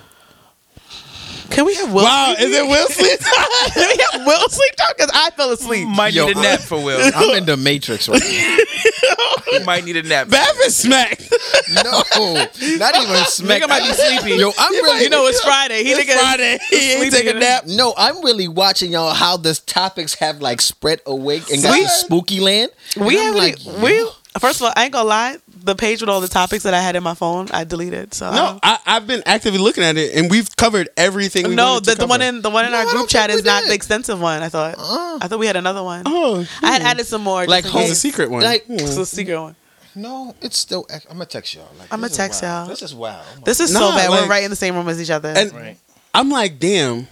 S3: Can we have Will?
S5: Wow, is it Will Smith?
S3: *laughs* Can we have Will sleep talk? Because I fell asleep.
S5: Mm.
S6: Might
S7: Yo,
S6: need a nap for Will.
S7: I'm in the Matrix right now.
S6: You might need a
S5: *laughs*
S6: nap.
S5: *laughs* Bath is smack.
S7: *laughs* No, not even smack.
S6: Nigga might be sleepy.
S7: Yo, I'm really.
S3: you know it's Friday. He nigga.
S5: Friday. He ain't take a nap.
S7: No, I'm really watching y'all how the topics have like spread awake and got
S3: We-
S7: to spooky land. And
S3: We
S7: I'm
S3: have
S7: like,
S3: like, we. First of all, I ain't gonna lie. The page with all the topics that I had in my phone, I deleted. So I
S5: No, I, I've been actively looking at it, and we've covered everything. We
S3: no,
S5: wanted to
S3: the, the one
S5: cover.
S3: in the one in our
S7: I
S3: group
S7: don't
S3: chat
S7: think we
S3: is not
S7: did.
S3: the extensive one. I thought. I thought we had another one.
S5: Uh. Oh,
S3: I had added some more.
S7: Like,
S3: Like,
S7: hold-
S5: it's a secret one.
S7: Like-
S5: Hmm.
S3: it's a secret one.
S7: no, it's still. I'm gonna text y'all. Like,
S3: I'ma
S7: this is
S3: text
S7: wild.
S3: y'all.
S7: This is wild. I'm
S3: This is so
S5: Nah,
S3: bad. We're
S5: like-
S3: right in the same room as each other.
S5: and
S7: Right.
S5: I'm like, damn.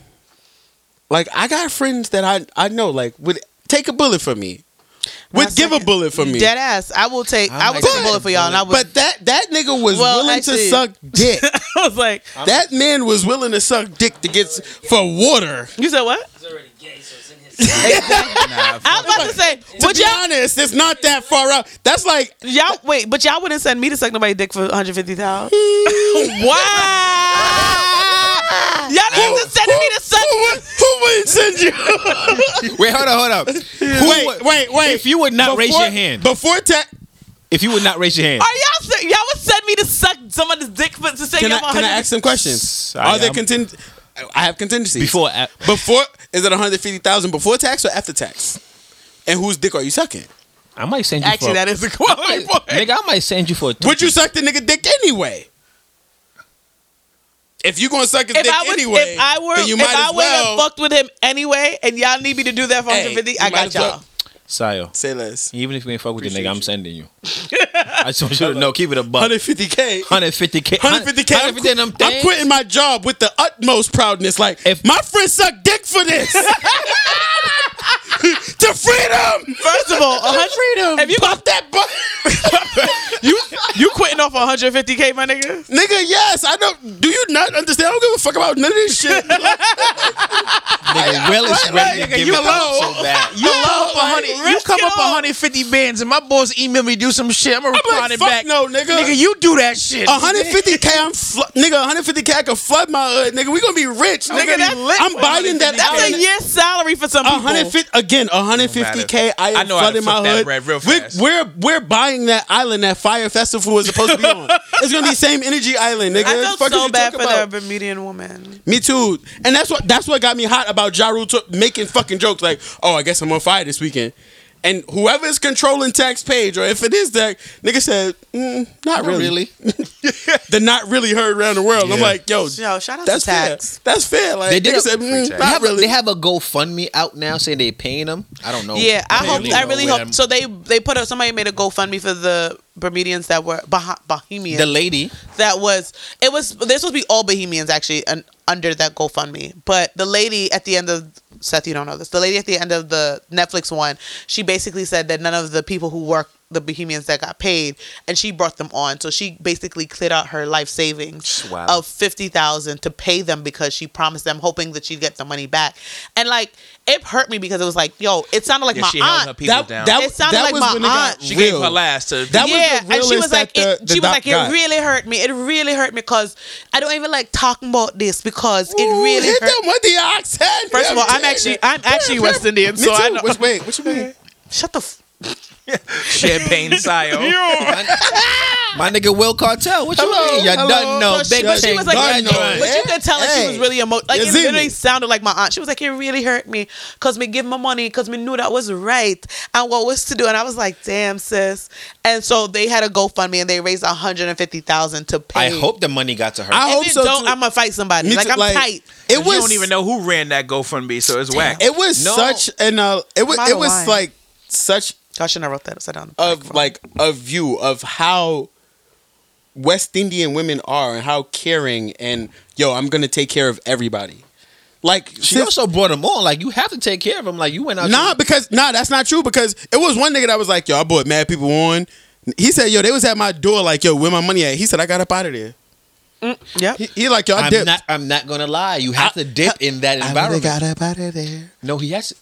S5: Like I got friends that I I know like would take a bullet for me,
S3: My
S5: would give a
S3: second-
S5: bullet for me. Oh
S3: Dead ass. I will take. I,
S7: I'm
S3: will
S7: like,
S3: take a bullet for y'all. And I would.
S5: But that that nigga was
S3: Well,
S5: willing
S3: actually-
S5: to suck dick.
S3: *laughs* I was like,
S5: that man was willing to suck dick to get s- for water.
S3: you said what? *laughs* I was about to say,
S5: To
S3: would
S5: be
S3: y'all,
S5: honest, it's not that far out. That's like *laughs*
S3: y'all wait, but y'all wouldn't send me to suck nobody's dick
S5: *laughs*
S3: for 150,000. wow. Y'all niggas is sending me to suck.
S5: who, would- who wouldn't send you?
S7: Wait, hold up, hold up.
S3: *laughs*
S5: wait, wait, wait.
S7: If you would not raise
S5: Before-
S7: your hand,
S5: before ta-
S7: if you would not raise your hand,
S3: Are y'all se- y'all would send me to suck someone's dick for to say
S5: can I,
S3: I'm
S5: can I
S3: 100
S5: ask some questions?
S7: Sorry,
S5: Are there
S7: I'm-
S5: contin- I have contingencies.
S7: before I-
S5: before is it 150,000 before tax or after tax? And whose dick are you sucking?
S7: I might send you.
S3: Actually,
S7: for,
S3: that is a *laughs* quality point.
S7: nigga, I might send
S6: *laughs*
S7: you for. A
S5: Would you suck the nigga dick anyway? If you gonna suck his
S3: If
S5: dick
S3: I, would,
S5: anyway,
S3: if I were,
S5: then you
S3: if
S5: might
S3: I
S5: as
S3: would
S5: well.
S3: have fucked with him anyway, and y'all need me to do that for
S5: Hey,
S3: 150,
S5: you
S3: I
S5: might
S3: got
S5: as
S3: y'all.
S5: well.
S7: Sayo?
S5: Say less.
S7: Even if you ain't fuck with the nigga, I'm
S6: *laughs*
S7: sending you. I just want you to know. Keep it a buck.
S5: 150k.
S7: 150k.
S5: 150k. I'm,
S7: 150 them
S5: I'm
S7: things.
S5: quitting my job with the utmost proudness. Like
S7: If-
S5: my friend sucked dick for this. *laughs* to freedom.
S3: First of all, 100,
S5: freedom.
S3: if you-
S5: pop that bu-
S3: you you quitting on off 150k, my nigga.
S5: *laughs* Nigga, yes, I don't. Do you not understand? I don't give a fuck about none of this shit.
S7: Nigga, Will is ready to give it up so bad.
S4: *laughs*
S6: You come up a hundred. You
S3: risk
S6: come
S3: it
S6: up a
S3: all.
S6: hundred fifty bands, and my boys email me do some shit. I'm gonna
S5: I'm
S6: reply
S5: like,
S6: it
S5: fuck
S6: back.
S5: no, nigga.
S6: Nigga, you do that shit.
S5: 150k, I'm fl- nigga. 150k, I can flood my hood, nigga. We gonna be rich, nigga.
S3: gonna be lit
S5: I'm
S3: with
S5: buying that.
S3: That's
S5: outfit.
S3: a year's salary for some people.
S5: 150 again 150k I,
S6: I
S5: am
S6: know how to
S5: flooding my
S6: flip that
S5: hood
S6: bread real
S5: We're-
S6: fast.
S5: We're, we're buying that island that fire festival is supposed to
S6: *laughs*
S5: be on it's gonna be same energy island nigga
S3: I
S5: Fuck
S3: felt
S5: is
S3: so
S5: you
S3: bad for
S5: talking about?
S3: the Bermudian woman.
S5: me too and that's what that's what got me hot about Ja Rule to- making fucking jokes like oh I guess I'm on fire this weekend and whoever is controlling tax page or if it is that nigga said mm, not, really,
S4: really.
S5: they're not really heard around the world I'm like yo
S3: Yo, shout out
S5: that's
S3: to
S5: fair
S3: Tax.
S5: that's fair like
S4: They
S5: they
S4: did a-
S5: nigga said mm,
S4: They
S5: not
S4: have, a-
S5: really
S4: they have a GoFundMe out now saying they paying them. I Oh, don't know.
S3: Yeah, I hope.
S4: really
S3: I really
S4: know
S3: hope. So they they put up. Somebody made a GoFundMe for the Bermudians that were bah- Bohemians.
S4: The lady,
S3: that was it was this supposed to be all Bohemians actually and under that GoFundMe. But the lady at the end of Seth, you don't know this. The lady at the end of the Netflix one, she basically said that none of the people who work the Bohemians that got paid, and she brought them on. So she basically cleared out her life savings
S7: Wow.
S3: of fifty thousand to pay them because she promised them, hoping that she'd get the money back. And like it hurt me because it was like, yo, it sounded like
S6: Yeah,
S3: my
S6: she held her
S3: aunt.
S6: people down.
S3: It sounded like my
S5: it got
S3: aunt. She
S6: she gave
S5: real.
S6: her last to.
S5: That- was
S3: yeah,
S5: the
S3: and she was
S5: realest
S3: like,
S5: that
S3: it,
S5: the-
S3: she
S5: the
S3: was
S5: doc
S3: like,
S5: got.
S3: it really hurt me. It really hurt me because I don't even like talking about this because it
S5: Ooh,
S3: really
S5: hit
S3: hurt.
S5: them with the ox head.
S3: First of all, I'm
S5: Yeah,
S3: actually I'm actually West Indian,
S5: Me
S3: so I
S5: too.
S3: know.
S5: Which, wait, what you
S3: *laughs*
S5: mean?
S3: Shut the. F-
S8: *laughs*
S6: champagne Sayo.
S4: my nigga Will Cartel. What you
S5: Hello,
S4: mean? You
S5: hello.
S4: done know?
S3: she,
S4: Big
S3: but she
S4: thing.
S3: was like,
S5: God
S3: but
S5: knows.
S3: you could tell like she was
S5: Hey,
S3: really emo. Like
S5: you
S3: it
S5: see
S3: literally
S5: me?
S3: sounded like my aunt. She was like, it really hurt me because me give my money because me knew that was right and what was to do. And I was like, damn sis. And so they had a GoFundMe and they raised 150,000 to pay.
S7: I hope the money got to her.
S5: I
S3: If
S5: hope
S3: it
S5: so.
S3: don't,
S5: too.
S3: I'm gonna fight somebody.
S5: Me
S3: Like
S5: too,
S3: I'm
S5: like-
S3: tight.
S5: it was.
S6: you don't even know who ran that GoFundMe, so it's whack.
S5: It was
S7: No.
S5: such an. Uh, it was.
S3: Am I
S5: It was
S3: lying?
S5: like such
S3: I shouldn't have wrote that upside down.
S5: of like a view of how West Indian women are and how caring and yo, I'm gonna take care of everybody. Like
S4: She
S5: sis-
S4: also brought him on. Like you have to take care of him. Like you went out.
S5: Nah, because nah, that's not true. Because it was one nigga that was like, yo, I bought mad people on. He said, yo, they was at my door, like, yo, where my money at? He said, I got up out of there.
S3: yep.
S5: He, he like, yo, I
S4: I'm
S5: dipped.
S4: not. I'm not gonna lie. You have to dip in that environment.
S5: up out of there.
S4: no, he has.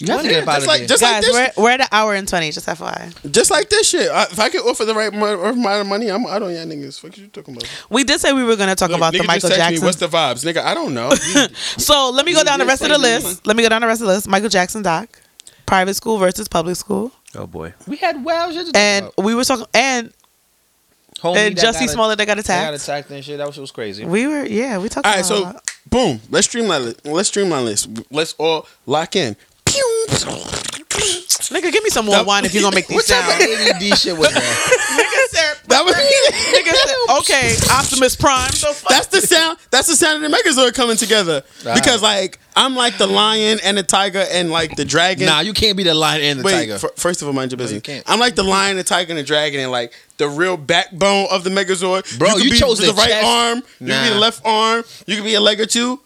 S4: You have to
S5: Yeah,
S4: get up out
S5: just
S4: of
S5: like,
S4: there.
S5: just like
S3: Guys,
S5: this,
S3: we're, we're at an hour and 20, just FYI.
S5: just like this shit. I, if I could offer the right mo- amount of money, I'm out on y'all niggas. Fuck you talking about?
S3: We did say we were going to talk about
S5: Nigga
S3: the
S5: just
S3: Michael
S5: text me,
S3: Jackson.
S5: What's the vibes, nigga? I don't
S3: *laughs*
S5: know.
S3: so let me go down the rest of the
S5: Yes,
S3: list. Let me go down the rest of the list. Michael Jackson doc, private school versus public school.
S6: oh boy.
S4: we had wow shit to talk
S3: And
S4: about.
S3: we were talking, and,
S4: Homie
S3: and
S4: that
S3: Jussie
S4: got
S3: Smollett that got
S4: that got
S3: attacked.
S4: attacked and shit. That was, shit was crazy. *laughs*
S3: *laughs* We were, yeah, we talked
S5: all right,
S3: about
S5: so boom. Let's streamline. it. Let's streamline this. Let's all lock in. Pew.
S3: Nigga, give me some more wine if you're going to make these
S4: What type
S3: sounds.
S4: of ADD shit was that?
S3: Nigga said, *laughs*
S5: That *laughs* was.
S3: nigga said, *laughs* okay, Optimus Prime. So fuck.
S5: That's the sound. That's the sound of the Megazord coming together. Because like I'm like the lion and the tiger and like the dragon.
S4: nah, you can't be the lion and the
S5: Wait,
S4: tiger.
S5: fir- first of all, mind your business.
S4: can't.
S5: I'm like the lion, the tiger, and the dragon, and like the real backbone of the Megazord.
S4: Bro,
S5: could
S4: you
S5: be
S4: chose
S5: the,
S4: the
S5: right
S4: chest.
S5: arm. You could be the
S4: Nah.
S5: left arm. You could be a leg or two.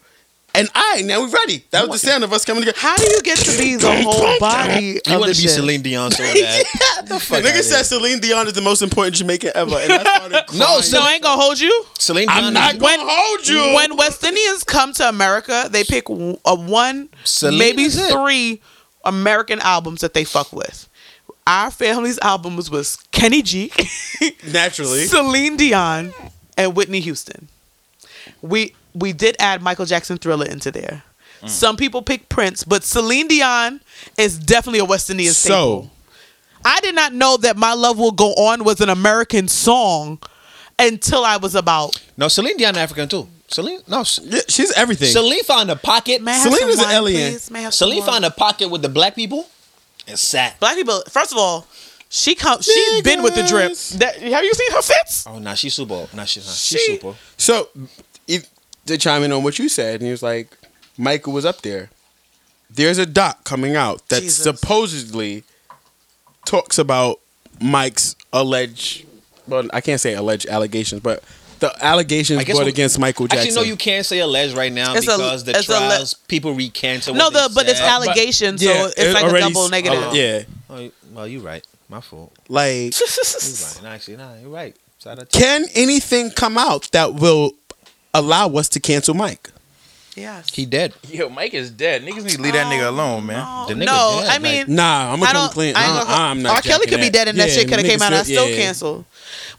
S5: And I now we're ready. That was the sound of us coming together.
S3: How do
S4: *laughs*
S3: you get to be the whole body
S4: you
S3: of
S4: want
S3: the
S4: to be
S3: shit?
S4: Celine Dion so bad.
S5: Nigga said Celine Dion is the most important Jamaican ever, and I started
S4: *laughs*
S5: crying.
S4: No,
S3: Oh, So I ain't going to hold you?
S4: Celine Dion.
S5: I'm not
S4: is-
S5: gonna hold you.
S3: when West Indians come to America, they pick w- a one,
S4: Celine
S3: maybe
S4: is it.
S3: three American albums that they fuck with. Our family's albums was Kenny G,
S5: naturally,
S3: *laughs* Celine Dion, and Whitney Houston. We we did add Michael Jackson Thriller into there. Some people pick Prince, but Celine Dion is definitely a West Indian staple.
S5: so
S3: I did not know that My Love Will Go On was an American song until I was about
S4: No, Celine Dion African too. Celine. No, C-
S5: yeah, she's everything.
S4: Celine found a pocket.
S3: May I have
S5: Celine
S3: some
S5: is an
S3: wine,
S5: alien.
S3: please? May I have some
S4: Celine
S3: wine?
S4: found a pocket with the black people and sat.
S3: black people. First of all, she come. She's been with the drip.
S5: Niggas.
S3: That, have you seen her fits?
S4: Oh, nah, she's super. Nah, she, nah, she's
S3: She-
S4: super.
S5: So, if, to chime in on what you said, and he was like, Michael was up there. There's a doc coming out that
S3: Jesus.
S5: supposedly talks about Mike's alleged, well, I can't say alleged allegations, but the allegations
S4: I guess
S5: brought
S4: we-
S5: against Michael Jackson.
S4: Actually, no, you can't say alleged right now
S3: It's a-
S4: because the
S3: it's a le-
S4: trials people recant.
S3: No, the but it's allegations, so it's like a
S5: already-
S3: double negative.
S5: uh, yeah,
S4: Oh, you- well, you're right. My fault.
S5: like
S4: You're right. Nah, Actually, nah, you're right.
S5: Can anything come out that will allow us to cancel Mike?
S3: *laughs* Yes.
S4: He dead.
S8: Yo, Mike is dead. Niggas need to leave that
S6: Oh,
S8: nigga alone, man.
S3: Oh, no, I mean,
S5: Nah, I'm gonna
S3: I
S5: come
S3: don't.
S5: clean.
S3: I ain't
S5: I,
S3: gonna-
S5: I'm not.
S3: R. Kelly could be dead, and that shit could have came out. and I still
S5: cancel.
S3: canceled.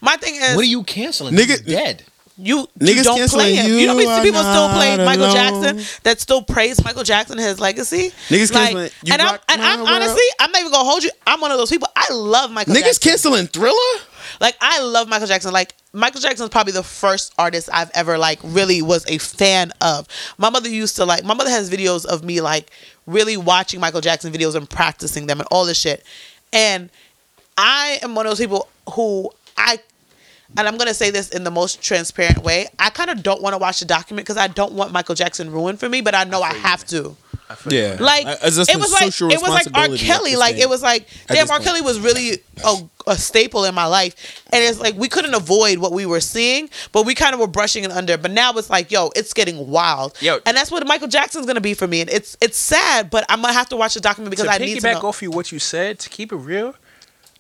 S3: My thing is,
S7: What are you canceling?
S5: Nigga-
S7: He's dead.
S3: you, you
S5: Niggas
S3: don't
S5: canceling
S3: play him. You, know
S5: you
S3: how many people
S5: are
S3: still play
S5: not
S3: Michael
S5: alone.
S3: Jackson that still praise Michael Jackson and his legacy.
S5: Niggas
S3: like,
S5: canceling You
S3: and I'm,
S5: Rock
S3: and
S5: My
S3: I'm
S5: World.
S3: honestly, I'm not even gonna hold you. I'm one of those people. I love Michael.
S5: Niggas
S3: Jackson.
S5: canceling Thriller?
S3: Like I love Michael Jackson. Like Michael Jackson's probably the first artist I've ever like really was a fan of. My mother used to like my mother has videos of me like really watching Michael Jackson videos and practicing them and all this shit. And I am one of those people who I and I'm gonna say this in the most transparent way. I kind of don't want to watch the document because I don't want Michael Jackson ruined for me, but I know I have to.
S5: Yeah.
S3: Like
S5: As a
S3: it was like
S5: social
S3: it was like R.
S5: responsibility at
S3: Kelly.
S5: this
S3: Like
S5: thing.
S3: it was like damn,
S5: this
S3: R.
S5: point.
S3: Kelly was really a, a staple in my life, and it's like we couldn't avoid what we were seeing, but we kind of were brushing it under. But now it's like, yo, it's getting wild,
S8: Yo.
S3: and that's what Michael Jackson's gonna be for me. And it's it's sad, but I'm gonna have to watch the document because
S8: to
S3: I
S8: piggyback
S3: need to know.
S8: off you what you said to keep it real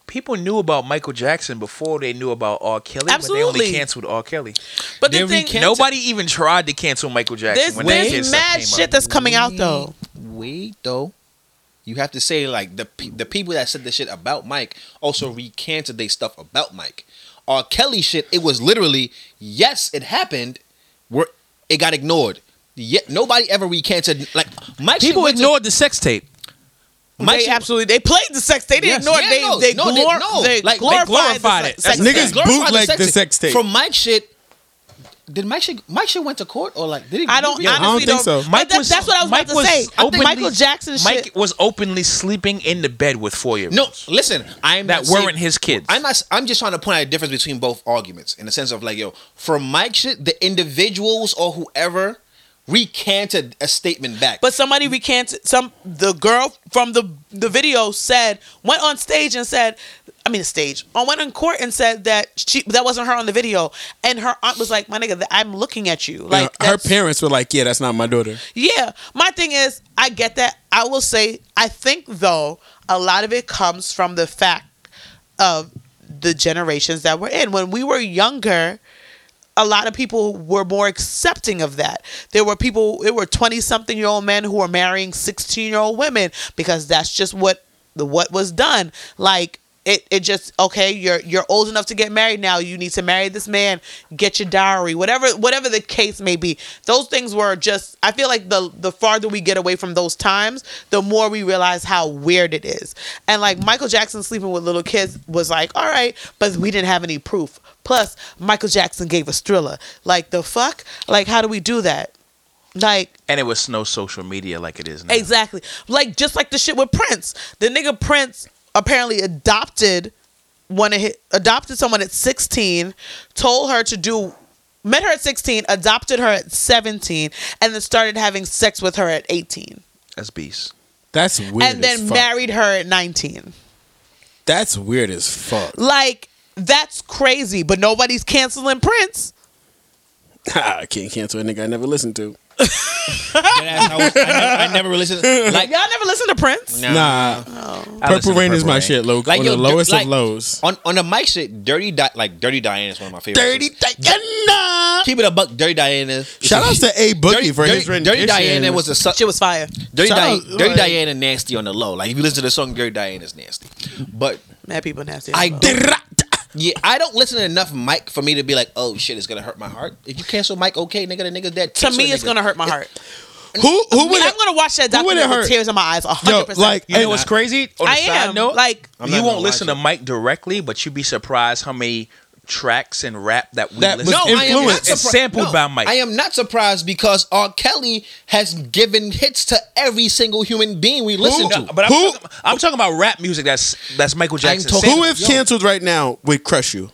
S8: people knew about michael jackson before they knew about r kelly but they
S3: Absolutely.
S8: only canceled r kelly
S3: but the thing,
S8: nobody even tried to cancel michael
S3: there's,
S8: jackson when that kid
S3: there's
S8: stuff
S3: mad
S8: came
S3: shit
S8: out.
S3: that's coming out though.
S8: Mm.
S7: Wait though. You have to say like the pe- the people that said the shit about Mike also recanted they stuff about Mike. R. Kelly shit, it was literally yes, it happened. Where it got ignored. Yet nobody ever recanted like Mike. shit
S8: people
S7: went to-
S8: ignored the sex tape
S7: Mike
S3: they
S7: shit-
S3: absolutely they played the sex. They didn't
S7: Yes.
S3: ignore. it.
S7: Yeah,
S3: they,
S7: no,
S3: they,
S7: no, they-
S3: glor-
S7: no.
S3: they
S7: Like, they
S3: glorified,
S8: glorified
S3: the
S8: it.
S3: se- sex.
S8: That's-
S3: tape.
S5: Niggas
S7: glorified
S5: bootlegged the sex tape.
S7: From Mike shit. Did Mike shit Mike shit went to court or like did he
S3: I don't.
S7: Yeah,
S3: honestly
S5: don't think so.
S3: but
S8: Mike
S3: that-
S8: was-
S3: that's what I was
S8: Mike
S3: about to
S8: was
S3: say.
S8: openly-
S3: Michael Jackson shit.
S8: mike was openly sleeping in the bed with four year
S7: No, listen. I'm
S8: that
S7: not saying-
S8: weren't his kids
S7: I'm not. I'm just trying to point out a difference between both arguments in the sense of like, yo, for Mike shit, the individuals or whoever recanted a statement back. *laughs*
S3: But somebody recanted some the girl from the the video said went on stage and said I mean stage on went in court and said that she that wasn't her on the video and her aunt was like my nigga th- I'm looking at you like
S5: Her- her
S3: that's-
S5: parents were like, "Yeah, that's not my daughter."
S3: yeah my thing is I get that I will say I think though a lot of it comes from the fact of the generations that we're in when we were younger a lot of people were more accepting of that. There were people, there were 20 something year old men who were marrying 16 year old women because that's just what the what was done. Like it, it just okay you're you're old enough to get married now you need to marry this man get your dowry whatever whatever the case may be those things were just i feel like the the farther we get away from those times the more we realize how weird it is and like michael jackson sleeping with little kids was like all right but we didn't have any proof Plus, Michael Jackson gave us Thriller. Like the fuck? Like how do we do that? Like
S8: and it was no social media like it is now
S3: exactly. Like just like the shit with Prince. The nigga Prince apparently adopted one of his, adopted someone at 16, told her to do met her at 16, adopted her at 17, and then started having sex with her at 18.
S8: that's beast
S5: That's weird. as
S3: And then
S5: fuck.
S3: married her at 19.
S5: That's weird as fuck. *laughs*
S3: Like that's crazy, but nobody's canceling Prince.
S5: I can't cancel a nigga I never listened to.
S7: I, was- I never, I never really listened. Like,
S3: Y'all never listen to Prince?
S5: Nah,
S8: I
S5: Purple
S8: listen to
S5: Rain is my
S8: Rain.
S5: shit, Loke.
S7: Like,
S5: on
S7: yo,
S5: the
S7: du-
S5: lowest
S7: like-
S5: of lows.
S7: on on the Mike shit, Dirty Di- like Dirty Diana is one of my favorites.
S5: Dirty Diana.
S7: Keep it a buck, Dirty Diana.
S5: Shout out to A Boogie
S7: Dirty,
S5: for his
S7: Dirty,
S5: rendition.
S7: Dirty Diana was a su-
S3: She was fire.
S7: Dirty,
S5: shout
S7: Di-
S5: out,
S7: Dirty
S5: like-
S7: Diana nasty on the low. Like if you listen to the song, Dirty Diana's nasty. But
S3: Mad people nasty.
S7: I
S3: Well.
S7: don't. Yeah, I don't listen to enough Mike for me to be like, oh shit, it's gonna hurt my heart. If you cancel Mike, okay, nigga, the nigga dead.
S3: to
S7: Cancel
S3: me,
S7: the
S3: it's
S7: nigga.
S3: gonna hurt my heart.
S5: who who would
S3: I am gonna watch that
S5: who would it
S3: document with
S5: hurt?
S3: tears in my eyes.
S5: yo
S3: 100. percent
S5: like?
S8: You know
S5: and-
S8: what's crazy? On a
S3: I
S8: side
S3: am,
S8: note,
S3: like-
S7: I'm not
S8: you
S7: gonna
S8: won't
S7: lie
S8: listen
S7: to
S8: to Mike directly, but you'd be surprised how many tracks and rap that we
S5: That
S8: listen
S5: was
S8: to.
S5: No, I am
S7: not
S5: influenced.
S8: It's
S7: surpri-
S8: sampled
S7: no,
S8: by Mike.
S7: I am not surprised because R. Kelly has given hits to every single human being we listen
S8: No,
S7: to.
S8: but I'm,
S5: Who-
S8: Talking, I'm talking about rap music that's that's Michael Jackson.
S7: talking-
S8: sampled.
S5: Who if canceled right now would crush you?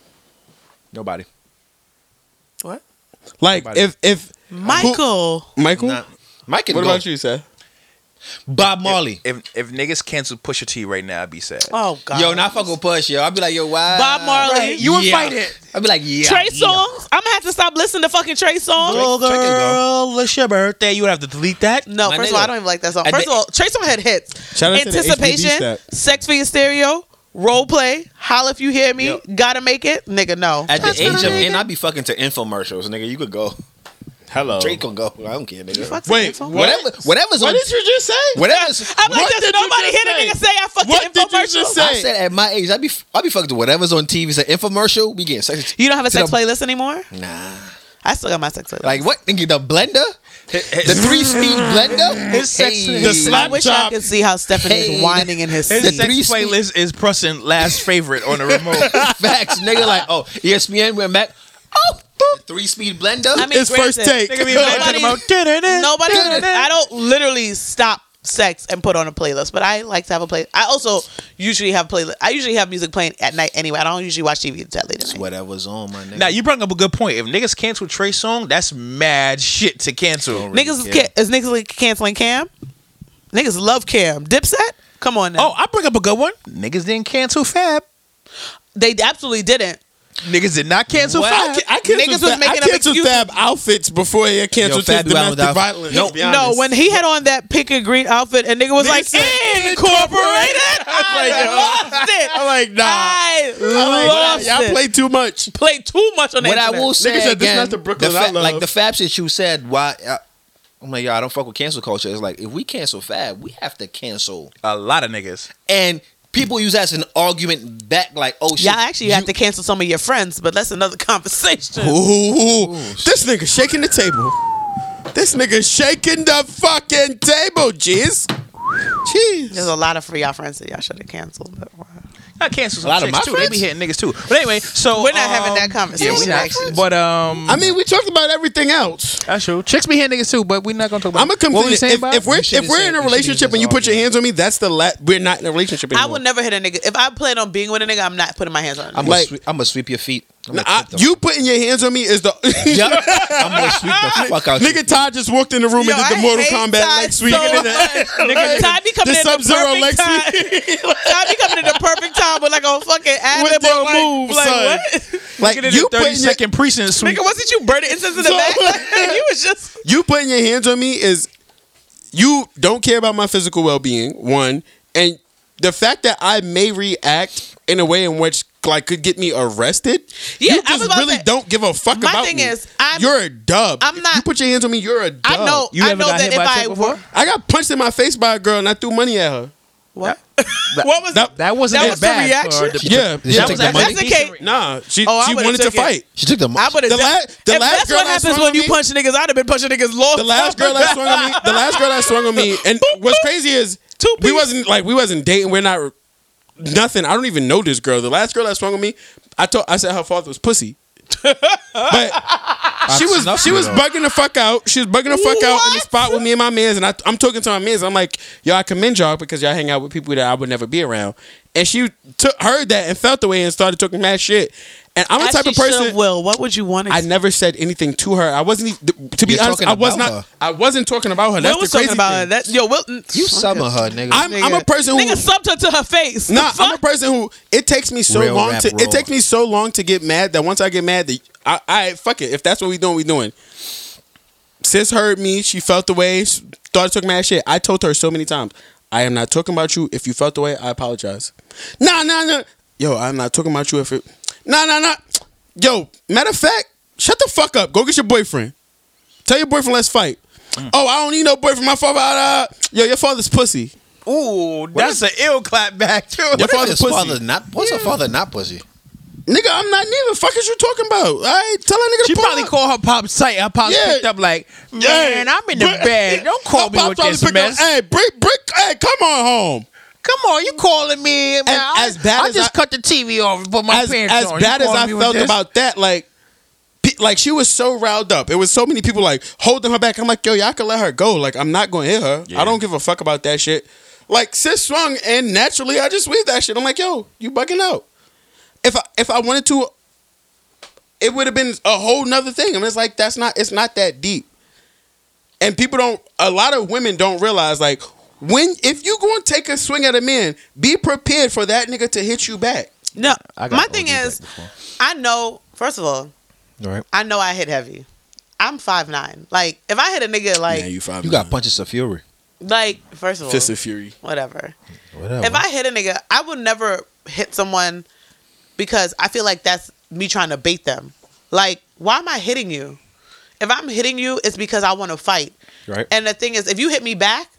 S7: Nobody.
S3: what?
S5: Like if if
S3: Michael.
S5: who- Michael.
S7: Nah. Mike can
S5: What
S7: go.
S5: about you, Seth?
S7: Bob Marley.
S8: If, if niggas canceled Pusha T right now, I'd be sad.
S3: Oh God.
S7: Yo, not fuck with Push, yo. I'd be like, yo, why?
S3: Bob Marley.
S7: You invite it. I'd be like, yeah.
S3: Trey
S7: yeah.
S3: songs. I'm gonna have to stop listening to fucking Trey songs.
S7: Trey can go.
S8: it's your birthday. You would have to delete that.
S3: No,
S7: My
S3: first
S7: nigga.
S3: of all, I don't even like that song.
S8: I
S3: First
S8: did-
S3: of all, Trey song had hits.
S5: Shout out to the HBD
S3: Anticipation,
S5: step.
S3: Sex for Your Stereo, Role play, holla if you hear me. Gotta make it, nigga. No,
S7: At the age of N, I'd be fucking to infomercials, nigga. You could go.
S5: Hello.
S7: Drake can go. I don't care, nigga.
S3: Fuck
S5: Wait,
S3: some info.
S5: what?
S7: Whatever, whatever's
S5: What
S7: on.
S5: did you just say?
S3: *laughs*
S7: Whatever's.
S3: I'm like,
S5: What
S3: does
S5: did you
S3: nobody hear
S5: just
S3: the nigga
S5: say?
S3: say I fucking
S5: What did you just
S3: infomercial?
S5: say?
S7: I said at my age, I'd be I'd be fucking to whatever's on TV. It's an infomercial. We getting sex.
S3: You don't have a sex
S7: the-
S3: playlist anymore?
S7: Nah.
S3: I still got my sex playlist.
S7: Like what? Nigga, the blender, the three speed blender.
S8: His sex-
S7: Hey.
S5: The
S3: I
S5: slap
S3: wish I
S5: chop.
S3: could see how Stefan
S7: Hey.
S3: is whining in his
S7: Hey.
S8: His
S7: The
S3: seat.
S8: sex
S7: three speed-
S8: playlist is pressing last favorite *laughs* on the remote.
S7: *laughs* Facts, nigga. Like, oh, ESPN went back. Oh, three speed blender.
S3: I mean,
S5: It's first
S3: granted,
S5: take. *laughs*
S8: Nigga be imagine about. *laughs*
S3: Nobody, I don't literally stop sex and put on a playlist, but I like to have a play. I also usually have playlist. I usually have music playing at night anyway. I don't usually watch TV that late at night.
S7: whatever's on, my nigga.
S8: Now you brought up a good point. If niggas cancel Trey song, that's mad shit to cancel.
S3: Niggas is, ca- is niggas like canceling Cam. Niggas love Cam. Dipset. Come on now.
S8: Oh, I bring up a good one. Niggas didn't cancel Fab.
S3: They absolutely didn't.
S8: Niggas did not cancel
S5: I,
S8: Fab.
S5: ca- I canceled,
S3: Niggas was
S5: Fab,
S3: making
S5: I
S3: up
S5: canceled
S3: excuses.
S5: Fab outfits before he had canceled
S7: Fab
S5: his
S7: be out
S5: domestic
S7: without-
S5: violence.
S7: Nope.
S5: to be honest.
S3: No, when he had on that pink and green outfit, and nigga was like,
S5: said,
S3: "Incorporated," uh, I lost it.
S5: I'm like, nah.
S3: I
S5: I'm
S3: lost
S5: like, y'all
S3: it.
S5: play too much.
S3: play too much on the
S7: what I
S3: internet.
S7: will say
S5: Niggas said, "This
S7: again,
S5: not the Brooklyn
S7: the
S5: I
S7: fa-
S5: love."
S7: like the Fab shit you said. Why? I, I'm like, yo, I don't fuck with cancel culture. It's like if we cancel Fab, we have to cancel.
S8: a lot of niggas.
S7: And people use that as an argument back, like, oh shit,
S3: Y'all actually
S7: you-
S3: have to cancel some of your friends, but that's another *laughs* conversation.
S5: Ooh, ooh, ooh. this nigga shaking the table. This nigga shaking the fucking table, jeez.
S3: There's
S5: Jeez.
S3: a lot of for y'all friends that y'all should have canceled. But wow.
S8: I cancel some
S7: lot of
S8: chicks
S7: my
S8: too. They be
S7: friends?
S8: hitting niggas too. But anyway, so
S3: We're not having
S8: um,
S3: that conversation,
S8: Yeah, we not.
S3: actually.
S8: But um,
S5: I mean, we talked about everything else.
S8: that's true. Chicks be hitting niggas too, but we're not gonna talk about.
S5: I'm gonna come
S8: what
S5: to
S8: we
S5: this.
S8: saying
S5: If,
S8: about.
S5: if we're
S7: should've
S5: if we're in
S7: said-
S5: a
S7: you should've used
S5: relationship and
S7: this
S5: you put your
S7: argument.
S5: hands on me, that's the la- we're not in a relationship
S3: I
S5: anymore.
S3: will never hit a nigga. If I plan on being with a nigga, I'm not putting my hands on a
S7: I'm
S3: nigga.
S7: gonna
S5: like-
S7: sweep, I'm gonna sweep your feet. I'm
S5: Nah,
S7: gonna
S5: I-
S7: kick the-
S5: you putting your hands on me is the *laughs*
S7: Yup. *laughs* I'm gonna sweep the fuck out.
S5: nigga. Todd just walked in the room
S3: Yo,
S5: and did
S3: I
S5: the Mortal
S3: hate
S5: Kombat
S3: Ty
S5: leg *laughs* sweep.
S3: so much.
S5: *laughs*
S3: Nigga, Ty be coming
S5: the
S3: in the
S5: Sub Zero leg
S3: perfect
S5: sweep.
S3: *laughs* Ty be coming in the perfect time with like a fucking ad
S5: With
S3: lib
S5: that
S3: or like,
S5: move,
S3: like
S5: son.
S3: what?
S5: Like you
S8: thirty
S5: putting your,
S8: second precinct sweep.
S3: nigga, wasn't you burning incense in the
S5: So-
S3: back? *laughs* you was just
S5: you putting your hands on me is you don't care about my physical well being. One and the fact that I may react in a way in which like could get me arrested.
S3: Yeah,
S5: you
S3: I was
S5: just
S3: about to
S5: really
S3: say-
S5: don't give a fuck
S3: My
S5: about
S3: thing
S5: me.
S3: is, I'm-
S5: you're a dub. If
S3: I'm
S5: You
S3: not-
S5: put your hands on me. You're a dub.
S3: I know
S8: You
S3: I
S8: ever
S3: know
S8: got
S3: that
S8: hit
S3: if
S8: by a chick
S3: I
S8: before?
S3: were
S5: I got punched in my face by a girl and I threw money at her.
S3: what? *laughs*
S8: That-
S3: What was
S5: that-
S8: That wasn't
S3: That
S8: as
S3: was the
S8: bad.
S3: reaction?
S8: for the-
S5: Yeah,
S7: Did she
S5: yeah.
S7: take
S3: That
S7: the
S3: was
S7: money?
S3: actually- That's the case.
S5: Nah, she
S3: Oh, I
S5: she
S3: would've
S5: wanted to
S3: took it.
S5: fight.
S7: She took the. mo-
S3: I would have.
S5: The la- the
S3: if
S5: last
S3: that's
S5: girl
S3: what
S5: that
S3: happens
S5: swung
S3: when
S5: on
S3: you
S5: me-
S3: punch niggas, I'd have been punching niggas long.
S5: The last girl that swung on me, the last girl that swung on me, and what's crazy is
S3: Two
S5: we
S3: piece.
S5: wasn't like we wasn't dating. We're not nothing. I don't even know this girl. The last girl that swung on me, I told I said her father was pussy. but she was
S6: snuffed
S5: she
S6: it
S5: was
S6: up.
S5: bugging the fuck out. She was bugging the fuck out in the
S3: What?
S5: spot with me and my mans. And I, I'm talking to my mans. I'm like, yo, I commend y'all because y'all hang out with people that I would never be around. And she took heard that and felt the way and started talking mad shit. And I'm the
S3: As
S5: type of
S3: she should
S5: person.
S3: have, Will, what would you want?
S5: I never said anything to her. I wasn't. e- To be
S7: You're
S5: honest,
S7: talking
S5: I was
S7: about
S5: not.
S7: her.
S5: I wasn't talking about her. That's
S3: Will was
S5: the crazy
S3: talking about
S5: thing.
S3: her. that. Yo, Will,
S7: you summer her, nigga.
S5: I'm, I'm a person who.
S3: nigga subbed her to her face. The
S5: Nah, I'm a
S3: fuck?
S5: person who. It takes me so
S7: Real
S5: long
S7: rap
S5: to.
S7: roar.
S5: It takes me so long to get mad that once I get mad, that I, I fuck it. If that's what we doing, we doing. Sis heard me. She felt the way. she Started talking mad shit. I told her so many times. I am not talking about you. If you felt the way, I apologize. Nah, nah, nah. Yo, I'm not talking about you. If it. Nah, nah, nah. Yo, matter of fact, shut the fuck up. Go get your boyfriend. Tell your boyfriend let's fight.
S3: Mm.
S5: Oh, I don't need no boyfriend. My father. Uh, yo, your father's pussy.
S8: Ooh, that's an ill clap back too.
S5: Your
S7: What if
S5: father's
S7: his
S5: pussy.
S7: father not? What's her father not pussy?
S5: Nigga, I'm not neither. Fuck is you talking about? All right, tell that nigga
S8: She
S5: to pull
S8: probably
S5: up.
S8: called her pops tight. Her pops
S5: Yeah.
S8: picked up like, man,
S5: Yeah.
S8: I'm in the
S5: Brick-
S8: bed. Don't
S5: Her
S8: call me
S5: pop
S8: with
S5: probably
S8: this
S5: picked
S8: mess.
S5: Up, hey, brick, brick. Hey, come on home.
S8: Come on, you calling me? Man, I,
S5: as bad
S8: I
S5: as
S8: just
S5: I-
S8: cut the TV off and put my
S5: as
S8: pants
S5: as
S8: on. You
S5: bad as
S8: calling
S5: I
S8: me with
S5: felt
S8: this?
S5: about that, like, pe- like she was so riled up. It was so many people like holding her back. I'm like, yo, y'all can let her go. Like, I'm not going to hit her. I don't give a fuck about that shit. Like, sis swung, and naturally, I just weaved that shit. I'm like, yo, you bugging out. If I if I wanted to, it would have been a whole nother thing. I mean, it's like that's not it's not that deep. And people don't a lot of women don't realize like when if you gonna take a swing at a man, be prepared for that nigga to hit you back.
S3: No, my thing is, I know. First of all,
S7: Right.
S3: I know I hit heavy. I'm five nine. Like if I hit a nigga, like
S5: five.
S7: You got punches of fury.
S3: Like, first of all,
S5: Fist and Fury.
S3: whatever.
S6: Whatever.
S3: If I hit a nigga, I would never hit someone because I feel like that's me trying to bait them. Like, why am I hitting you? If I'm hitting you, it's because I want to fight.
S5: Right.
S3: And the thing is, if you hit me back,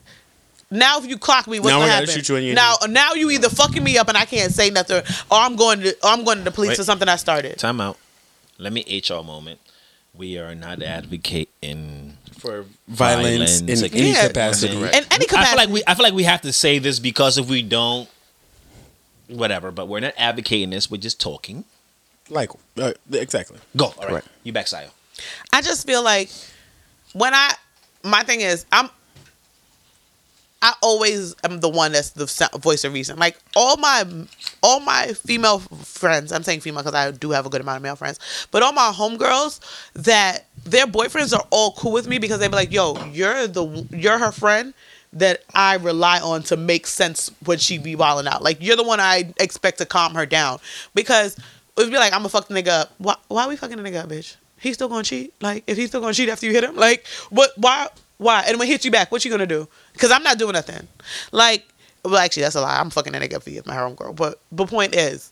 S3: now if you clock me, what's
S5: Now I
S3: gonna
S5: gotta
S3: happen?
S5: shoot you in your
S3: now, now you either fucking me up and I can't say nothing, or I'm going to, or I'm going to the police
S7: Wait.
S3: for something I started.
S7: Time out. Let me HR moment. We are not advocating for
S5: Violence in any
S3: Yeah.
S5: capacity.
S7: In
S3: In any
S7: I feel like
S3: capacity.
S7: we I feel like we have to say this because if we don't whatever, but we're not advocating this, we're just talking.
S5: Like uh, exactly.
S7: Go. All right. You back Sayo.
S3: I just feel like when I my thing is I'm I always am the one that's the so- voice of reason. Like all my all my female friends, I'm saying female because I do have a good amount of male friends, but all my homegirls that their boyfriends are all cool with me because they be like, "Yo, you're the you're her friend." That I rely on to make sense when she be wilding out. Like you're the one I expect to calm her down because it'd be like I'm gonna fuck the nigga up. Why? Why we fucking the nigga up, bitch? He's still gonna cheat. Like if he's still gonna cheat after you hit him, like what? Why? Why? And when he hits you back, what you gonna do? Because I'm not doing nothing. Like, well, actually, that's a lie. I'm fucking that nigga if he is my homegirl. But the point is,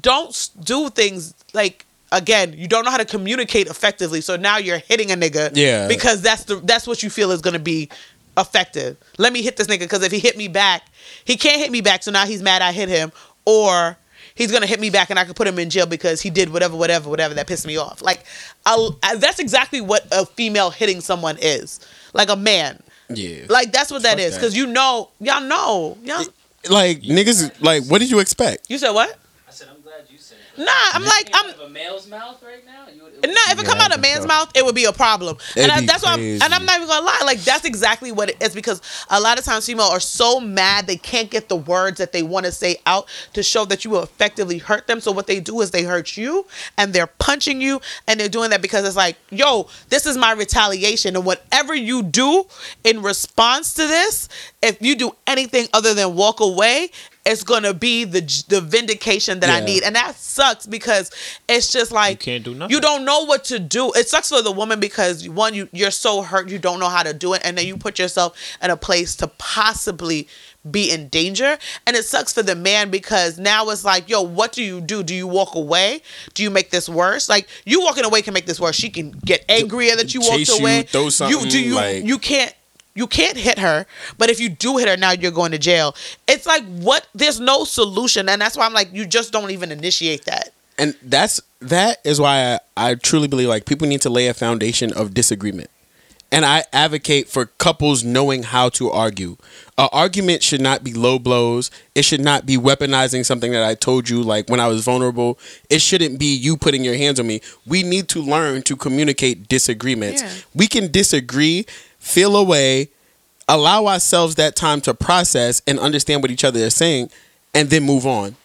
S3: don't s- do things like again. You don't know how to communicate effectively, so now you're hitting a nigga.
S5: Yeah.
S3: Because that's the that's what you feel is gonna be effective. Let me hit this nigga because if he hit me back, he can't hit me back. So now he's mad I hit him, or he's gonna hit me back and I could put him in jail because he did whatever, whatever, whatever that pissed me off. Like, I'll, I, that's exactly what a female hitting someone is, like a man.
S5: Yeah.
S3: Like that's what that
S5: Fuck
S3: is,
S5: that.
S3: because you know, y'all know, y'all.
S5: Like niggas. Like what did you expect?
S3: You said what?
S10: I said, I'm glad you said that.
S3: Nah, I'm like, I'm
S10: Out of a male's mouth right now, you would.
S3: No, if it come out of a man's mouth, it would be a problem. and I,
S5: be
S3: that's why, I'm,
S5: crazy.
S3: and I'm not even gonna lie. Like that's exactly what it is because a lot of times female are so mad they can't get the words that they want to say out to show that you will effectively hurt them. So what they do is they hurt you and they're punching you and they're doing that because it's like, yo, this is my retaliation. And whatever you do in response to this, if you do anything other than walk away. It's gonna be the the vindication that I
S5: Yeah.
S3: need, and that sucks because it's just like
S7: You can't do nothing.
S3: you don't know what to do. It sucks for the woman because one, you you're so hurt, you don't know how to do it, and then you put yourself in a place to possibly be in danger. And it sucks for the man because now it's like, yo, what do you do? Do you walk away? Do you make this worse? Like you walking away can make this worse. She can get angrier that you
S5: Chase
S3: walked
S5: you,
S3: away.
S5: throw
S3: You
S5: something,
S3: do you
S5: like-
S3: you can't. You can't hit her, but if you do hit her now, you're going to jail. It's like what? There's no solution, and that's why I'm like, you just don't even initiate that.
S5: And that's that is why I, I truly believe like people need to lay a foundation of disagreement. And I advocate for couples knowing how to argue. An argument should not be low blows. It should not be weaponizing something that I told you, like when I was vulnerable. It shouldn't be you putting your hands on me. We need to learn to communicate disagreements.
S3: Yeah.
S5: We can disagree, feel away, allow ourselves that time to process and understand what each other is saying, and then move on.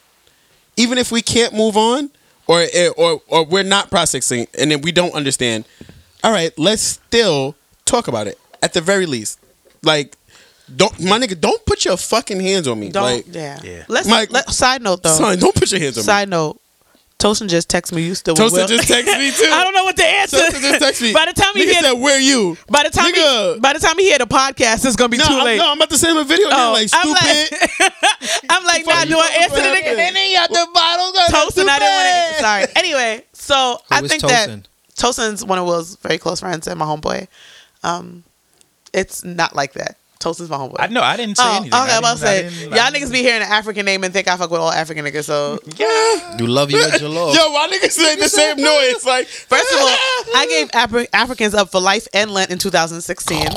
S5: Even if we can't move on, or eh, or or we're not processing, and then we don't understand. All right, let's still talk about it at the very least. Like, don't my nigga, don't put your fucking hands on me.
S3: Don't.
S5: like,
S3: yeah.
S8: Yeah.
S3: Let's.
S5: Mike-
S3: let, side note though.
S5: son, don't put your hands on
S3: side note. Tosin just texted me. You still
S5: me.
S3: with Will?
S5: Toaster just texted me too.
S3: *laughs* I don't know what to answer.
S5: Toaster just texted me.
S3: By the time he
S5: nigga said,
S3: hear,
S5: "Where you?"
S3: by the time he,
S5: nigga.
S3: by the time he hear the podcast, it's gonna be
S5: No,
S3: too
S5: I'm,
S3: late.
S5: no, I'm about to send him a video. and
S3: Oh,
S5: they're like
S3: I'm like-
S5: *laughs* stupid.
S3: *laughs* I'm like, nah, do I answer the nigga?
S5: Henny out the bottle.
S3: Tosin, I didn't want to. Sorry. Anyway, so I
S7: is
S3: think
S7: Tosin?
S3: that Tosin's one of Will's very close friends and my homeboy. Um, it's not like that. Tosin's my homeboy.
S8: I know. I didn't say
S3: Oh, okay,
S8: anything. I
S3: I'm about to
S8: didn't- I
S3: say,
S8: didn't- I
S3: y'all
S8: didn't-
S3: niggas be hearing an African name and think I fuck with all African niggas. So
S7: You love your
S3: Oh.
S7: jalo.
S5: Yo, my niggas made the same noise. Like,
S3: First *laughs*
S8: *laughs*
S3: of all, I gave Afri- Africans up for life and Lent in 2016.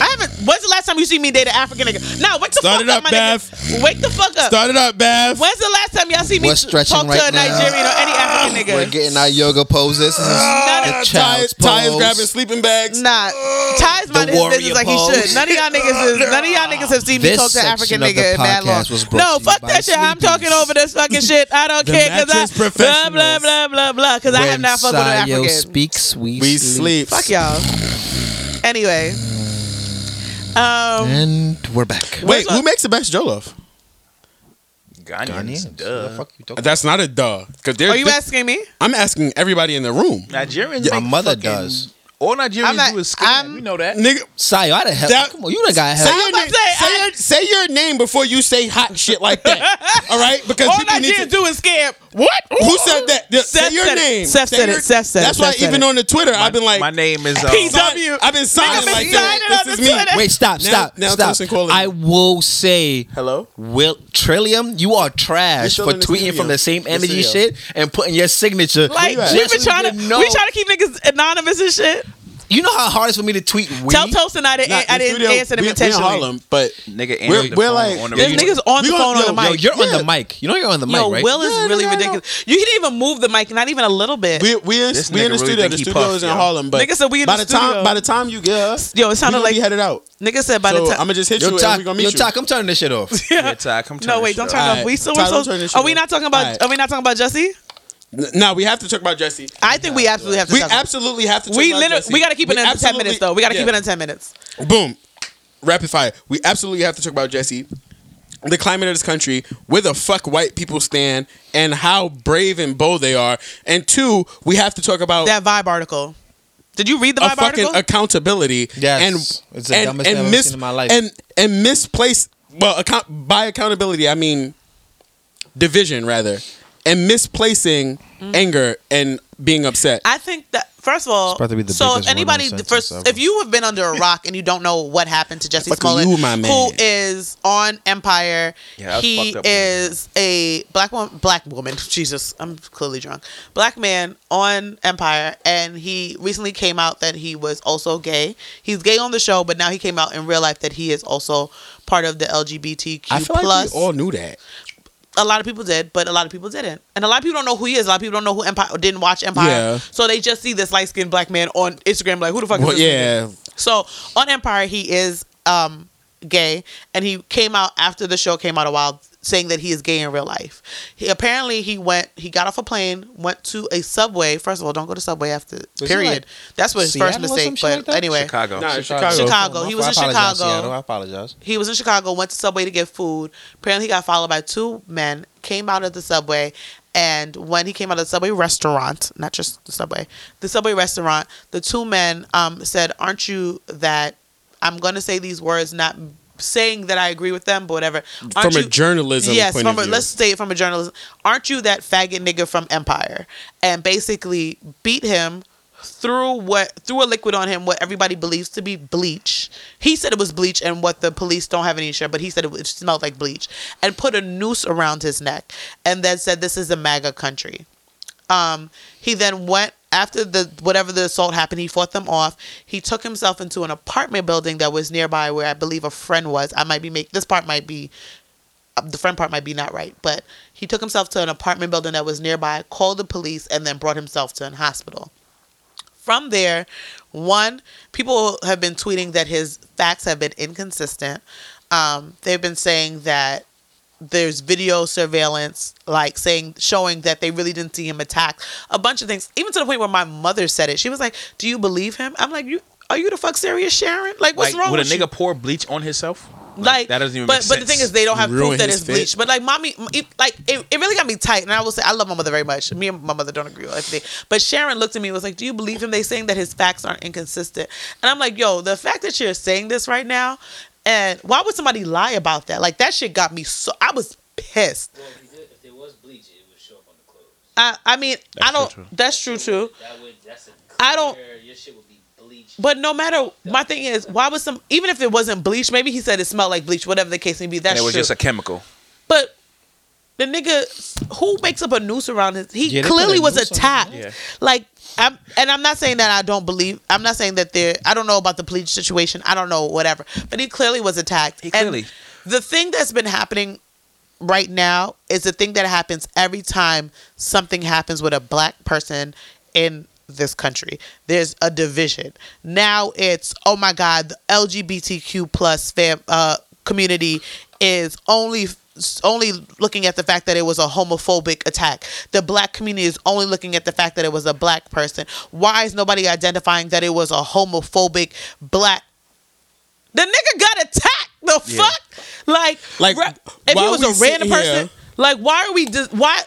S3: I haven't. When's the last time you see me date an African nigga? Nah, wake the
S5: Start
S3: fuck
S5: it up,
S3: up, my nigga. Wake the fuck up.
S5: start it up, Bav.
S3: When's the last time y'all see me
S4: We're stretching
S3: talk to
S4: right
S3: a
S4: now.
S3: Nigerian or any African nigga?
S4: We're getting our yoga poses.
S3: None of-
S4: the
S5: Ty,
S4: child's
S5: Ty is
S4: pose.
S5: grabbing sleeping bags.
S3: Nah, Ty's minding his
S4: warrior
S3: business like he
S4: pose.
S3: should. None of y'all niggas is. None of y'all niggas have seen me
S4: This
S3: talk to an African
S4: section of
S3: nigga
S4: the
S3: in mad long.
S4: podcast was brought
S3: No,
S4: to you
S3: fuck
S4: by
S3: that shit. I'm
S4: Sleepy's.
S3: talking over this fucking shit. I don't
S5: The
S3: care
S5: mattress
S3: because I blah blah
S5: professionals.
S3: blah blah blah because I have not fucked with an African.
S4: speaks, we,
S5: We sleep.
S3: Fuck y'all. Anyway. Um,
S4: And we're back.
S5: Wait, who makes the best jollof?
S8: Ghanaians. Duh.
S5: That's not a duh. Cause
S3: are you asking me?
S5: I'm asking everybody in the room.
S8: Nigerians.
S4: My
S8: make
S4: mother
S8: fucking-
S4: does.
S8: All Nigerians
S3: I'm not-
S8: do is scam.
S3: I'm-
S8: we know that.
S5: Nigga,
S7: Sayo, I done help.
S5: That-
S7: Come on, you done got
S5: say
S7: help.
S5: your,
S3: about
S5: name,
S3: to say,
S5: say,
S3: I-
S5: your, say your name before you say hot shit like
S3: *laughs*
S5: that. all right? Because
S3: All
S5: people
S3: I
S5: need to
S3: did do is scam.
S5: What? Who said that? Yeah, say
S3: Seth
S5: your
S3: said it.
S5: name.
S3: Seth
S5: Say
S3: said it.
S5: your-
S3: Seth said it.
S5: That's
S3: Seth
S5: why
S3: said
S5: even
S3: it.
S5: on the Twitter, I've been like,
S8: My name is. Uh,
S3: Pete
S5: sign-
S3: W.
S5: I've been signing
S3: been
S5: like
S3: signing
S5: that.
S3: on
S5: This
S3: the
S5: is me.
S3: Twitter.
S7: Wait, stop,
S5: Now-
S7: stop,
S5: now
S7: stop.
S5: Tosin calling
S7: I
S5: you.
S7: will say,
S8: Hello?
S7: Will Trillium, you are trash
S5: still
S7: for
S5: in the
S7: tweeting
S5: studio.
S7: from the same
S5: Yes,
S7: energy
S5: we are.
S7: shit and putting your signature.
S3: Like
S7: Just
S3: we've been
S7: so you
S3: trying to,
S7: can know-
S3: we trying to keep niggas anonymous and shit.
S7: You know how hard it's for me to tweet. We?
S3: Tell Tosin I didn't,
S5: Nah,
S3: I
S5: the
S3: didn't
S5: studio-
S3: answer them
S5: we- we in
S3: intentionally.
S5: Harlem, but
S8: Nigga, answered
S5: We're-
S8: the
S5: we're
S8: phone
S5: like-
S8: on the
S3: There's
S8: radio.
S3: niggas on
S5: We gonna-
S3: the phone
S5: yo,
S3: on the
S7: Yo,
S3: mic.
S7: you're on
S5: Yeah.
S7: the mic. You know you're on the
S3: Yo,
S7: mic, right?
S3: Will is really ridiculous. You can even move the mic, not even a little bit.
S5: we we in,
S8: This
S5: we in
S8: nigga
S5: the
S8: really
S5: studio.
S8: think
S5: The
S8: he
S5: studio
S8: puffed,
S5: is in
S8: yo.
S5: Harlem, but
S3: Nigga said we in
S5: by
S3: the
S5: the time
S3: studio.
S5: by the time you get us,
S3: Yo, it sounded
S5: we gonna be
S3: like-
S5: headed out.
S3: Nigga said by
S5: so
S3: the time.
S5: I'm gonna just
S3: *laughs*
S5: hit
S7: Yo,
S5: you and
S7: Ty,
S5: we gonna
S7: yo,
S5: meet you.
S7: Ty, I'm turning this shit off.
S8: Yeah, Ty, come turn
S3: no, wait,
S8: this
S3: don't
S8: shit
S3: turn
S8: off.
S3: it off.
S5: Alright,
S3: We still,
S5: Tyler,
S3: we
S5: turn this
S3: still
S5: shit
S3: are we
S5: off.
S3: not talking about?
S5: Alright.
S3: Are we not talking about Jesse?
S5: Now we have to talk about Jesse.
S3: I think we absolutely have to.
S5: We
S3: talk about-
S5: absolutely have to. Talk
S3: we
S5: about
S3: literally
S5: Jesse.
S3: we got to keep it under ten
S5: absolutely-
S3: minutes though. We got to
S5: yeah.
S3: keep it under ten minutes.
S5: boom, rapid fire. We absolutely have to talk about Jesse, the climate of this country, where the fuck white people stand, and how brave and bold they are. And two, we have to talk about
S3: That vibe article. Did you read the
S5: a
S3: vibe
S5: fucking
S3: article?
S5: accountability.
S7: Yes.
S5: and
S7: It's the
S5: and,
S7: dumbest
S5: and
S7: thing I've
S5: mis-
S7: ever seen in my life.
S5: and and misplaced. Well, account by accountability, I mean division rather, and misplacing anger and being upset.
S3: Mm-hmm. I think that first of all,
S4: about to be the
S3: so if
S4: biggest run-on
S3: anybody,
S4: sentence
S3: first,
S4: ever.
S3: if you have been under a rock and you don't know what happened to Jesse
S5: Fuck
S3: Smollett,
S5: you, my man.
S3: who is on Empire,
S8: Yeah, I
S3: he
S8: fucked up with
S3: is a black woman, black woman. Jesus, I'm clearly drunk. Black man on Empire, and he recently came out that he was also gay. He's gay on the show, but now he came out in real life that he is also part of the LGBTQ
S5: I feel like
S3: plus.
S5: we all knew that.
S3: a lot of people did, but a lot of people didn't. And a lot of people don't know who he is. A lot of people don't know who Empire didn't watch Empire.
S5: Yeah.
S3: So they just see this light skinned black man on Instagram, like, who the fuck
S5: Well,
S3: is this?
S5: yeah.
S3: nigga? So on Empire, he is um gay and he came out after the show came out a while saying that he is gay in real life. He apparently he went he got off a plane, went to a subway. First of all, don't go to subway after period. That's what his first
S7: Seattle or some
S3: mistake.
S7: shit
S3: But
S7: like that?
S3: anyway.
S5: *laughs*
S8: Chicago.
S5: Nah,
S3: Chicago. He was in
S7: I apologize,
S3: Chicago.
S7: Seattle. I apologize.
S3: He was in Chicago, went to Subway to get food. Apparently, he got followed by two men, came out of the Subway, and when he came out of the Subway restaurant, not just the Subway, the Subway restaurant, the two men um, said, Aren't you that I'm going to say these words, not saying that I agree with them, but whatever. Aren't
S5: From a
S3: you-
S5: journalism
S3: yes,
S5: point
S3: from
S5: of
S3: a,
S5: view.
S3: let's say it from a journalist. Aren't you that faggot nigga from Empire? And basically beat him through what threw a liquid on him, what everybody believes to be bleach. He said it was bleach, and what the police don't have any share, but he said it, it smelled like bleach, and put a noose around his neck, and then said, "This is a MAGA country." Um, he then went after the whatever the assault happened. He fought them off. He took himself into an apartment building that was nearby, where I believe a friend was. I might be make this part might be uh, the friend part might be not right, but he took himself to an apartment building that was nearby, called the police, and then brought himself to an hospital. From there, one, people have been tweeting that his facts have been inconsistent. Um, they've been saying that there's video surveillance, like saying, showing that they really didn't see him attacked. A bunch of things, even to the point where my mother said it. She was like, "Do you believe him?" I'm like, "You are you the fuck serious, Sharon? Like, what's
S8: Like,
S3: wrong
S8: would
S3: with
S8: a
S3: you?"
S8: nigga pour bleach on himself?
S3: like
S8: that doesn't even
S3: but but
S8: make
S3: the
S8: sense.
S3: thing is they don't have
S5: Ruin
S3: proof that
S5: his
S3: it's
S5: fit.
S3: bleach but like mommy it, like it, it really got me tight and i will say i love my mother very much me and my mother don't agree with everything but sharon looked at me and was like do you believe him they saying that his facts aren't inconsistent and i'm like yo the fact that you're saying this right now and why would somebody lie about that like that shit got me so i was pissed
S10: Well, if there- if there was bleach, it would show up on the clothes.
S3: i i mean i don't that's true too
S10: That would. That's a. Clear,
S3: I don't-
S10: Your shit would be bleached.
S3: But no matter, my thing is, why was some? Even if it wasn't bleach, maybe he said it smelled like bleach. Whatever the case may be, that's
S8: And it was
S3: true.
S8: just a chemical.
S3: But the nigga who makes up a noose around his he
S7: Yeah, they
S3: clearly
S7: put a
S3: was
S7: noose on
S3: attacked.
S8: him. Yeah.
S3: Like I'm and I'm not saying that I don't believe I'm not saying that there I don't know about the police situation. I don't know whatever. But he clearly was attacked.
S8: He
S3: And
S8: clearly-
S3: the thing that's been happening right now is the thing that happens every time something happens with a black person in this country. There's a division. Now it's oh my god, the LGBTQ plus fam uh, community is only only looking at the fact that it was a homophobic attack. The black community is only looking at the fact that it was a black person. Why is nobody identifying that it was a homophobic black the nigga got attacked. The
S8: Yeah.
S3: fuck? Like,
S5: Like,
S3: re- if he
S5: why
S3: was
S5: we
S3: a
S5: sit
S3: random
S5: here-
S3: person, like, why are we just why?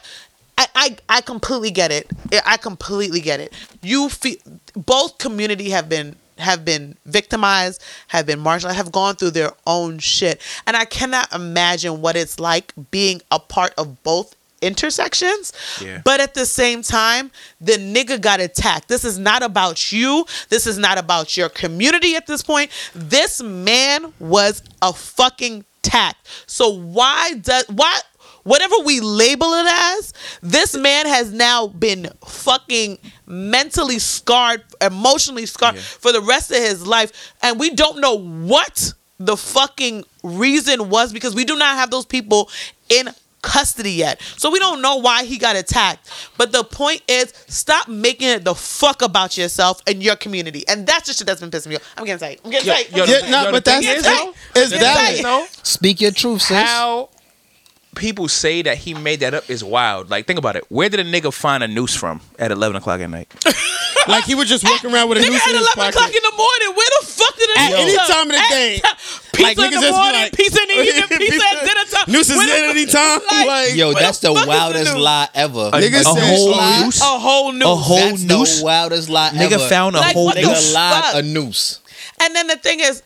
S3: I, I I completely get it. I- I completely get it. You feel both community have been have been victimized, have been marginalized, have gone through their own shit. And I cannot imagine what it's like being a part of both intersections.
S8: Yeah.
S3: But at the same time, the nigga got attacked. This is not about you. This is not about your community at this point. This man was a fucking tact. So why does why whatever we label it as, this man has now been fucking mentally scarred, emotionally scarred for the rest of his life. And we don't know what the fucking reason was because we do not have those people in custody yet. So we don't know why he got attacked. But the point is stop making it the fuck about yourself and your community. And that's the shit that's been pissing me off. I'm getting tight. I'm getting tight. I'm
S8: yo,
S5: Yeah,
S3: getting
S8: the-
S5: nah,
S8: yo, the
S5: but
S8: thing
S5: that's
S3: is, though-
S5: it's
S3: Yeah,
S5: valid.
S3: yeah.
S8: No.
S4: Speak your truth, sis.
S8: How people say that he made that up is wild. Like, think about it. Where did a nigga find a noose from at 11 o'clock at night?
S5: Like he was just walking around with a
S3: Nigga
S5: noose
S3: at
S5: in
S3: 11
S5: his pocket.
S3: o'clock in the morning. Where the fuck did it
S5: At
S3: come
S5: any
S3: from?
S5: time of the
S3: At
S5: day.
S3: ti- Pizza
S5: Like, niggas
S3: in
S5: just
S3: the
S5: be
S3: morning,
S5: like-
S3: pizza in
S5: *laughs*
S3: the evening, pizza at dinner time.
S5: Nooses
S3: Where the
S5: at
S3: fuck-
S5: any time.
S3: like-
S5: Like,
S4: Yo,
S3: Where
S4: that's the
S3: fuck is the
S4: wildest
S3: news?
S4: lie ever.
S5: Nigga
S4: a
S5: said-
S4: whole
S5: Oh,
S4: lie.
S5: noose?
S3: A whole new.
S4: A whole
S6: That's the
S4: noose. wildest lie
S6: Nigga
S4: ever.
S6: found a
S3: Like,
S6: whole
S3: what the
S6: noose.
S4: Nigga lied
S3: fuck?
S4: a noose.
S3: And then the thing is,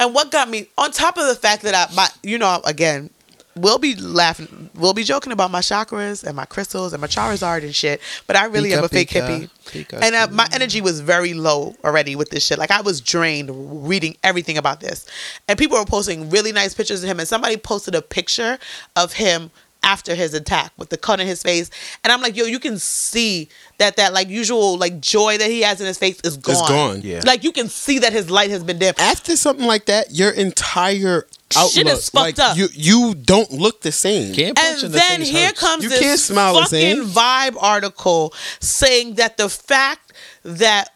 S3: and what got me on top of the fact that I, my, you know, again, we'll be laughing, we'll be joking about my chakras and my crystals and my Charizard and shit, but I really
S4: Pika,
S3: am a fake
S4: pika,
S3: hippie.
S4: pika,
S3: and uh, my energy was very low already with this shit. Like I was drained reading everything about this, and people were posting really nice pictures of him. And somebody posted a picture of him after his attack with the cut in his face, and I'm like, yo, you can see that that like usual like joy that he has in his face is gone.
S5: gone, yeah.
S3: Like you can see that his light has been dim.
S5: after something like that, your entire outlook,
S3: Shit is
S5: like
S3: fucked up.
S5: you, you don't look the same.
S4: Can't punch
S3: And
S4: in the
S3: then
S4: face
S3: here
S4: hurts.
S3: comes
S5: You
S3: this
S5: can't smile at
S3: fucking
S5: Zayn.
S3: vibe article saying that the fact that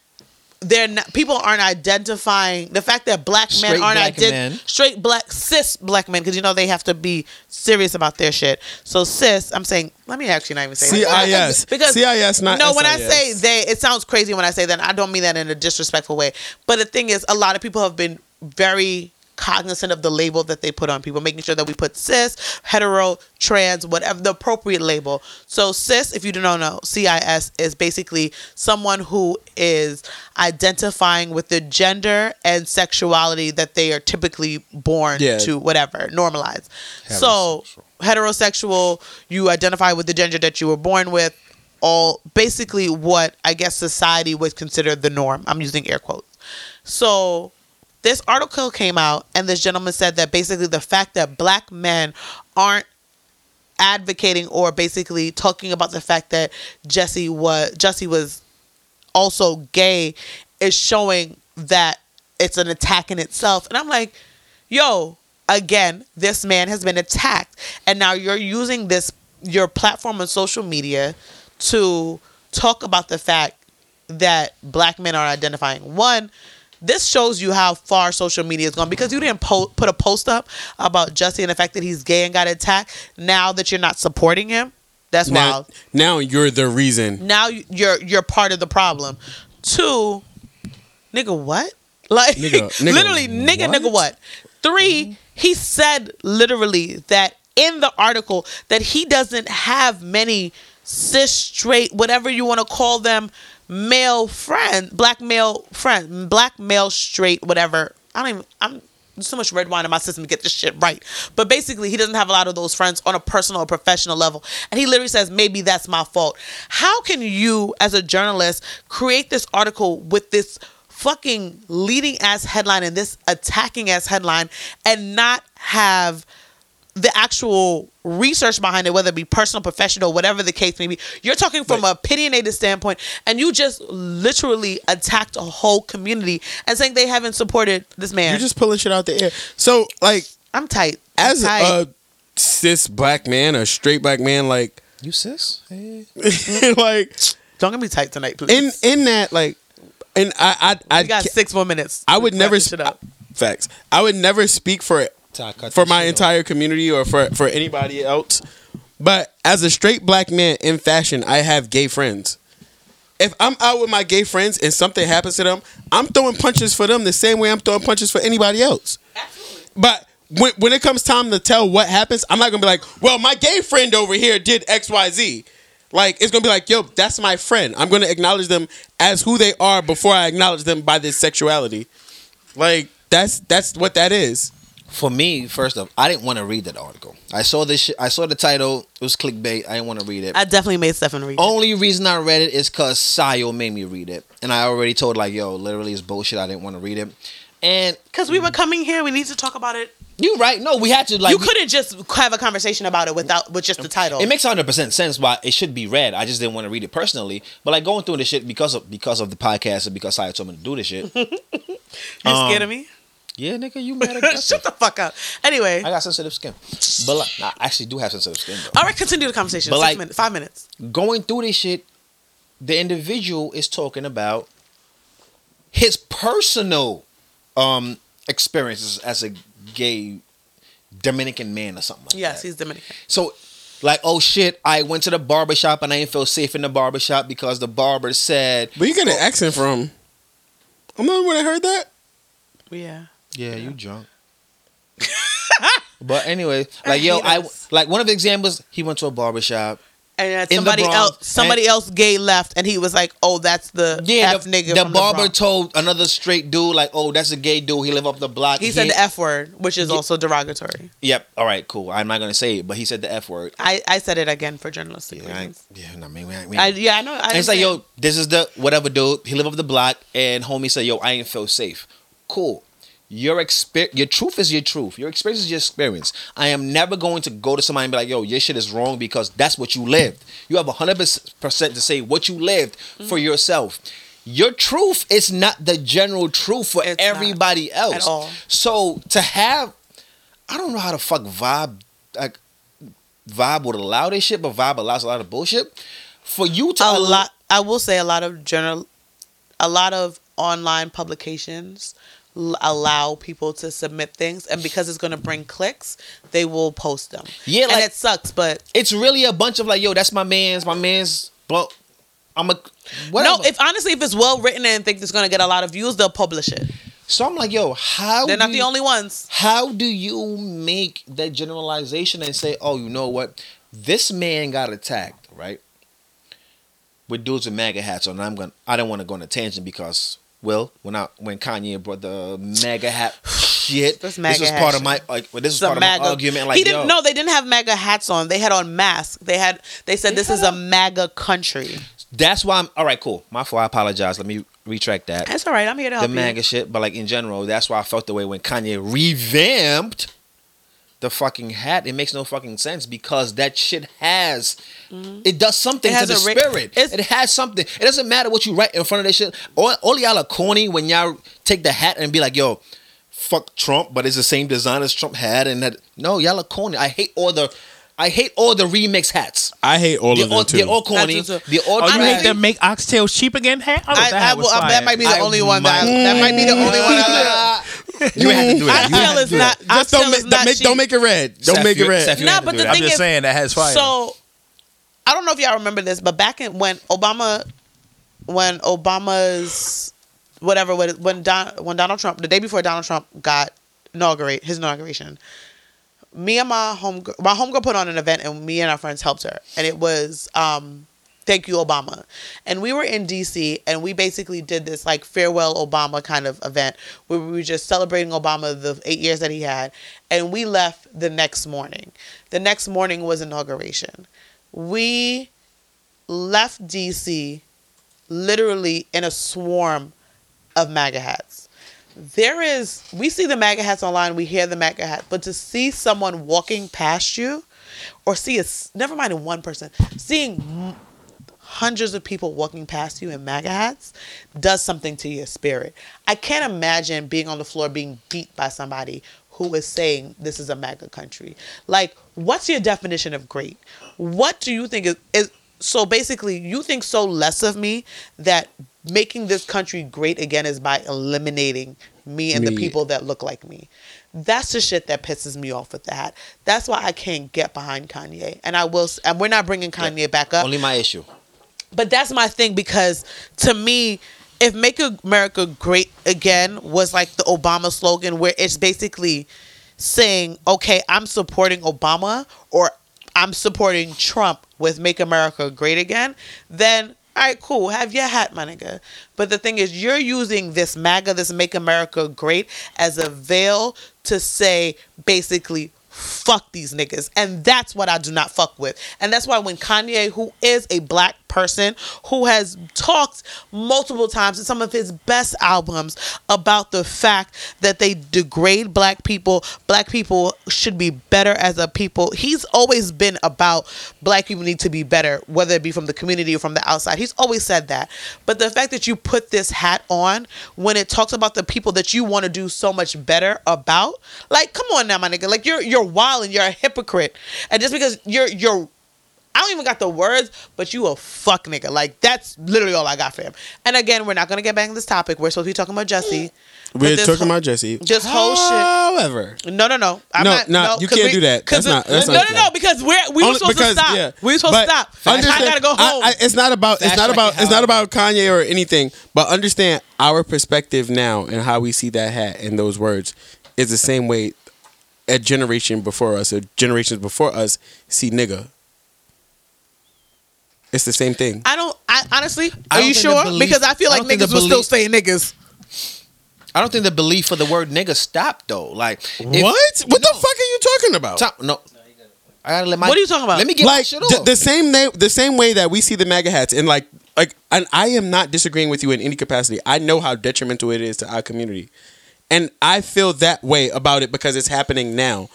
S3: they're not, people aren't identifying the fact that black men
S4: Straight black
S3: aren't identifying
S4: men.
S3: straight black cis black men because you know they have to be serious about their shit. So cis, I'm saying let me actually not even say that. *laughs*
S5: CIS.
S3: because
S5: CIS, not
S3: no. When I
S5: SIS.
S3: say they, it sounds crazy when I say that. I don't mean that in a disrespectful way. But the thing is, a lot of people have been very cognizant of the label that they put on people, making sure that we put cis, hetero, trans, whatever the appropriate label. So cis, if you don't know, CIS is basically someone who is identifying with the gender and sexuality that they are typically born
S5: Yeah.
S3: to, whatever, normalized. So heterosexual, you identify with the gender that you were born with, all basically what I guess society would consider the norm. I'm using air quotes. So this article came out and this gentleman said that basically the fact that black men aren't advocating or basically talking about the fact that Jesse was Jesse was also gay is showing that it's an attack in itself. And I'm like, yo, again, this man has been attacked. And now you're using this your platform on social media to talk about the fact that black men are identifying. One, this shows you how far social media has gone because you didn't po- put a post up about Jesse and the fact that he's gay and got attacked. Now that you're not supporting him, that's
S5: Now,
S3: wild
S5: now you're the reason.
S3: now you- you're you're part of the problem. Two, nigga, what? Like
S5: Nigga- nigga,
S3: *laughs* literally, nigga, nigga, what? Three, he said literally that in the article that he doesn't have many cis straight, whatever you want to call them, male friend, black male friend, black male straight, whatever. I don't even. I'm there's so much red wine in my system to get this shit right. But basically, he doesn't have a lot of those friends on a personal or professional level. And he literally says, maybe that's my fault. How can you, as a journalist, create this article with this fucking leading ass headline and this attacking ass headline and not have the actual research behind it, whether it be personal, professional, whatever the case may be, you're talking from a opinionated standpoint, and you just literally attacked a whole community and saying they haven't supported this man.
S5: You're just pulling shit out the air. So like,
S3: I'm tight. I'm
S5: as
S3: tight.
S5: a cis black man, a straight black man, like, *laughs*
S4: You sis? Hey.
S5: like
S3: don't get me tight tonight, please.
S5: in in that like, and I I I,
S3: we got
S5: ca-
S3: six more minutes.
S5: I would
S3: to
S5: never
S3: wrap this
S5: s-
S3: shit up.
S5: facts. I would never speak for it
S4: Ty, cut
S5: for
S4: this
S5: my
S4: shit off.
S5: entire community or for for anybody else. But as a straight black man in fashion, I have gay friends. If I'm out with my gay friends and something happens to them, I'm throwing punches for them the same way I'm throwing punches for anybody else. But when, when it comes time to tell what happens, I'm not gonna be like, well, my gay friend over here did X, Y, Z. Like it's gonna be like, yo, that's my friend. I'm gonna acknowledge them as who they are before I acknowledge them by this sexuality. Like that's that's what that is.
S7: For me, first off, I didn't want to read that article. I saw this. Sh- I saw the title. It was clickbait. I didn't want to read it.
S3: I definitely made Stefan
S5: Oh.
S3: read. it.
S7: Only reason I read it is because Sayo made me read it, and I already told like, yo, literally, it's bullshit. I didn't want to read it, and
S3: Because we were coming here, we need to talk about it.
S7: you right. No, we had to like.
S3: you couldn't just have a conversation about it without with just the title.
S7: It makes hundred percent sense why it should be read. I just didn't want to read it personally, but like going through this shit because of because of the podcast and because Sayo told me to do
S3: *laughs*
S7: this shit.
S3: you
S7: Um,
S3: scared of me? *laughs*
S7: yeah, nigga, you mad?
S3: Shut the fuck up. Anyway,
S7: I got sensitive skin, but like, nah, I actually do have sensitive skin though.
S3: all right, continue the conversation.
S7: But
S3: Six
S7: like-
S3: minutes, five minutes.
S7: going through this shit, the individual is talking about his personal um experiences as a gay Dominican man or something like
S3: Yes,
S7: that.
S3: he's Dominican.
S7: So like, oh shit, I went to the barbershop and I didn't feel safe in the barbershop because the barber said
S5: But you get an accent from. I'm not when I heard that.
S3: Yeah.
S7: Yeah, you drunk. *laughs* but anyway, like yo,
S3: hate
S7: I
S3: us.
S7: like one of the examples, he went to a barbershop.
S3: And uh,
S7: In the
S3: somebody
S7: Bronx,
S3: else, somebody
S7: and-
S3: else gay left, and he was like, "Oh, that's the
S7: Yeah,
S3: F
S7: the,
S3: nigga."
S7: the
S3: from
S7: barber
S3: Bronx.
S7: told another straight dude, like, "Oh, that's a gay dude. He live up the block."
S3: he said
S7: ain't-
S3: the F word, which is also derogatory.
S7: Yep. All right. Cool. I'm not gonna say it, but he said the f word.
S3: I, I said it again for journalistic
S7: Yeah. I ain't-
S3: reasons.
S7: yeah. No, I mean, we ain't. We
S3: I,
S7: ain't.
S3: yeah, I know. I
S7: and it's like,
S3: understand.
S7: yo, this is the whatever dude. He live up the block, and homie said, yo, I ain't feel safe. Cool. Your exper- your truth is your truth. Your experience is your experience. I am never going to go to somebody and be like, yo, your shit is wrong because that's what you lived. You have hundred percent to say what you lived
S3: Mm-hmm.
S7: for yourself. Your truth is not the general truth for
S3: It's not
S7: everybody else.
S3: all.
S7: So to have, I don't know how to fuck vibe like Vibe would allow this shit, but Vibe allows a lot of bullshit. For you to
S3: a lot. I will say a lot of general, a lot of online publications l- allow people to submit things, and because it's going to bring clicks, they will post them.
S7: Yeah,
S3: and
S7: like-
S3: it sucks, but
S7: it's really a bunch of like, yo, that's my man's, my man's. Blo- I'm a whatever.
S3: no. If honestly, if it's well written and think it's going to get a lot of views, they'll publish it.
S7: so I'm like, yo, how?
S3: They're not
S7: do
S3: the
S7: you-
S3: only ones.
S7: How do you make that generalization and say, oh, you know what? This man got attacked, right? With dudes with MAGA hats on. I'm gonna. I don't want to go on a tangent because, well, when I when Kanye brought the
S3: *sighs*
S7: MAGA hat shit,
S3: This
S7: this,
S3: MAGA
S7: was
S3: hat
S7: part of
S3: shit.
S7: my like. This was
S3: It's a
S7: part of
S3: MAGA
S7: my argument. Like,
S3: he didn't.
S7: yo,
S3: No, they didn't have MAGA hats on. They had on masks. They had. They said this is a MAGA country.
S7: That's why I'm all right. Cool, my fault. I apologize. Let me retract that.
S3: That's all right. I'm here to help
S7: the
S3: you.
S7: MAGA shit, but like in general, that's why I felt the way when Kanye revamped the fucking hat. It makes no fucking sense because that shit has it does something
S3: Mm-hmm. It
S7: to
S3: has
S7: the
S3: a ra-
S7: spirit.
S3: it's-
S7: It has something. It doesn't matter what you write in front of that shit. All, all y'all are corny when y'all take the hat and be like, yo. Fuck Trump, but it's the same design as Trump had, and that no, y'all are corny. I hate all the, I hate all the remix hats.
S5: I hate all
S3: oh,
S7: They're
S5: of them
S7: all,
S5: too.
S7: they're all corny.
S3: That's what's up.
S7: They're all
S3: Oh,
S6: You
S7: trash.
S6: hate them make oxtails cheap again? Hey, oh,
S3: I,
S6: that,
S3: I,
S6: hat was
S3: will, that
S6: fire.
S3: might be the
S7: I
S3: only one that
S7: might-
S3: that might be the only
S7: *laughs*
S3: one I *laughs*
S7: you ain't have to do
S3: I
S7: that. You
S3: feel it's not. I
S5: Just don't
S3: feel
S5: make,
S3: it's
S5: don't
S3: not
S5: make,
S3: cheap.
S5: don't make it red. Don't
S7: Seth,
S5: make
S7: you-
S5: it red.
S7: Seth, you
S3: Nah,
S7: had to
S3: but
S7: do
S3: the
S7: that.
S6: I'm
S3: thing
S6: just
S3: is-
S6: saying that has fire.
S3: So I don't know if y'all remember this, but back in when Obama, when Obama's whatever, when- when Don, when Donald Trump, the day before Donald Trump got inaugurate his inauguration, me and my home my homegirl put on an event, and me and our friends helped her, and it was um, thank you Obama, and we were in D.C. and we basically did this like farewell Obama kind of event where we were just celebrating Obama the eight years that he had, and we left the next morning. The next morning was inauguration. We left D.C. literally in a swarm of MAGA hats. There is, we see the MAGA hats online, we hear the MAGA hat, but to see someone walking past you, or see a, s- never mind in one person, seeing m- hundreds of people walking past you in MAGA hats does something to your spirit. I can't imagine being on the floor being beat by somebody who is saying this is a MAGA country. Like, what's your definition of great? What do you think is, is so basically you think so less of me that making this country great again is by eliminating me and the people that look like me. That's the shit that pisses me off with that. That's why I can't get behind Kanye. And I will s- and we're not bringing Kanye back up.
S7: Only my issue.
S3: But that's my thing because to me, if Make America Great Again was like the Obama slogan, where it's basically saying, okay, I'm supporting Obama or I'm supporting Trump with Make America Great Again, then all right, cool, have your hat, my nigga. But the thing is, you're using this MAGA, this Make America Great, as a veil to say basically fuck these niggas. And that's what I do not fuck with. And that's why when Kanye, who is a black person who has talked multiple times in some of his best albums about the fact that they degrade black people, black people should be better as a people. He's always been about black people need to be better, whether it be from the community or from the outside. He's always said that. But the fact that you put this hat on when it talks about the people that you want to do so much better about, like, come on now, my nigga. Like you're you're wild and you're a hypocrite. And just because you're you're I don't even got the words, but you a fuck nigga. Like that's literally all I got for him. And again, we're not gonna get back on this topic. We're supposed to be talking about Jesse. But
S5: We're
S3: this
S5: talking
S3: whole-
S5: about Jesse.
S3: this whole shit.
S5: However,
S3: No, no, no. I'm
S5: No,
S3: not,
S5: no, you
S3: 'cause
S5: can't do that.
S3: 'cause
S5: That's not-
S3: it-
S5: that's
S3: no,
S5: not-
S3: no, no. Because we're we were
S5: Only
S3: supposed to stop. We were supposed
S5: But
S3: to stop. I
S5: understand-
S3: gotta go
S5: I-
S3: home.
S5: I- it's not about it's not
S7: Flashback
S5: about it's
S7: hell.
S5: not about Kanye or anything. But understand our perspective now and how we see that hat and those words is the same way a generation before us or generations before us see nigga. It's the same thing.
S3: I don't. I honestly.
S7: I
S3: Are
S7: don't
S3: you
S7: think
S3: sure?
S7: the belief-
S3: because I feel
S7: I
S3: like
S7: don't think
S3: niggas
S7: the
S3: will still
S7: belief-
S3: saying niggas.
S7: I don't think the belief for the word nigga stopped though. Like if-
S5: what? What the fuck are you talking about?
S7: Top, no, I gotta let my.
S3: What are you talking about?
S7: Let me get my
S5: like
S7: shit
S5: the,
S7: off.
S5: the same na- the same way that we see the MAGA hats and like like and I am not disagreeing with you in any capacity. I know how detrimental it is to our community, and I feel that way about it because it's happening now.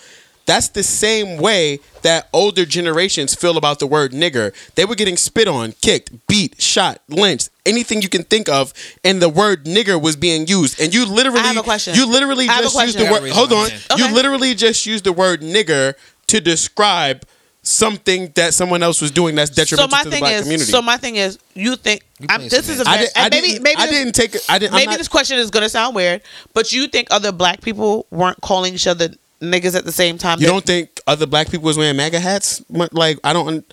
S5: That's the same way that older generations feel about the word nigger. They were getting spit on, kicked, beat, shot, lynched, anything you can think of, and the word nigger was being used. And you literally,
S3: I have a question.
S5: You literally
S3: I have a
S5: just used
S3: question.
S5: the
S3: I
S5: word. Hold on. You
S3: Okay.
S5: literally just used the word nigger to describe something that someone else was doing that's
S3: So
S5: detrimental
S3: my
S5: to the
S3: thing
S5: black
S3: is.
S5: community.
S3: So my thing is. You think I'm,
S7: playing
S3: this is a
S5: I,
S3: very,
S5: did, I,
S3: and maybe
S5: didn't,
S3: maybe
S5: I
S3: this-
S5: didn't take. I didn't. I'm
S3: maybe
S5: not-
S3: this question is gonna sound weird, but you think other black people weren't calling each other niggas at the same time?
S5: you
S3: that-
S5: don't think other black people was wearing MAGA hats? Mu- Like I don't. un-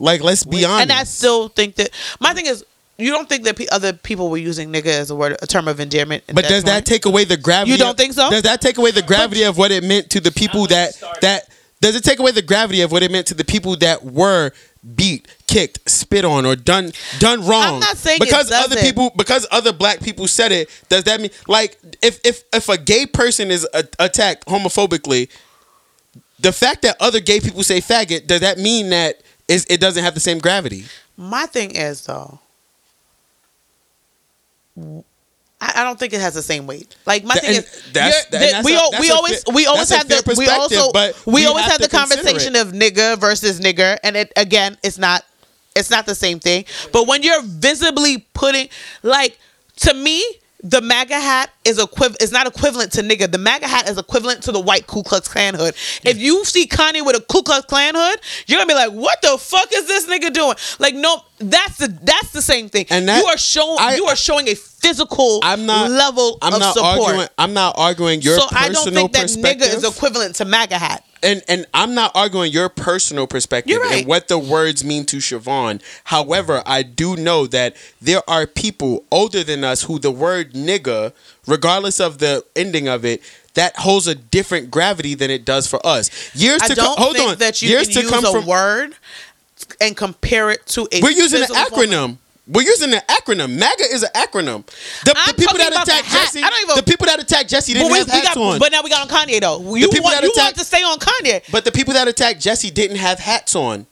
S5: Like let's be honest.
S3: and I still think that my thing is. You don't think that pe- other people were using nigga as a word, a term of endearment? at
S5: But does
S3: point?
S5: that take away the gravity?
S3: You don't
S5: of-
S3: think so?
S5: Does that take away the gravity of what it meant to the people that that does it take away the gravity of what it meant to the people that were beat, kicked, spit on, or done done wrong?
S3: I'm not saying it
S5: because other
S3: doesn't.
S5: people because other black people said it. Does that mean like if if if a gay person is a, attacked homophobically, the fact that other gay people say faggot does that mean that is it doesn't have the same gravity?
S3: My thing is though, I, I don't think it has the same weight. Like my
S5: Th-
S3: thing
S5: and
S3: is,
S5: that's-
S3: you're-
S5: and
S3: that-
S5: that's
S3: we
S5: a-
S3: al-
S5: that's
S3: we
S5: a
S3: always
S5: fair-
S3: we always
S5: that's a
S3: have the
S5: fair
S3: we also
S5: perspective, but
S3: we
S5: we
S3: always
S5: have
S3: have the
S5: to consider
S3: conversation of nigga versus nigger, and it again, it's not it's not the same thing. But when you're visibly putting like to me. The MAGA hat is equiv- is not equivalent to nigga. The MAGA hat is equivalent to the white Ku Klux Klan hood. If you see Kanye with a Ku Klux Klan hood, you're gonna be like, "What the fuck is this nigga doing?" Like, no, that's the that's the same thing.
S5: And that-
S3: you are showing
S5: I-
S3: you are showing a physical
S5: I'm not
S3: level
S5: I'm
S3: of
S5: not
S3: support.
S5: arguing. I'm not arguing your
S3: so I
S5: personal
S3: don't think that
S5: perspective.
S3: nigga is equivalent to MAGA hat.
S5: and and I'm not arguing your personal perspective
S3: You're right.
S5: and what the words mean to Siobhan. However, I do know that there are people older than us who the word nigga, regardless of the ending of it, that holds a different gravity than it does for us. Years
S3: I
S5: to
S3: don't
S5: come, hold
S3: think
S5: on.
S3: that you
S5: Years
S3: can
S5: to
S3: use
S5: come
S3: a
S5: from
S3: word and compare it to a.
S5: we're using an
S3: physical form of-
S5: acronym. We're using an acronym. MAGA is an acronym. The,
S3: I'm
S5: the people
S3: talking
S5: that
S3: about the
S5: attacked
S3: hat.
S5: Jesse,
S3: I don't even-
S5: the people that attacked Jesse
S3: But,
S5: didn't
S3: we,
S5: have
S3: we
S5: hats
S3: got,
S5: on.
S3: but now we got on Kanye though. You
S5: people
S3: want
S5: that
S3: you
S5: attack-
S3: want to stay on Kanye.
S5: But the people that attacked Jesse didn't have hats on.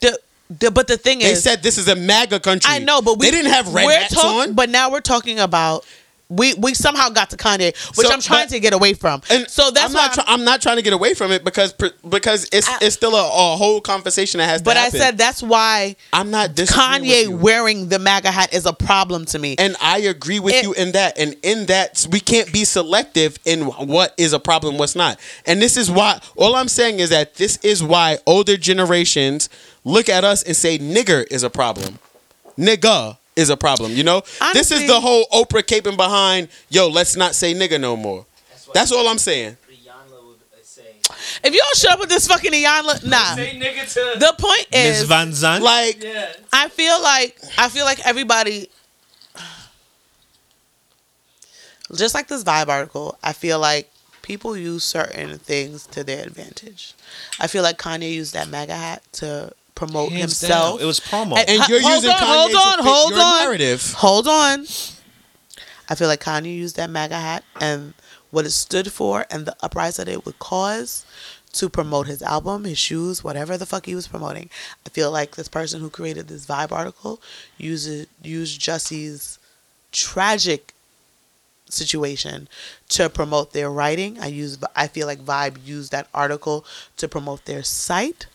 S3: The, the, but the thing
S5: They
S3: is,
S5: said this is a MAGA country.
S3: I know, but we
S5: they didn't have red
S3: we're
S5: hats
S3: talk-
S5: on.
S3: But now we're talking about we we somehow got to Kanye, which
S5: So,
S3: I'm trying
S5: but-
S3: to get away from.
S5: and
S3: so that's
S5: I'm
S3: why
S5: not.
S3: I'm-
S5: try- I'm not trying to get away from it because pr- because it's
S3: I-
S5: it's still a, a whole conversation that has.
S3: but
S5: to
S3: I
S5: happen.
S3: said that's why
S5: I'm not disagreeing
S3: Kanye
S5: with you.
S3: wearing the MAGA hat is a problem to me.
S5: and I agree with
S3: It-
S5: you in that. And in that, we can't be selective in what is a problem, what's not. And this is why, all I'm saying is that this is why older generations look at us and say, nigger is a problem. Nigga is a problem, you know? this
S3: Honestly-
S5: is the whole Oprah caping behind, yo, let's not say nigger no more. That's all I'm saying.
S10: Rihanna would uh, say,
S3: if you don't shut up with this fucking Iyanla, nah.
S10: "Say nigga to."
S3: The point
S2: Miss
S3: is,
S2: Van Zandt.
S5: Like,
S10: yeah.
S3: I feel like I feel like everybody just like this vibe article, I feel like people use certain things to their advantage. I feel like Kanye used that MAGA hat to promote
S7: Hands down,
S3: himself.
S7: It was promo.
S3: And-
S5: And you're
S3: hold
S5: using
S3: on,
S5: Kanye
S3: hold
S5: to
S3: on,
S5: fit
S3: hold
S5: your
S3: on.
S5: narrative.
S3: Hold on. I feel like Kanye used that MAGA hat and what it stood for and the uprise that it would cause to promote his album, his shoes, whatever the fuck he was promoting. I feel like this person who created this Vibe article uses used Jussie's tragic situation to promote their writing. I use I feel like Vibe used that article to promote their site,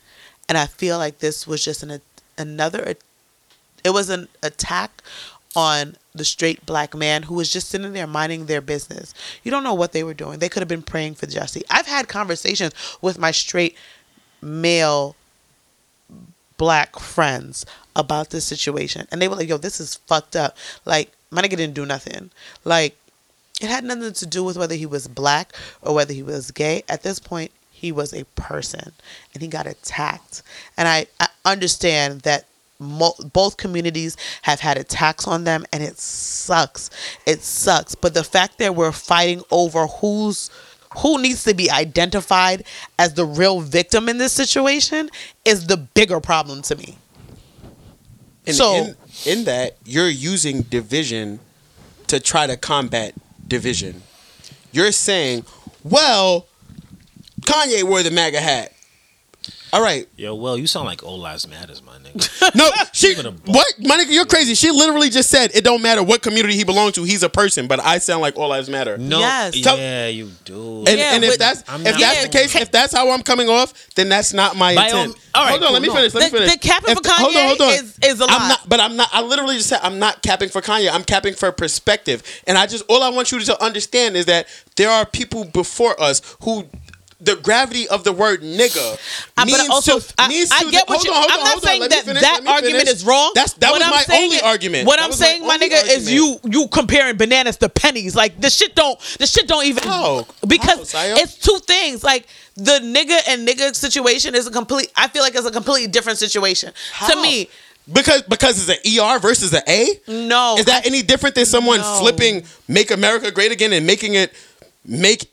S3: and I feel like this was just an another it was an attack on the straight black man who was just sitting there minding their business. You don't know what they were doing. They could have been praying for Jesse. I've had conversations with my straight male black friends about this situation and they were like, "Yo, this is fucked up." Like, my nigga didn't do nothing. Like it had nothing to do with whether he was black or whether he was gay. At this point, he was a person and he got attacked. And I, I understand that mo- both communities have had attacks on them and it sucks. It sucks. But the fact that we're fighting over who's who needs to be identified as the real victim in this situation is the bigger problem to me.
S5: And
S3: So-
S5: in, in that, you're using division to try to combat division. You're saying, well, Kanye wore the MAGA hat. All right.
S7: Yo, well, you sound like old lives matters, my
S5: *laughs*
S7: nigga. *laughs*
S5: No, she.
S7: Give it a ball.
S5: What, Monica? You're crazy. She literally just said it don't matter what community he belongs to. He's a person. But I sound like all lives matter.
S7: No,
S3: Yes.
S7: yeah, you do.
S5: And,
S3: Yeah,
S5: and if
S3: but-
S5: that's
S7: I'm
S5: if
S7: not-
S5: that's the case, if that's how I'm coming off, then that's not my
S7: By all-
S5: intent.
S7: all right,
S5: hold on, let me
S7: cool,
S5: finish. Let
S3: The-
S5: me finish.
S3: the capping for Kanye is- is a
S5: I'm
S3: lot.
S5: not, but I'm not. I literally just said I'm not capping for Kanye. I'm capping for perspective. And I just all I want you to understand is that there are people before us who. The gravity of the word nigga.
S3: I- Ah, but
S5: means
S3: also,
S5: to-
S3: I-
S5: means
S3: I
S5: to
S3: get
S5: the-
S3: what
S5: hold
S3: you-
S5: on, hold
S3: I'm
S5: on,
S3: not
S5: hold on,
S3: saying
S5: let me
S3: that
S5: finish,
S3: that
S5: let me
S3: argument
S5: finish.
S3: is wrong.
S5: That's that
S3: What I'm
S5: was my
S3: saying
S5: only
S3: is-
S5: argument.
S3: What
S5: That
S3: I'm
S5: was my
S3: saying, my,
S5: only
S3: nigga, is
S5: argument.
S3: you you comparing bananas to pennies. Like the shit don't the shit don't even
S5: How? How,
S3: because
S5: Sayo?
S3: it's two things. Like the nigga and nigga situation is a complete. I feel like it's a completely different situation to
S5: How?
S3: me.
S5: Because because it's
S3: E
S5: an ER versus an A?
S3: No,
S5: Is that any different than someone
S3: Oh, No.
S5: flipping make America great again and making it make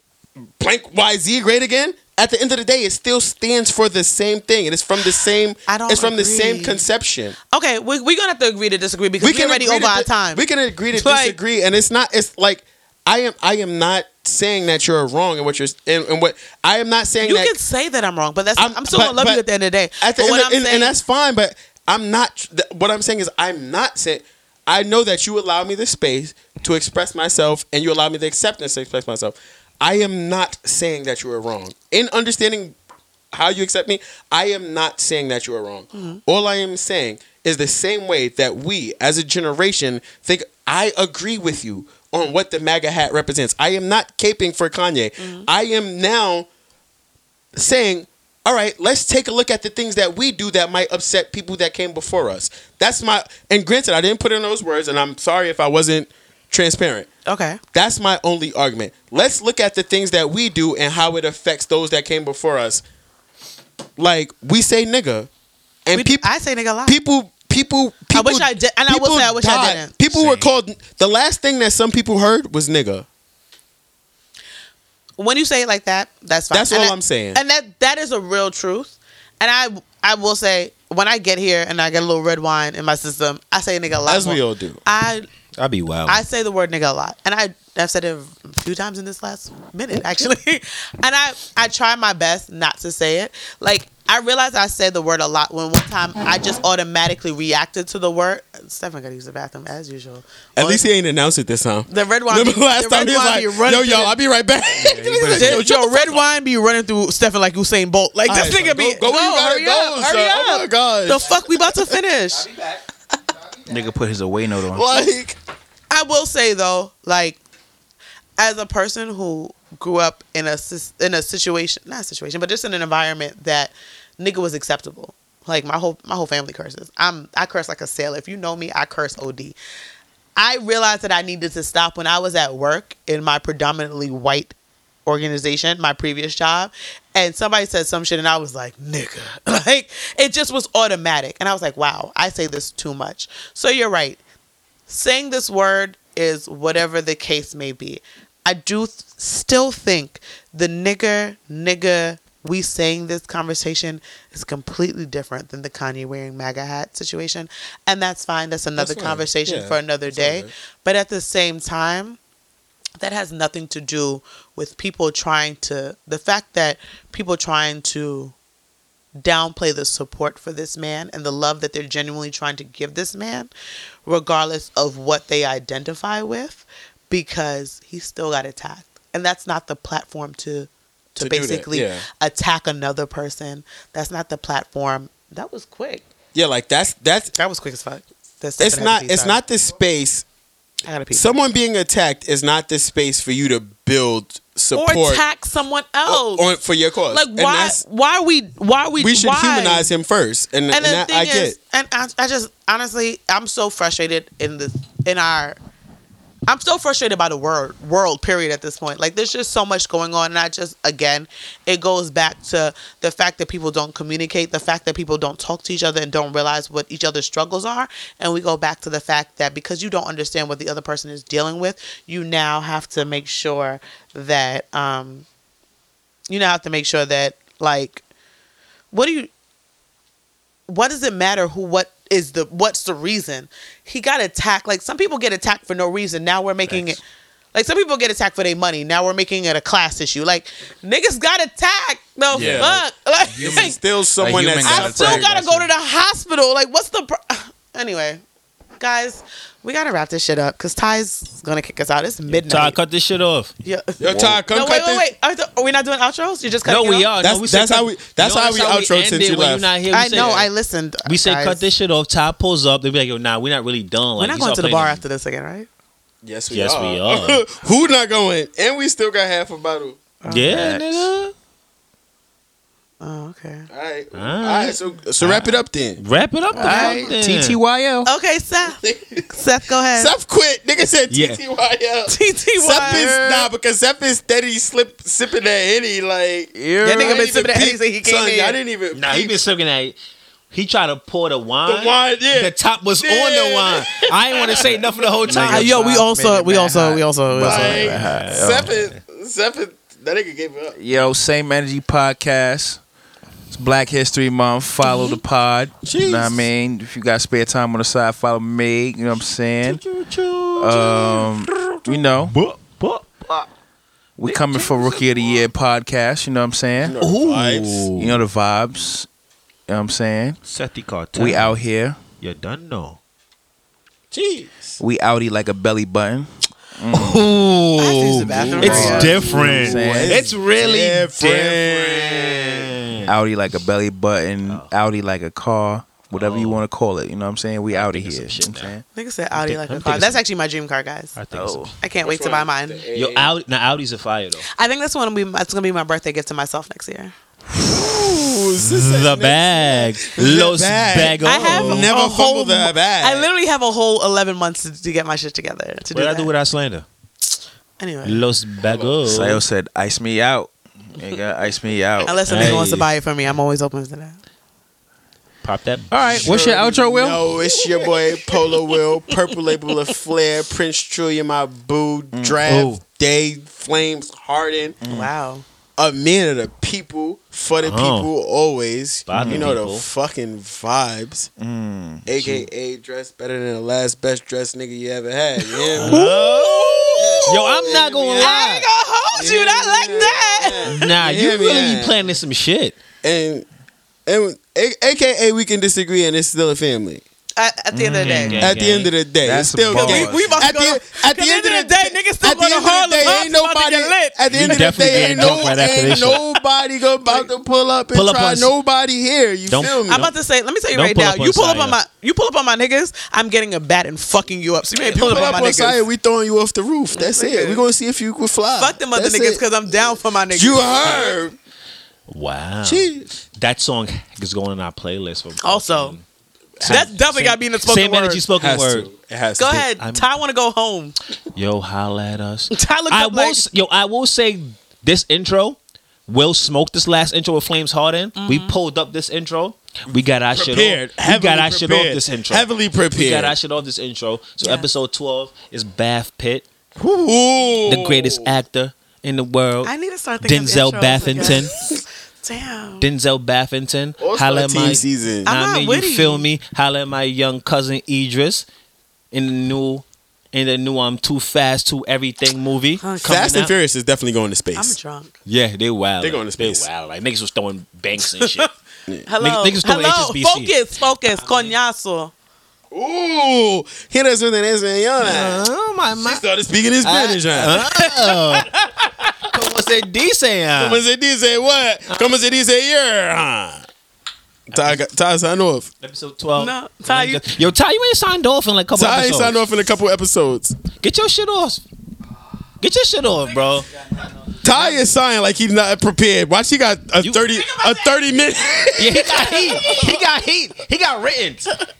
S5: blank YZ great again? At the end of the day, it still stands for the same thing. It is from the same
S3: *sighs* I don't
S5: it's from the same
S3: agree.
S5: conception.
S3: okay. We are gonna have to agree to disagree because we are already
S5: agree
S3: over
S5: to
S3: our
S5: di-
S3: time.
S5: We can agree to
S3: Like-
S5: disagree and it's not it's like I am I am not saying that you're wrong and what you're and, and what I am not saying
S3: You
S5: that
S3: can say that I'm wrong, but that's I'm,
S5: I'm-
S3: still
S5: but-
S3: gonna love
S5: but
S3: you at the end of the day.
S5: at the
S3: But
S5: end
S3: what
S5: of-
S3: I'm
S5: and, and
S3: saying-
S5: that's fine. But I'm not. th- What I'm saying is, I'm not saying. I know that you allow me the space to express myself, and you allow me the acceptance to express myself. I am not saying that you are wrong. In understanding how you accept me, I am not saying that you are wrong.
S3: Mm-hmm.
S5: All I am saying is the same way that we, as a generation, think I agree with you on what the MAGA hat represents. I am not caping for Kanye.
S3: Mm-hmm.
S5: I am now saying, all right, let's take a look at the things that we do that might upset people that came before us. That's my, and granted, I didn't put in those words, and I'm sorry if I wasn't transparent.
S3: okay.
S5: That's my only argument. Let's look at the things that we do and how it affects those that came before us. Like we say nigga, and
S3: We-
S5: people,
S3: I say nigga a lot.
S5: people, people, people.
S3: wish I did- and I will
S5: people
S3: say I wish I
S5: died.
S3: didn't.
S5: People were called. The last thing that some people heard was nigga.
S3: when you say it like that, that's fine.
S5: That's
S3: And
S5: all
S3: that-
S5: I'm saying.
S3: And that that is a real truth. And I I will say when I get here and I get a little red wine in my system, I say nigga a lot.
S5: As we
S3: more.
S5: all do.
S3: I
S7: I'd be wild.
S3: I say the word nigga a lot, and I I've said it a few times in this last minute actually, *laughs* and I I try my best not to say it. Like I realized I said the word a lot when one time I just automatically reacted to the word. Stefan got to use the bathroom as usual.
S5: At
S3: Or-
S5: least he ain't announced it this time.
S3: the red wine.
S5: Remember
S3: be-
S5: last
S3: the
S5: time
S3: red
S5: he was
S3: wine
S5: like,
S3: be running
S5: "Yo,
S3: through
S5: yo,
S3: the-
S5: I'll be right back." *laughs*
S3: Yo, red wine be running through Stefan like Usain Bolt. Like
S5: All right,
S3: this
S5: son,
S3: nigga be
S5: go- go where you gotta
S3: hurry
S5: go,
S3: up,
S5: son.
S3: hurry up.
S5: Oh my gosh.
S3: The fuck we about to finish.
S8: Nigga put his away note on.
S5: like,
S3: I will say though, like as a person who grew up in a sis- in a situation, not a situation, but just in an environment that nigga was acceptable. Like my whole my whole family curses. I'm I curse like a sailor. If you know me, I curse OD. I realized that I needed to stop when I was at work in my predominantly white organization, my previous job, and somebody said some shit and I was like, nigga. *laughs* Like it just was automatic. And I was like, wow, I say this too much. So you're right saying this word is whatever the case may be. I do th- still think the nigger, nigger, we saying this conversation is completely different than the Kanye wearing MAGA hat situation. And that's fine. That's another
S5: That's fine.
S3: conversation
S5: Yeah,
S3: for another
S5: that's
S3: day.
S5: alright.
S3: But at the same time, that has nothing to do with people trying to, the fact that people trying to downplay the support for this man and the love that they're genuinely trying to give this man, regardless of what they identify with, because he still got attacked. And that's not the platform to to,
S5: To do that,
S3: basically
S5: yeah.
S3: attack another person. That's not the platform. That was quick.
S5: Yeah, like that's that's
S3: That was quick as fuck. That's
S5: it's not it's not the space.
S3: I gotta pee.
S5: Someone being attacked is not the space for you to build
S3: or
S5: support
S3: attack someone else.
S5: on for your cause.
S3: like
S5: And
S3: why?
S5: that's-
S3: Why we? Why we?
S5: we should
S3: why?
S5: humanize him first, and, and,
S3: and, the
S5: that
S3: thing
S5: I get.
S3: is, and I, I just honestly, I'm so frustrated in the in our. I'm so frustrated by the world world period at this point. Like there's just so much going on, and I just again, it goes back to the fact that people don't communicate, the fact that people don't talk to each other and don't realize what each other's struggles are, and we go back to the fact that because you don't understand what the other person is dealing with, you now have to make sure that um, you now have to make sure that like, what do you what does it matter who what is the what's the reason he got attacked like some people get attacked for no reason now we're making it like some people get attacked for their money now we're making it a class issue like niggas got attacked no
S5: Yeah.
S3: fuck like,
S5: It's still someone
S6: human
S5: that's
S6: gotta
S3: *laughs* i
S5: suffering.
S3: still gotta go to the hospital like what's the pro- *sighs* anyway guys we gotta wrap this shit up because ty's gonna kick us out it's midnight
S7: Ty, cut this shit off.
S3: yeah.
S5: Yo, Ty, come
S3: no
S5: cut
S3: wait
S5: this-
S3: wait wait are, th- are we not doing outros you just cut
S7: No, we are.
S5: That's
S7: no, we said
S5: that's
S7: cut-
S5: how we that's
S7: No,
S5: how we outro
S7: end
S5: since
S7: it
S5: you
S7: when you're
S5: left.
S7: not here. We
S3: i
S7: say
S3: know
S7: that.
S3: i listened
S7: We say
S3: guys.
S7: cut this shit off. Ty pulls up. They be like, yo, nah, we're not really done.
S3: we're
S7: Like,
S3: not
S7: you
S3: going
S7: start
S3: to the
S7: playing
S3: bar
S7: this-
S3: after this again right
S5: Yes,
S7: Yes, we are.
S5: *laughs* Who not going? And we still got half a bottle.
S7: Yeah, nigga.
S3: oh okay
S5: All right, all
S7: Alright.
S5: right. So so wrap it up then. *laughs*
S7: Wrap it up. the fuck then.
S8: TTYL.
S3: Okay, Seth. Seth, go ahead.
S7: *laughs*
S5: Seth quit. Nigga said
S7: Yeah.
S5: TTYL.
S3: TTY.
S5: Sep is nah because Sep is steady slip sipping that henny like
S3: That nigga
S5: I
S3: been
S5: didn't
S3: sipping
S5: even
S3: that Henny
S5: peep-
S3: since he came
S5: son,
S3: in.
S5: I didn't even.
S7: Nah, he
S5: peep
S7: been looking at. He tried to pour the wine.
S5: the wine. Yeah,
S7: The top was on the
S5: Yeah.
S7: wine. I ain't want to say nothing the whole time.
S3: Uh, yo, we also, we
S6: made it
S3: also,
S6: mad
S3: we also, we also.
S5: like Sep is Sep is that nigga gave up.
S6: Yo, same energy podcast. It's Black History Month. Follow the pod. You know what I mean? If you got spare time on the side, follow me. You know what I'm saying? Um, you know, we coming for Rookie of the Year podcast. You know what I'm saying?
S5: Vibes.
S6: You know the vibes. You know what I'm saying?
S7: Seti Cartel.
S6: We out here.
S7: You done know.
S5: Jeez.
S6: We outie like a belly button.
S7: It's different.
S6: Saying?
S7: It's really
S5: Different.
S6: Audi like a belly button, Audi like a car, whatever you want to call it. You know what I'm saying? We out Oh. of here.
S7: some
S6: you
S7: shit
S6: know what I'm saying?
S3: Nigga said Audi like a
S7: I'm
S3: car.
S7: thinking
S3: That's actually my dream car, guys.
S7: I think so.
S3: I can't wait to buy mine.
S7: Yo, Audi, now Audi's a fire though.
S3: I think that's one be that's gonna be my birthday gift to myself next year.
S7: The bag, Los
S5: bag.
S7: Bagos.
S3: I have
S5: Never
S3: a whole.
S5: fumble the bag.
S3: I literally have a whole eleven months to, to get my shit together to
S7: What did I
S3: do
S7: do
S3: that.
S7: with slander? oh,
S3: Anyway,
S7: Los Bagos.
S6: Sayo said, "Ice me out, nigga. Ice me out."
S3: unless somebody
S7: Hey.
S3: wants to buy it for me, I'm always open to that.
S7: Pop that.
S5: All right,
S6: what's your outro, Will?
S5: No, it's your boy Polo Will, Purple Label of Flair, Prince Trillium, my boo, Draft
S7: Ooh.
S5: Day, Flames, Harden,
S3: Wow.
S5: a man of the people, for the
S7: Oh.
S5: people, always.
S7: By the
S5: you know
S7: people.
S5: the fucking vibes,
S6: Mm.
S5: aka dress better than the last best dressed nigga you ever had. You hear me?
S7: Yo, I'm not
S3: I
S7: gonna lie.
S3: ain't gonna hold you. Not like that.
S7: Nah, you
S5: Yeah,
S7: really
S5: yeah.
S7: be planning some shit.
S5: and and a- aka we can disagree, and it's still a family.
S3: At, at the end of the day.
S7: Mm.
S5: At the end of the day,
S6: That's
S5: it's still
S6: bars.
S5: gang.
S3: We- we about to
S5: at the,
S3: go
S5: end-
S3: to-
S5: at the end, of the day,
S3: niggas still
S5: at the
S3: going
S5: end
S3: to
S5: of the
S3: Harlem
S5: day,
S3: Hubs
S5: ain't
S3: about to
S5: nobody.
S3: get lit.
S5: At the
S7: We
S5: end of the
S7: definitely
S5: day, ain't,
S7: getting
S5: no,
S7: drunk right after
S5: ain't
S7: this shit.
S5: nobody go about to pull up and
S7: Pull up
S5: try
S7: on-
S5: nobody here. You
S7: Don't-
S5: feel me?
S3: I'm about to say, let me tell you
S7: Don't
S3: right
S7: pull
S3: now.
S7: up on
S3: You pull up
S7: Saya.
S3: on my, you pull up on my niggas. I'm getting a bat and fucking you up. So you ain't
S5: pull
S3: pulling
S5: up
S3: up on my
S5: on
S3: niggas.
S5: side, we throwing you off the roof. That's it. We gonna see if you can fly.
S3: Fuck them other
S5: That's
S3: niggas
S5: it.
S3: because I'm down for my niggas.
S5: you heard.
S7: Wow.
S5: Jeez.
S7: That song is going in our playlist. For
S3: Also,
S7: fucking-
S3: that's Oh, definitely gotta be in the spoken
S7: Same energy
S3: word.
S7: spoken word.
S5: It has
S3: Go ahead.
S7: I'm-
S3: Ty want to go home.
S7: Yo, holla
S3: *laughs*
S7: at us.
S3: Ty looked
S7: I
S3: up
S7: will,
S3: like,
S7: s- yo, I will say this intro. Will smoked this last intro with Flames Harden. We
S3: Mm-hmm.
S7: pulled up this intro. We got our
S5: Prepared.
S7: shit off. We got
S5: Heavily
S7: our shit off
S5: prepared.
S7: this intro.
S5: Heavily
S7: We got
S5: prepared.
S7: our shit off this intro. So
S3: Yeah.
S7: episode twelve is Bath Pit.
S5: Oh.
S7: the greatest actor in the world.
S3: I need to start thinking of
S7: Denzel
S3: intros
S7: Baffington.
S3: *laughs* Damn.
S7: Denzel Baffington.
S3: All-Star
S7: Holla at my
S3: team season.
S7: Nah,
S3: I'm
S7: I
S3: not
S7: mean,
S3: witty.
S7: you feel me? Holla at my young cousin Idris in the new in the new um Too Fast Too Everything movie.
S3: Oh,
S5: Fast and Furious is definitely going to space.
S7: I'm drunk. Yeah, they wild.
S5: They going to space.
S7: They wild. Like niggas was throwing banks and shit.
S3: Hello.
S7: Niggas, niggas throwing
S3: Hello.
S7: HSBC.
S3: Focus. Focus.
S7: Oh,
S3: Coñazo.
S5: Ooh, hit us with an española.
S7: Oh my my. uh-huh. She
S5: started speaking in Spanish. huh?
S7: Como se dice? ah?
S5: Como se dice what? Como se dice here? huh? Ty, got- Ty signed off.
S7: Episode 12.
S3: No, Ty, you-
S7: Yo, Ty, you ain't signed off in like a couple
S5: Ty ain't
S7: episodes.
S5: signed off in a couple episodes.
S7: Get your shit off. Get your shit off, bro.
S5: Ty is signed like he's not prepared. Why she got a thirty a thirty
S7: *laughs*
S5: minute?
S7: Yeah, he got heat. He got heat. He got written.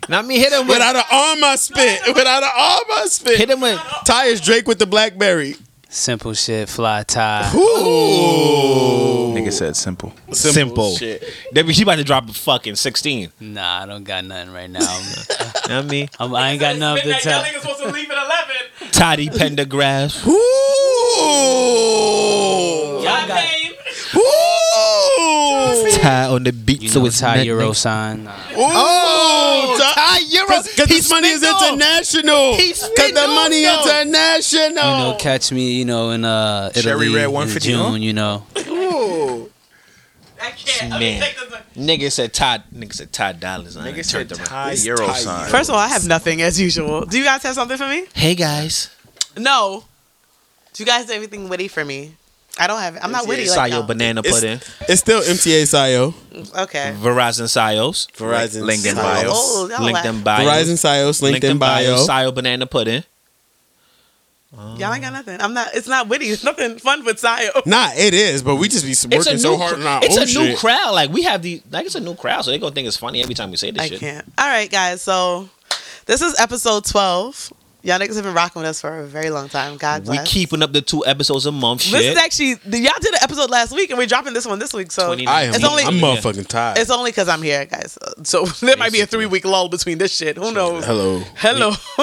S7: Not me hit him with.
S5: Without an arm, I spit. Without an arm, I spit.
S7: Hit him with.
S5: Ty is Drake with the Blackberry.
S10: Simple shit, fly tie.
S6: Nigga said simple.
S7: Simple.
S5: shit.
S7: That mean she about to drop a fucking 16.
S10: Nah, I don't got nothing right now. I'm,
S7: You know what I mean?
S10: I'm, I ain't got nothing to tell.
S3: supposed to leave at 11.
S7: Toddy Pendergrass.
S5: Ooh.
S10: Y'all got
S5: Ooh.
S7: Ty on the beat,
S10: you
S7: so
S10: know,
S7: it's
S10: Ty
S7: meant-
S10: Euro sign.
S5: Oh,
S7: Ty Euro.
S5: Because this money is international.
S7: He's
S5: Because the money is international.
S10: You know, catch me, you know, in uh,
S11: Cherry
S10: Italy
S11: Red
S10: in
S11: 150, huh?
S10: June, you know.
S3: I can't.
S7: Man. Nigga said Todd. Nigga said Todd Dollars. Nigga said
S6: High euro sign.
S3: First of all, I have nothing as usual. Do you guys have something for me?
S7: Hey guys.
S3: No. Do you guys do anything witty for me? I don't have. I'm not witty.
S7: Sayo
S3: Like, no.
S7: banana
S5: It's-
S7: pudding.
S5: It's still MTA Sayo.
S7: mm,
S3: Okay.
S7: Verizon Sayos.
S5: Verizon
S6: LinkedIn
S5: Sayo.
S6: bio.
S3: Oh, y'all,
S7: Link
S3: laugh.
S7: them bio.
S5: Verizon Sayos,
S7: Link
S5: LinkedIn
S7: them
S5: bio.
S7: Sayo banana pudding.
S3: y'all ain't got nothing. I'm not. It's not witty. *laughs* It's nothing fun with Sayo.
S5: Nah, it is, but we just be working
S7: It's a new,
S5: so hard on our
S7: it's
S5: own
S7: a new
S5: shit.
S7: crowd. Like we have the like it's a new crowd, so they gonna think it's funny every time we say this
S3: I
S7: shit.
S3: can't. All right, guys. So this is episode 12. Y'all niggas have been rocking with us for a very long time. God
S7: We
S3: bless.
S7: keeping up the two episodes a month.
S3: This
S7: Shit.
S3: is actually y'all did an episode last week, and we're dropping this one this week. So
S7: 29.
S5: I am.
S3: It's only-
S5: I'm motherfucking tired.
S3: it's only because I'm here, guys. So *laughs* there might be a three week lull between this shit. Who knows?
S5: Hello.
S3: Hello. *laughs*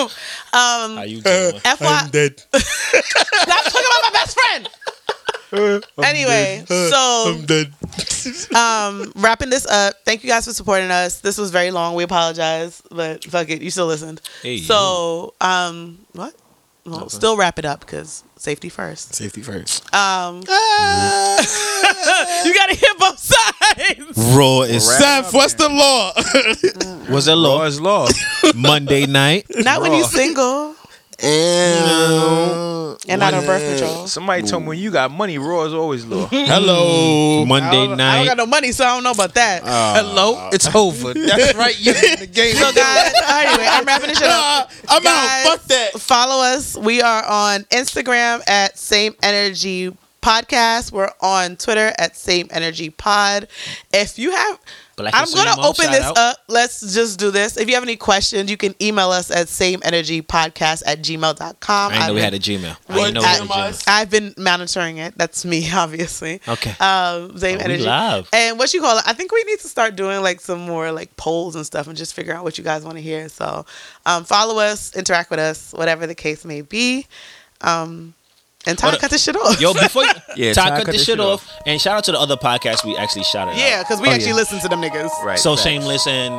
S7: How
S3: um,
S7: you doing?
S5: I'm
S3: FY. *laughs*
S5: dead.
S3: Stop talking about my best friend. Anyway, so
S5: *laughs* I'm dead.
S3: um, wrapping this up. Thank you guys for supporting us. This was very long. We apologize, but fuck it, you still listened.
S7: Hey,
S3: so, um, what? Well, still wrap it up because safety first.
S5: Safety first. *laughs*
S3: Um, you gotta hit both sides.
S7: Raw is
S5: Seth, what's the law?
S7: was a
S6: Law
S7: law
S6: is law.
S7: Monday night.
S3: Not when you single
S5: Ew.
S3: and not on birth control.
S6: Somebody told me when you got money, raw is always law.
S5: Hello.
S7: Monday
S3: I don't
S7: night.
S3: got no money, so I don't know about that.
S11: Hello, it's over. That's right. You're in the game.
S3: So guys, *laughs* anyway, I'm wrapping this shit up.
S5: I'm
S3: Guys,
S5: out. Fuck that.
S3: Follow us. We are on Instagram at Same Energy Podcast. We're on Twitter at Same Energy Pod. If you have,
S7: Black
S3: I'm
S7: History
S3: gonna
S7: Month,
S3: open
S7: shout
S3: this
S7: out.
S3: up. Let's just do this. If you have any questions, you can email us at Same Energy Podcast at gmail.com.
S7: I didn't know
S3: I've
S7: we
S3: been-
S7: had a Gmail. I
S3: Well,
S7: didn't know we had a
S3: I-
S7: Gmail.
S3: I've been monitoring it. That's me, *laughs* obviously.
S7: Okay.
S3: Um, same
S7: Oh, we
S3: energy.
S7: live.
S3: And what you call it? I think we need to start doing like some more like polls and stuff, and just figure out what you guys want to hear. So, um, follow us, interact with us, whatever the case may be. Um, and Todd,
S7: Hold up.
S3: cut this shit off.
S7: Yo, before you,
S6: Yeah,
S7: Ty, cut this shit off. and shout out to the other podcasts we actually shouted
S3: yeah,
S7: out.
S3: because we
S6: Oh,
S3: actually
S6: yeah.
S3: listen to them niggas.
S6: Right.
S7: So
S6: facts.
S7: shameless and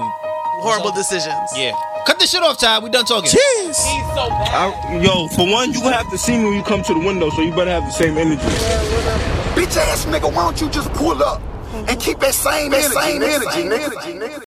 S3: Horrible decisions.
S7: yeah, cut this shit off, Ty. We done talking.
S2: I- yo, for one, you gonna have to see me when you come to the window, so you better have the same energy.
S1: Bitch ass nigga, why don't you just pull up and keep that same, that same energy, nigga.